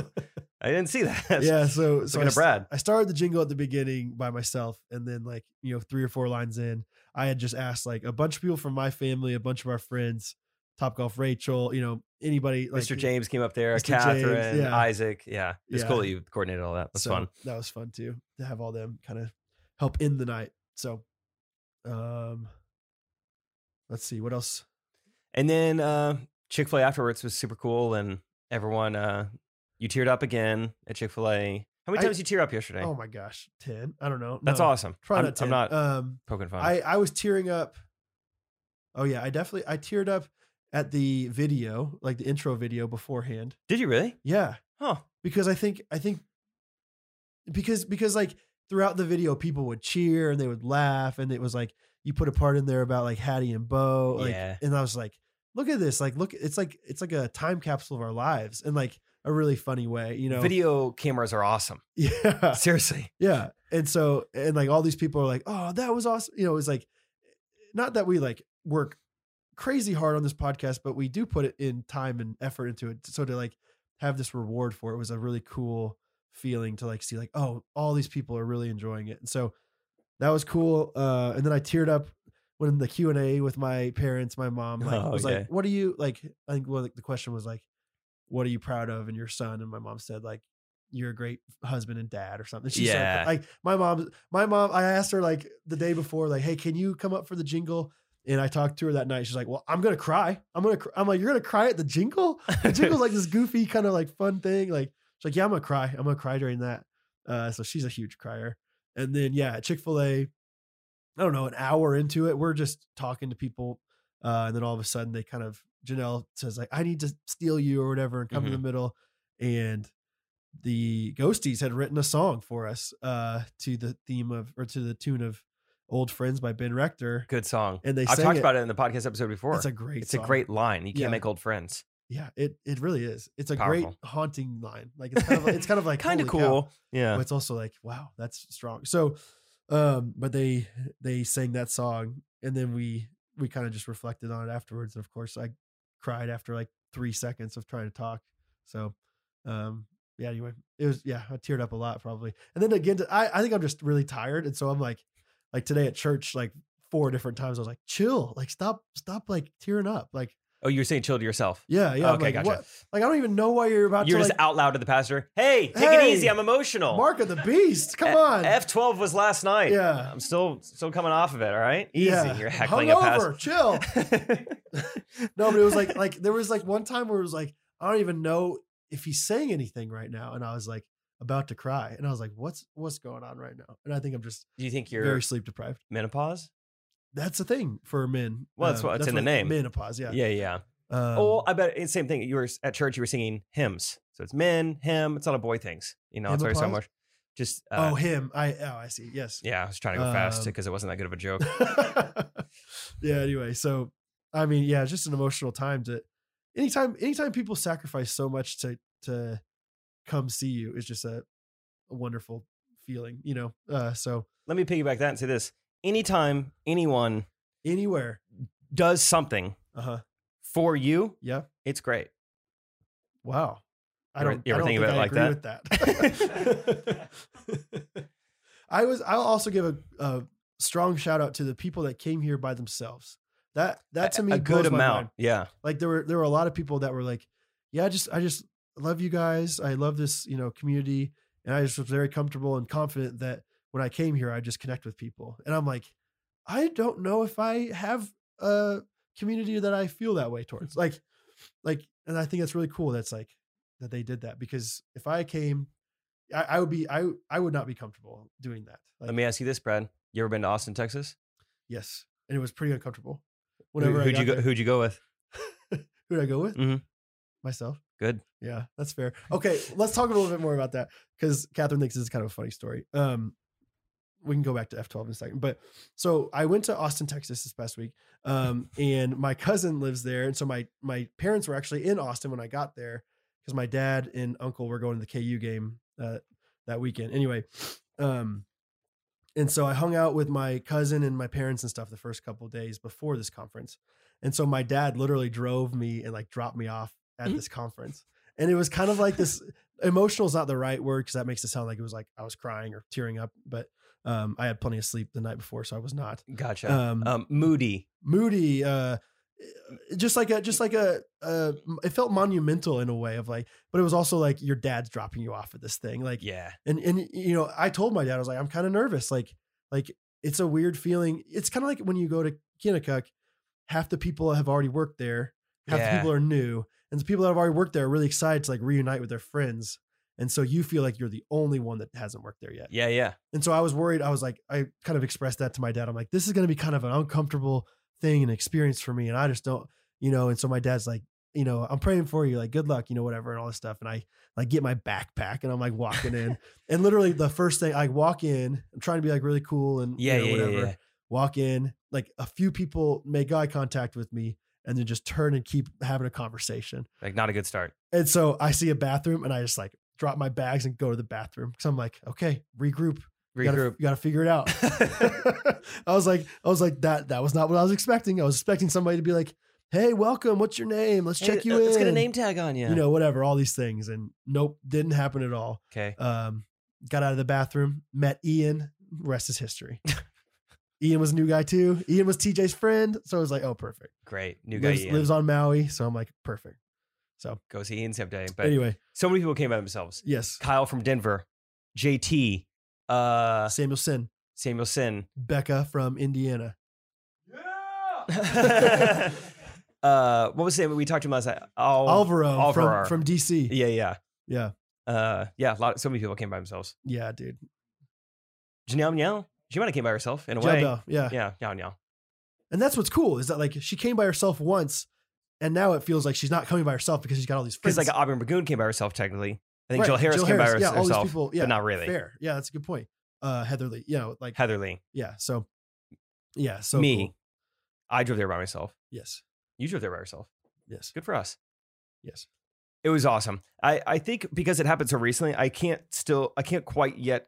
S1: I didn't see that."
S2: yeah. So so
S1: looking
S2: I
S1: at Brad.
S2: I started the jingle at the beginning by myself, and then like you know three or four lines in, I had just asked like a bunch of people from my family, a bunch of our friends, Top Golf Rachel, you know anybody, like,
S1: Mr. James came up there,
S2: Mr. James,
S1: Catherine,
S2: yeah.
S1: Isaac. Yeah, it's
S2: Yeah.
S1: cool that you coordinated all that. That's
S2: so
S1: fun.
S2: That was fun too to have all them kind of help in the night. So, um, let's see what else.
S1: And then uh, Chick Fil A afterwards was super cool, and everyone, uh, you teared up again at Chick Fil A. How many
S2: I-
S1: times you tear up yesterday?
S2: Oh my gosh, ten. I don't know.
S1: That's
S2: No,
S1: awesome.
S2: Probably
S1: I'm,
S2: not 10.
S1: I'm not
S2: Um,
S1: poking fun.
S2: I I was tearing up. Oh yeah, I definitely I teared up at the video, like the intro video beforehand.
S1: Did you really?
S2: Yeah,
S1: Huh.
S2: because I think I think because because like throughout the video, people would cheer and they would laugh, and it was like you put a part in there about like Hattie and Bo, like,
S1: Yeah.
S2: and I was like, look at this, like look, it's like it's like a time capsule of our lives, and like a really funny way, you know.
S1: Video cameras are awesome.
S2: Yeah,
S1: Seriously.
S2: yeah. And so, and like all these people are like, oh, that was awesome. You know, it's like, not that we like work crazy hard on this podcast, but we do put it in time and effort into it. So to like have this reward for it was a really cool feeling to like see like oh all these people are really enjoying it and so that was cool uh and then i teared up when the q&a with my parents my mom like
S1: Oh,
S2: was
S1: yeah.
S2: like what are you like i think well, like, the question was like what are you proud of and your son and my mom said like you're a great husband and dad or something she
S1: Yeah.
S2: said like my mom my mom i asked her like the day before like hey can you come up for the jingle and i talked to her that night she's like well i'm gonna cry i'm gonna cr-. i'm like you're gonna cry at the jingle the jingle's like this goofy kind of like fun thing. Like she's like, yeah, I'm gonna cry. I'm gonna cry during that. Uh, so she's a huge crier. And then yeah, Chick Fil A. I don't know. An hour into it, we're just talking to people, uh, and then all of a sudden they kind of Janelle says like, I need to steal you or whatever, and come
S1: Mm-hmm.
S2: in the middle. And the Ghosties had written a song for us uh, to the theme of or to the tune of "Old Friends" by Ben Rector,
S1: Good song.
S2: and they
S1: I've
S2: sang
S1: talked
S2: it.
S1: about it in the podcast episode before.
S2: It's a great.
S1: It's a
S2: song.
S1: great line. You can't
S2: Yeah.
S1: make old friends.
S2: Yeah, it it really is. It's a great
S1: Powerful.
S2: haunting line. Like it's kind of it's kind of like
S1: kind of
S2: holy cow,
S1: cool. Yeah.
S2: but it's also like wow, that's strong. So, um, but they they sang that song, and then we we kind of just reflected on it afterwards. And of course, I cried after like three seconds of trying to talk. So, um, yeah. Anyway, it was yeah. I teared up a lot probably, and then again, I I think I'm just really tired, and so I'm like like today at church like four different times I was like chill, like stop stop like tearing up, like
S1: oh, you were saying chill to yourself.
S2: yeah yeah. I'm
S1: okay,
S2: like,
S1: gotcha.
S2: what? Like I don't even know why you're about
S1: You're
S2: to
S1: just
S2: like,
S1: out loud to the pastor. Hey, take it
S2: Hey,
S1: easy. I'm emotional.
S2: Mark of the Beast. Come on.
S1: F twelve was last night.
S2: Yeah.
S1: I'm still still coming off of it. All right. Easy.
S2: Yeah.
S1: You're heckling
S2: Hungover, Chill.
S1: a pastor.
S2: No, but it was like like there was like one time where it was like I don't even know if he's saying anything right now, and I was like about to cry, and I was like, what's what's going on right now? And I think I'm just
S1: Do you think you're
S2: very sleep deprived.
S1: menopause?
S2: That's a thing for men. um,
S1: Well, that's what- it's in the name.
S2: Menopause. Yeah.
S1: Yeah, yeah.
S2: Um,
S1: oh, I bet it's the same thing. You were at church. You were singing hymns. So it's men, him. It's not a boy things. You know. I'm sorry so
S2: Hymnopause?
S1: much. Just uh,
S2: oh, him. I oh, I see. Yes.
S1: yeah. I was trying to go fast
S2: Um,
S1: because it wasn't that good of a joke.
S2: yeah. Anyway, so I mean, yeah, it's just an emotional time to anytime anytime people sacrifice so much to to come see you is just a, a wonderful feeling, you know. Uh, so
S1: Let me piggyback that and say this: anytime anyone
S2: anywhere,
S1: does something
S2: uh huh,
S1: for you,
S2: yeah,
S1: it's great.
S2: wow.
S1: You
S2: I
S1: ever-
S2: don't.
S1: you ever
S2: I don't
S1: think
S2: think,
S1: about
S2: I
S1: it
S2: agree
S1: like
S2: with that. I was. I'll also give a, a strong shout out to the people that came here by themselves. That that to
S1: A-
S2: me
S1: a good
S2: blows my mind.
S1: amount. Yeah.
S2: like there were there were a lot of people that were like yeah i just i just love you guys i love this you know community and i just was very comfortable and confident that when i came here i just connect with people and i'm like i don't know if i have a community that i feel that way towards like like and i think that's really cool that's like that they did that because if i came i, I would be i i would not be comfortable doing that like,
S1: Let me ask you this, Brad. You ever been to Austin, Texas?
S2: yes and it was pretty uncomfortable
S1: Who-
S2: whenever I
S1: who'd
S2: got
S1: you go?
S2: there.
S1: Who'd you go with?
S2: who did i go with
S1: Mhm.
S2: myself
S1: Good.
S2: Yeah, that's fair. Okay, let's talk a little bit more about that because Catherine thinks this is kind of a funny story. Um, we can go back to F12 in a second, but so I went to Austin, Texas this past week, um, and my cousin lives there, and so my my parents were actually in Austin when I got there because my dad and uncle were going to the KU game uh, that weekend. Anyway, um, and so I hung out with my cousin and my parents and stuff the first couple of days before this conference, and so my dad literally drove me and like dropped me off at
S1: Mhm.
S2: this conference, and it was kind of like this. Emotional is not the right word because that makes it sound like it was like I was crying or tearing up, but um, I had plenty of sleep the night before, so I was not
S1: Gotcha.
S2: Um,
S1: um, moody.
S2: moody. Uh, just like a, just like a, uh, it felt monumental in a way of like, but it was also like your dad's dropping you off at this thing, like,
S1: Yeah.
S2: and and you know, I told my dad I was like, I'm kind of nervous, like, like it's a weird feeling. It's kind of like when you go to Kennecuck, half the people have already worked there, half
S1: Yeah.
S2: the people are new, and the people that have already worked there are really excited to like reunite with their friends, and so you feel like you're the only one that hasn't worked there yet.
S1: Yeah. Yeah.
S2: And so I was worried. I was like, I kind of expressed that to my dad. I'm like, this is going to be kind of an uncomfortable thing and experience for me. And I just don't, you know. And so my dad's like, you know, I'm praying for you. Like, good luck, you know, whatever, and all this stuff. And I like get my backpack and I'm like walking in. and literally the first thing I walk in, I'm trying to be like really cool and
S1: Yeah.
S2: you know,
S1: yeah,
S2: whatever.
S1: yeah. Yeah.
S2: Walk in, like a few people make eye contact with me and then just turn and keep having a conversation.
S1: Like not a good start.
S2: And so I see a bathroom and I just like drop my bags and go to the bathroom. Cause I'm like, okay, regroup. You gotta-
S1: Regroup.
S2: you gotta figure it out. I was like, I was like, that that was not what I was expecting. I was expecting somebody to be like, hey, welcome. What's your name? Let's check
S1: Hey,
S2: you
S1: uh,
S2: in.
S1: Let's get a name tag on you.
S2: You know, whatever, all these things. And nope, didn't happen at all.
S1: Okay.
S2: Um, got out of the bathroom, met Ian. Rest is history. Ian was a new guy too. Ian was TJ's friend. So I was like, oh, perfect.
S1: Great. New guy
S2: lives,
S1: Ian.
S2: lives on Maui. So I'm like, perfect. So
S1: Go see Ian's day. But
S2: anyway,
S1: so many people came by themselves.
S2: yes.
S1: Kyle from Denver, JT, uh,
S2: Samuel Sin,
S1: Samuel Sin,
S2: Becca from Indiana.
S1: uh, what was the name we talked to him last night? Al-
S2: Alvaro,
S1: Oh, Alvaro.
S2: From, from DC.
S1: Yeah, yeah,
S2: Yeah.
S1: uh, yeah. A lot. So many people came by themselves.
S2: Yeah, dude.
S1: Janelle Meow, she might have came by herself in a way.
S2: Jabel, yeah.
S1: Yeah, yeah, yeah.
S2: And that's what's cool is that like she came by herself once and now it feels like she's not coming by herself because she's got all these friends.
S1: Because like Aubrey Burgoon came by herself technically. I think
S2: Right,
S1: Jill Harris came by
S2: yeah, all these
S1: herself,
S2: people, yeah,
S1: but not really.
S2: fair. Yeah, that's a good point. Uh, Heather Lee, yeah, like
S1: Heather Lee,
S2: yeah, so yeah, so
S1: me,
S2: cool.
S1: I drove there by myself.
S2: yes,
S1: You drove there by yourself.
S2: yes,
S1: Good for us.
S2: yes,
S1: It was awesome. I, I think because it happened so recently, I can't still I can't quite yet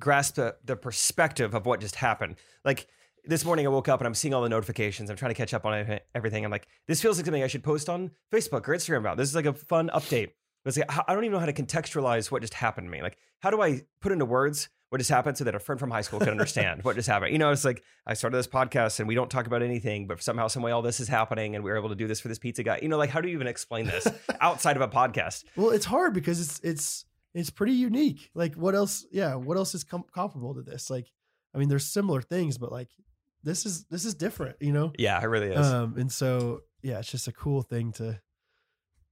S1: grasp the, the perspective of what just happened. Like this morning I woke up and I'm seeing all the notifications. I'm trying to catch up on ev- everything. I'm like, this feels like something I should post on Facebook or Instagram about. This is like a fun update. But It's like I I don't even know how to contextualize what just happened to me. Like, how do I put into words what just happened so that a friend from high school can understand what just happened? You know, it's like I started this podcast and we don't talk about anything, but somehow, some way, all this is happening, and we were able to do this for this pizza guy. You know, like how do you even explain this? outside of a podcast.
S2: Well, it's hard because it's it's it's pretty unique. Like, what else? Yeah, what else is com- comparable to this? Like, I mean, there's similar things, but like this is this is different, you know.
S1: Yeah, it really is.
S2: Um, and so yeah, it's just a cool thing to.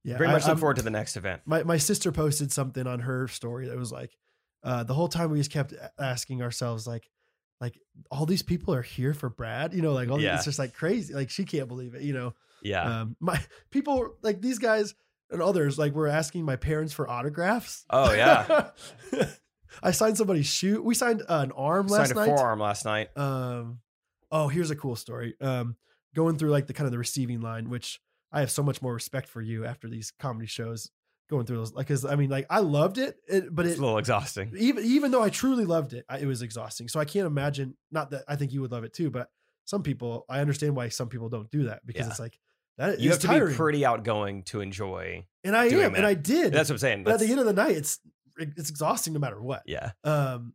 S2: Yeah,
S1: Very
S2: I-
S1: much look
S2: I'm-
S1: forward to the next event.
S2: my my sister posted something on her story that was like uh the whole time we just kept a- asking ourselves like like all these people are here for Brad, you know, like all the-
S1: Yeah.
S2: it's just like crazy. Like she can't believe it, you know.
S1: Yeah.
S2: Um my people like these guys and others like were asking my parents for autographs.
S1: oh yeah.
S2: I signed somebody's shoe. We signed uh, an arm last
S1: Signed a
S2: night.
S1: forearm last night.
S2: Um, oh, here's a cool story. Um, going through like the kind of the receiving line, which I have so much more respect for you after these comedy shows. Going through those, like, because I mean, like, I loved it, it but
S1: It's a
S2: it
S1: little exhausting.
S2: even even though I truly loved it, I, it was exhausting. So I can't imagine. Not that I think you would love it too, but some people, I understand why some people don't do that because
S1: Yeah.
S2: it's like that
S1: You
S2: is
S1: have to
S2: tiring.
S1: be pretty outgoing to enjoy.
S2: and I
S1: doing
S2: am,
S1: that.
S2: and I did.
S1: That's what I'm saying.
S2: but at
S1: That's-
S2: the end of the night, it's it's exhausting no matter what.
S1: yeah.
S2: Um,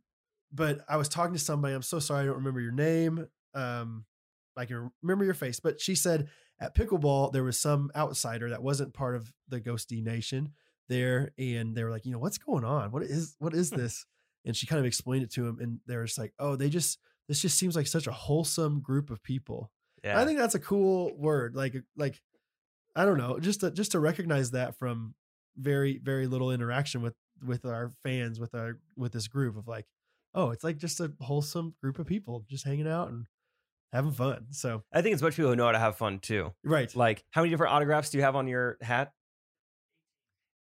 S2: but I was talking to somebody. I'm so sorry I don't remember your name. Um, I can remember your face, but she said at pickleball there was some outsider that wasn't part of the Ghosty Nation there, and they were like, you know, what's going on? What is what is this? And she kind of explained it to him, and they were just like, oh, they just this just seems like such a wholesome group of people.
S1: Yeah.
S2: I think that's a cool word. Like uh, like I don't know, just to, just to recognize that from very very little interaction with with our fans with our with this group of like oh it's like just a wholesome group of people just hanging out and having fun so
S1: I think it's much people who know how to have fun too.
S2: right
S1: Like, how many different autographs do you have on your hat?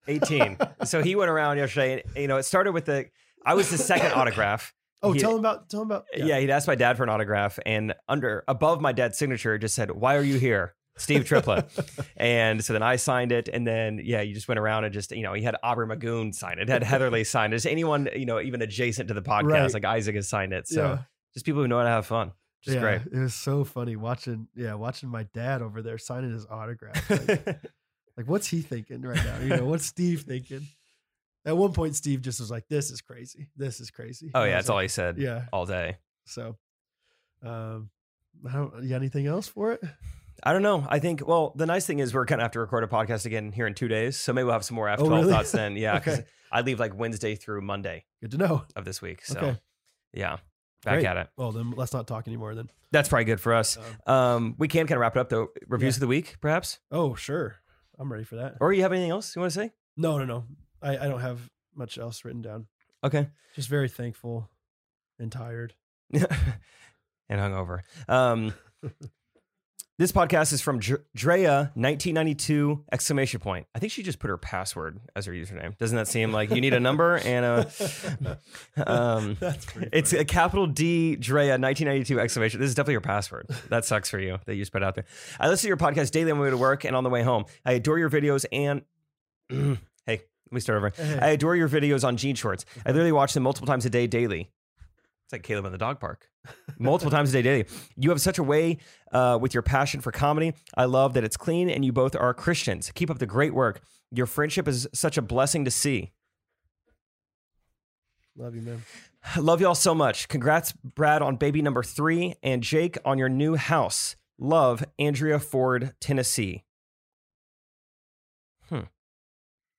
S1: 18. so he went around yesterday and you know, it started with the I was the second autograph.
S2: oh
S1: He-
S2: tell him about tell him about
S1: Yeah. he'd asked my dad for an autograph, and under above my dad's signature, it just said, "Why are you here, Steve Triplett?" and so then I signed it, and then yeah, you just went around and just you know, he had Aubrey Magoon sign it, had Heatherly sign it, just anyone you know, even adjacent to the podcast,
S2: Right.
S1: like Isaac has signed it. So
S2: yeah,
S1: just people who know how to have fun, just
S2: yeah, it was so funny watching yeah watching my dad over there signing his autograph like,
S1: great.
S2: like, what's he thinking right now you know what's steve thinking at one point steve just was like this is crazy this is crazy
S1: oh
S2: And I
S1: yeah,
S2: was
S1: that's all
S2: like,
S1: he said
S2: yeah
S1: all day.
S2: so um I don't, you got anything else for it
S1: I don't know. I think well, the nice thing is we're gonna have to record a podcast again here in two days, so maybe we'll have some more after
S2: Oh,
S1: twelve
S2: really?
S1: thoughts then. Yeah, because
S2: Okay.
S1: I leave like Wednesday through Monday
S2: good to know
S1: of this week. So
S2: okay
S1: yeah, back
S2: Great.
S1: at it.
S2: well then let's not talk anymore then
S1: That's probably good for us.
S2: Um,
S1: Um, we can kind of wrap it up though. Reviews
S2: Yeah.
S1: of the week, perhaps,
S2: oh sure i'm ready for that
S1: or you have anything else you want to say?
S2: no no no I, I don't have much else written down
S1: Okay,
S2: just very thankful and tired
S1: and hungover. Um, this podcast is from Dr- Drea nineteen ninety two exclamation point. I think she just put her password as her username. Doesn't that seem like you need a number and a? Um,
S2: that's pretty
S1: Uh, It's
S2: funny.
S1: a capital D Drea 1992 exclamation. This is definitely your password. That sucks for you that you just put out there. I listen to your podcast daily on my way to work and on the way home. I adore your videos and hey, let me start over.
S2: Hey.
S1: I adore your videos on jean shorts. I literally watch them multiple times a day daily. It's like Caleb in the dog park. Multiple times a day daily. You have such a way uh, with your passion for comedy. I love that it's clean and you both are Christians. Keep up the great work. Your friendship is such a blessing to see.
S2: Love you, man.
S1: Love y'all so much. Congrats, Brad, on baby number three and Jake on your new house. Love, Andrea Ford, Tennessee. Hmm.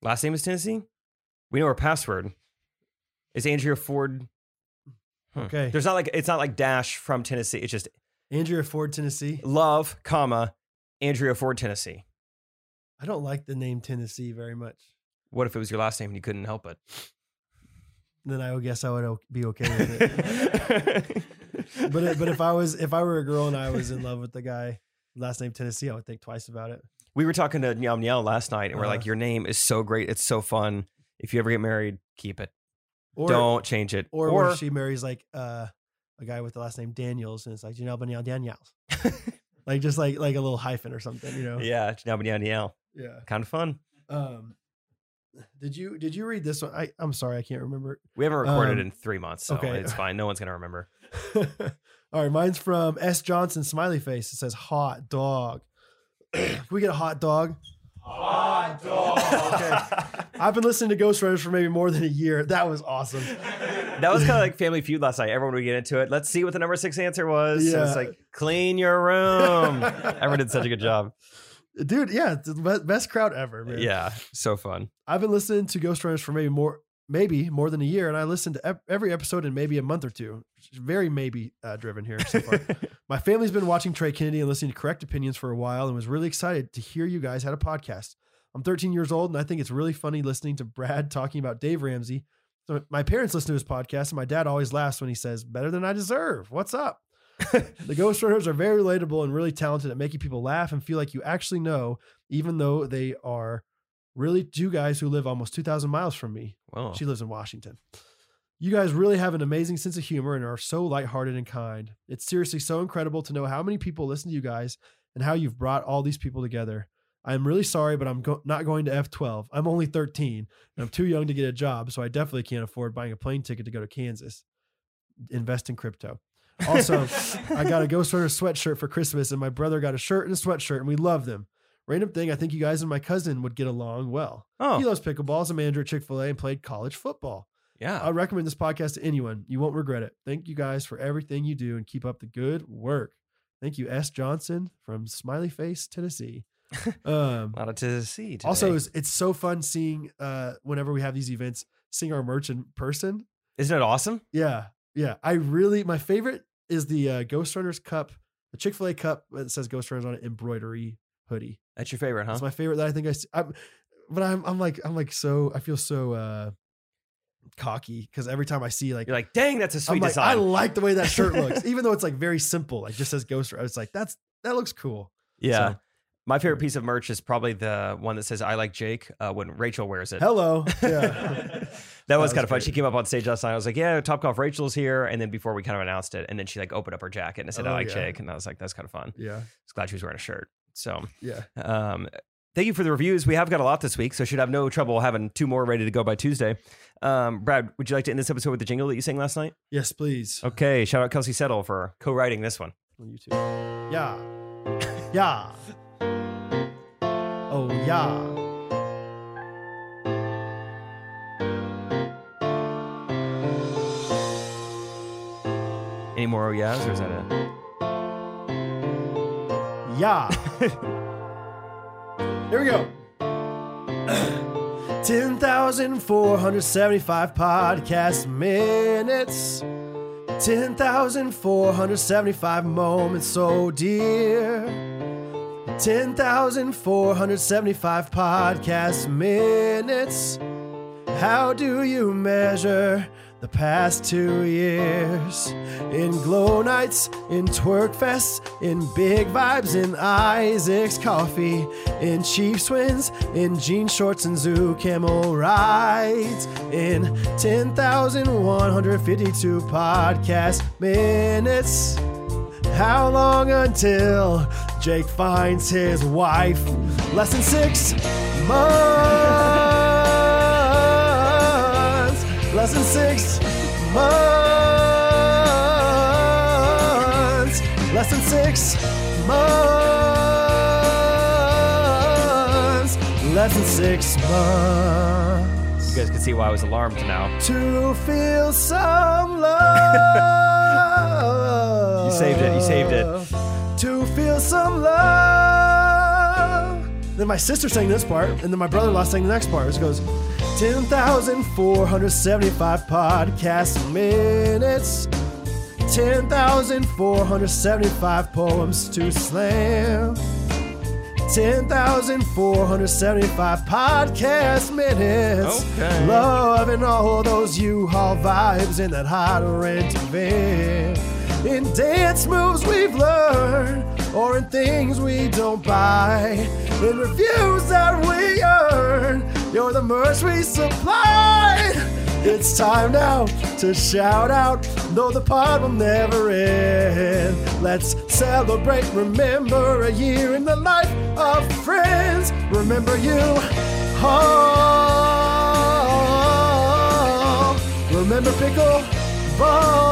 S1: Last name is Tennessee? We know her password. Is Andrea Ford. Hmm.
S2: Okay.
S1: There's not like it's not like dash from Tennessee. It's just
S2: Andrea Ford, Tennessee.
S1: love, comma, Andrea Ford, Tennessee.
S2: I don't like the name Tennessee very much.
S1: What if it was your last name and you couldn't help it?
S2: Then I would guess I would o- be okay with it. but it, but if I was if I were a girl and I was in love with the guy last name Tennessee, I would think twice about it.
S1: we were talking to Nyam Nyam last night and we're like,
S2: Uh-huh.
S1: your name is so great. It's so fun. If you ever get married, keep it.
S2: Or
S1: Don't change it.
S2: or, where she marries like uh, a guy with the last name Daniels and it's like Janelle Bunyal Daniels. like just like like a little hyphen or something, you know.
S1: yeah, Nyam Nyam Nyam.
S2: Yeah.
S1: Kind of fun.
S2: Um did you did you read this one? I, I'm sorry, I can't remember.
S1: We haven't recorded
S2: Um,
S1: in three months, so
S2: okay.
S1: it's fine. No one's gonna remember.
S2: All right, mine's from S. Johnson Smiley Face. It says hot dog. Can we get a hot dog? Hot dog. okay. I've been listening to Ghost Riders for maybe more than a year. That was awesome.
S1: That was kind of like Family Feud last night. Everyone would get into it. Let's see what the number six answer was. It was
S2: Yeah.
S1: like clean your room. Everyone did such a good job.
S2: Dude, yeah, it's the be- best crowd ever, man.
S1: Yeah, so fun.
S2: I've been listening to Ghost Riders for maybe more maybe more than a year and I listened to ep- every episode in maybe a month or two. It's Very maybe uh, driven here so far. My family's been watching Trey Kennedy and listening to Correct Opinions for a while and was really excited to hear you guys had a podcast. I'm 13 years old and I think it's really funny listening to Brad talking about Dave Ramsey. So my parents listen to his podcast and my dad always laughs when he says, Better than I deserve. What's up? the Ghost Riders are very relatable and really talented at making people laugh and feel like you actually know, even though they are really two guys who live almost 2,000 miles from me.
S1: Well,
S2: She lives in Washington. You guys really have an amazing sense of humor and are so lighthearted and kind. It's seriously so incredible to know how many people listen to you guys and how you've brought all these people together. I'm really sorry, but I'm go- not going to F12. I'm only 13 and I'm too young to get a job, so I definitely can't afford buying a plane ticket to go to Kansas. Invest in crypto. Also, I got a Ghost Runner sweatshirt for Christmas, and my brother got a shirt and a sweatshirt, and we love them. Random thing, I think you guys and my cousin would get along well. He
S1: oh
S2: loves pickleball, is a manager at Chick fil A, and played college football.
S1: yeah.
S2: I recommend this podcast to anyone. You won't regret it. Thank you guys for everything you do and keep up the good work. Thank you, S. Johnson from Smiley Face, Tennessee.
S1: A
S2: Um,
S1: lot of Tennessee. Today.
S2: also, it's, it's so fun seeing uh, whenever we have these events, seeing our merch in person.
S1: isn't it awesome?
S2: Yeah. Yeah. I really, my favorite is the uh, Ghost Runners Cup, the Chick fil A cup that says Ghost Runners on it, embroidery hoodie.
S1: That's your favorite, huh?
S2: It's my favorite that I think I. s- I'm, but I'm I'm like I'm like so I feel so uh cocky because every time I see like,
S1: You're like, dang, that's a sweet
S2: I'm like I
S1: design.
S2: like the way that shirt looks, even though it's like very simple, like just says Ghost. Rider. It's like that's that looks cool.
S1: yeah.
S2: So-
S1: My favorite piece of merch is probably the one that says "I like Jake" uh, when Rachel wears it.
S2: Hello, yeah.
S1: that, was
S2: was
S1: kind of fun.
S2: great.
S1: She came up on stage last night. I was like, "Yeah, Top Golf Rachel's here," and then before we kind of announced it, and then she like opened up her jacket and said, "I
S2: Oh,
S1: like
S2: yeah.
S1: Jake," and I was like, "That's kind of fun." I was
S2: Yeah,
S1: glad she was wearing a shirt. So,
S2: yeah.
S1: um, thank you for the reviews. We have got a lot this week, so should have no trouble having two more ready to go by Tuesday. Um, Brad, would you like to end this episode with the jingle that you sang last night?
S2: Yes, please.
S1: Okay, shout out Kelsey Settle for co-writing this one.
S2: On YouTube.
S1: Oh.
S2: Yeah, yeah. Oh yeah.
S1: Any more oh yeahs, or is that it?
S2: Yeah. Here we go. 10,475 podcast minutes. 10,475 moments so dear. 10,475 podcast minutes. How do you measure the past two years? In glow nights, in twerk fests, in big vibes, in Isaac's coffee, in Chiefs wins, in jean shorts and zoo camel rides, in 10,152 podcast minutes. How long until Jake finds his wife? Lesson six months. Lesson six months. less than six months. Less than six months.
S1: You guys can see why I was alarmed now.
S2: to feel some love.
S1: You saved it, you saved it.
S2: To feel some love. Then my sister sang this part, and then my brother-in-law sang the next part. It goes, 10,475 podcast minutes. 10,475 poems to slam. 10,475 podcast minutes.
S1: Okay.
S2: Loving all those U-Haul vibes in that hot red van. In dance moves we've learned, or in things we don't buy. In reviews that we earn, you're the merch we supply. It's time now to shout out, though the pod will never end. Let's celebrate, remember a year in the life of friends. Remember you all. Remember pickle ball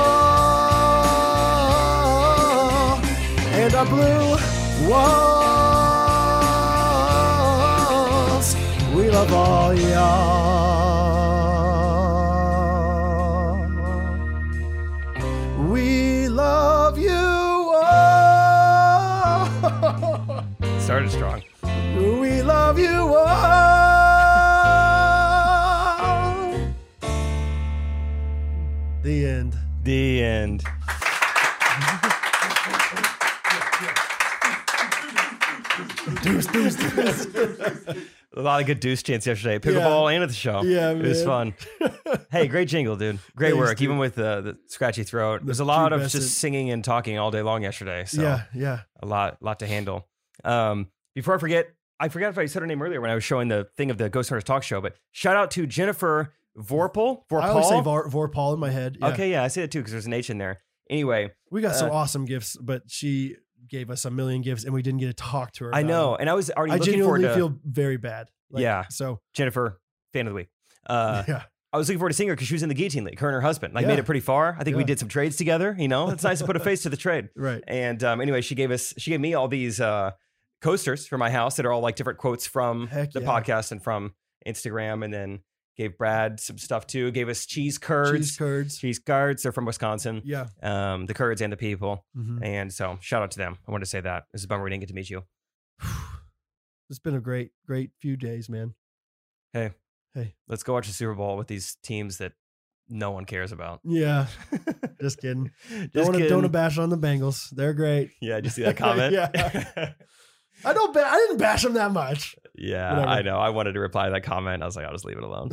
S2: and our blue walls. We love all y'all. We love you all.
S1: Started strong.
S2: oh. We love you oh. all. The end.
S1: The end. A lot of good deuce chants yesterday. Pickleball and at the show.
S2: Yeah,
S1: it was fun.
S2: man.
S1: hey, great jingle, dude. Great
S2: Thanks,
S1: work,
S2: dude.
S1: even with the, the scratchy throat. There's a lot of
S2: pubescent-
S1: just singing and talking all day long yesterday. So
S2: Yeah, yeah.
S1: a lot, lot to handle. Um, before I forget, I forgot if I said her name earlier when I was showing the thing of the Ghost Hunters talk show. But shout out to Jennifer Vorpal. Vorpal.
S2: I always say Vor- Vorpal in my head. Yeah.
S1: Okay, yeah, I say that too because there's an H in there. Anyway,
S2: We got some
S1: Uh,
S2: awesome gifts, but she gave us a million gifts and we didn't get to talk to her.
S1: I
S2: about
S1: know,
S2: them.
S1: and I was already
S2: I
S1: looking forward
S2: genuinely
S1: to
S2: feel very bad.
S1: Yeah.
S2: So,
S1: Jennifer, fan of the week. Uh,
S2: yeah.
S1: I was looking forward to seeing her because she was in the Guillotine League, her and her husband. Like,
S2: Yeah.
S1: made it pretty far. I think we
S2: Yeah.
S1: did some trades together. You know, it's nice to put a face to the trade.
S2: Right.
S1: And um, anyway, she gave us, she gave me all these uh, coasters for my house that are all like different quotes from
S2: Heck
S1: mm-hmm. the
S2: yeah.
S1: podcast and from Instagram, and then gave Brad some stuff too. Gave us cheese curds.
S2: Cheese curds.
S1: Cheese curds. They're from Wisconsin.
S2: Yeah.
S1: Um, the Kurds and the people.
S2: Mhm.
S1: And so, shout out to them. I wanted to say that. It's a bummer we didn't get to meet you.
S2: It's been a great, great few days, man.
S1: Let's go watch the Super Bowl with these teams that no one cares about.
S2: Yeah. Just kidding. don't, wanna- don't
S1: kidding.
S2: bash on the Bengals. They're great.
S1: Yeah, did you see that comment?
S2: Yeah. I don't. Ba- I didn't bash them that much.
S1: Yeah,
S2: Whatever.
S1: I know. I wanted to reply to that comment. I was like, I'll just leave it alone.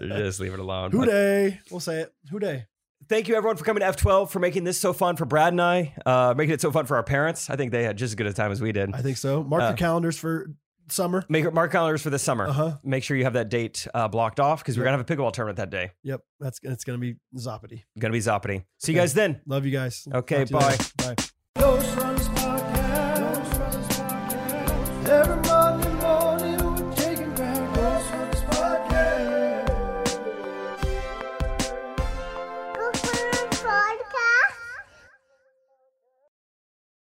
S1: just leave it alone.
S2: Who
S1: But
S2: day? We'll say it. Who day?
S1: thank you everyone for coming to F12 for making this so fun for Brad and I, uh, making it so fun for our parents. I think they had just as good a time as we did.
S2: I think so. Mark
S1: Uh,
S2: your calendars for summer.
S1: Make mark calendars for this summer.
S2: Uh huh.
S1: Make sure you have that date uh, blocked off because we're
S2: Yep.
S1: gonna have a pickleball tournament that day.
S2: Yep. That's it's gonna be zoppity.
S1: Gonna be zoppity. See you
S2: Okay.
S1: guys then.
S2: Love you guys.
S1: Okay,
S2: Talk to you later. Bye. Ghost Runners Podcast. Every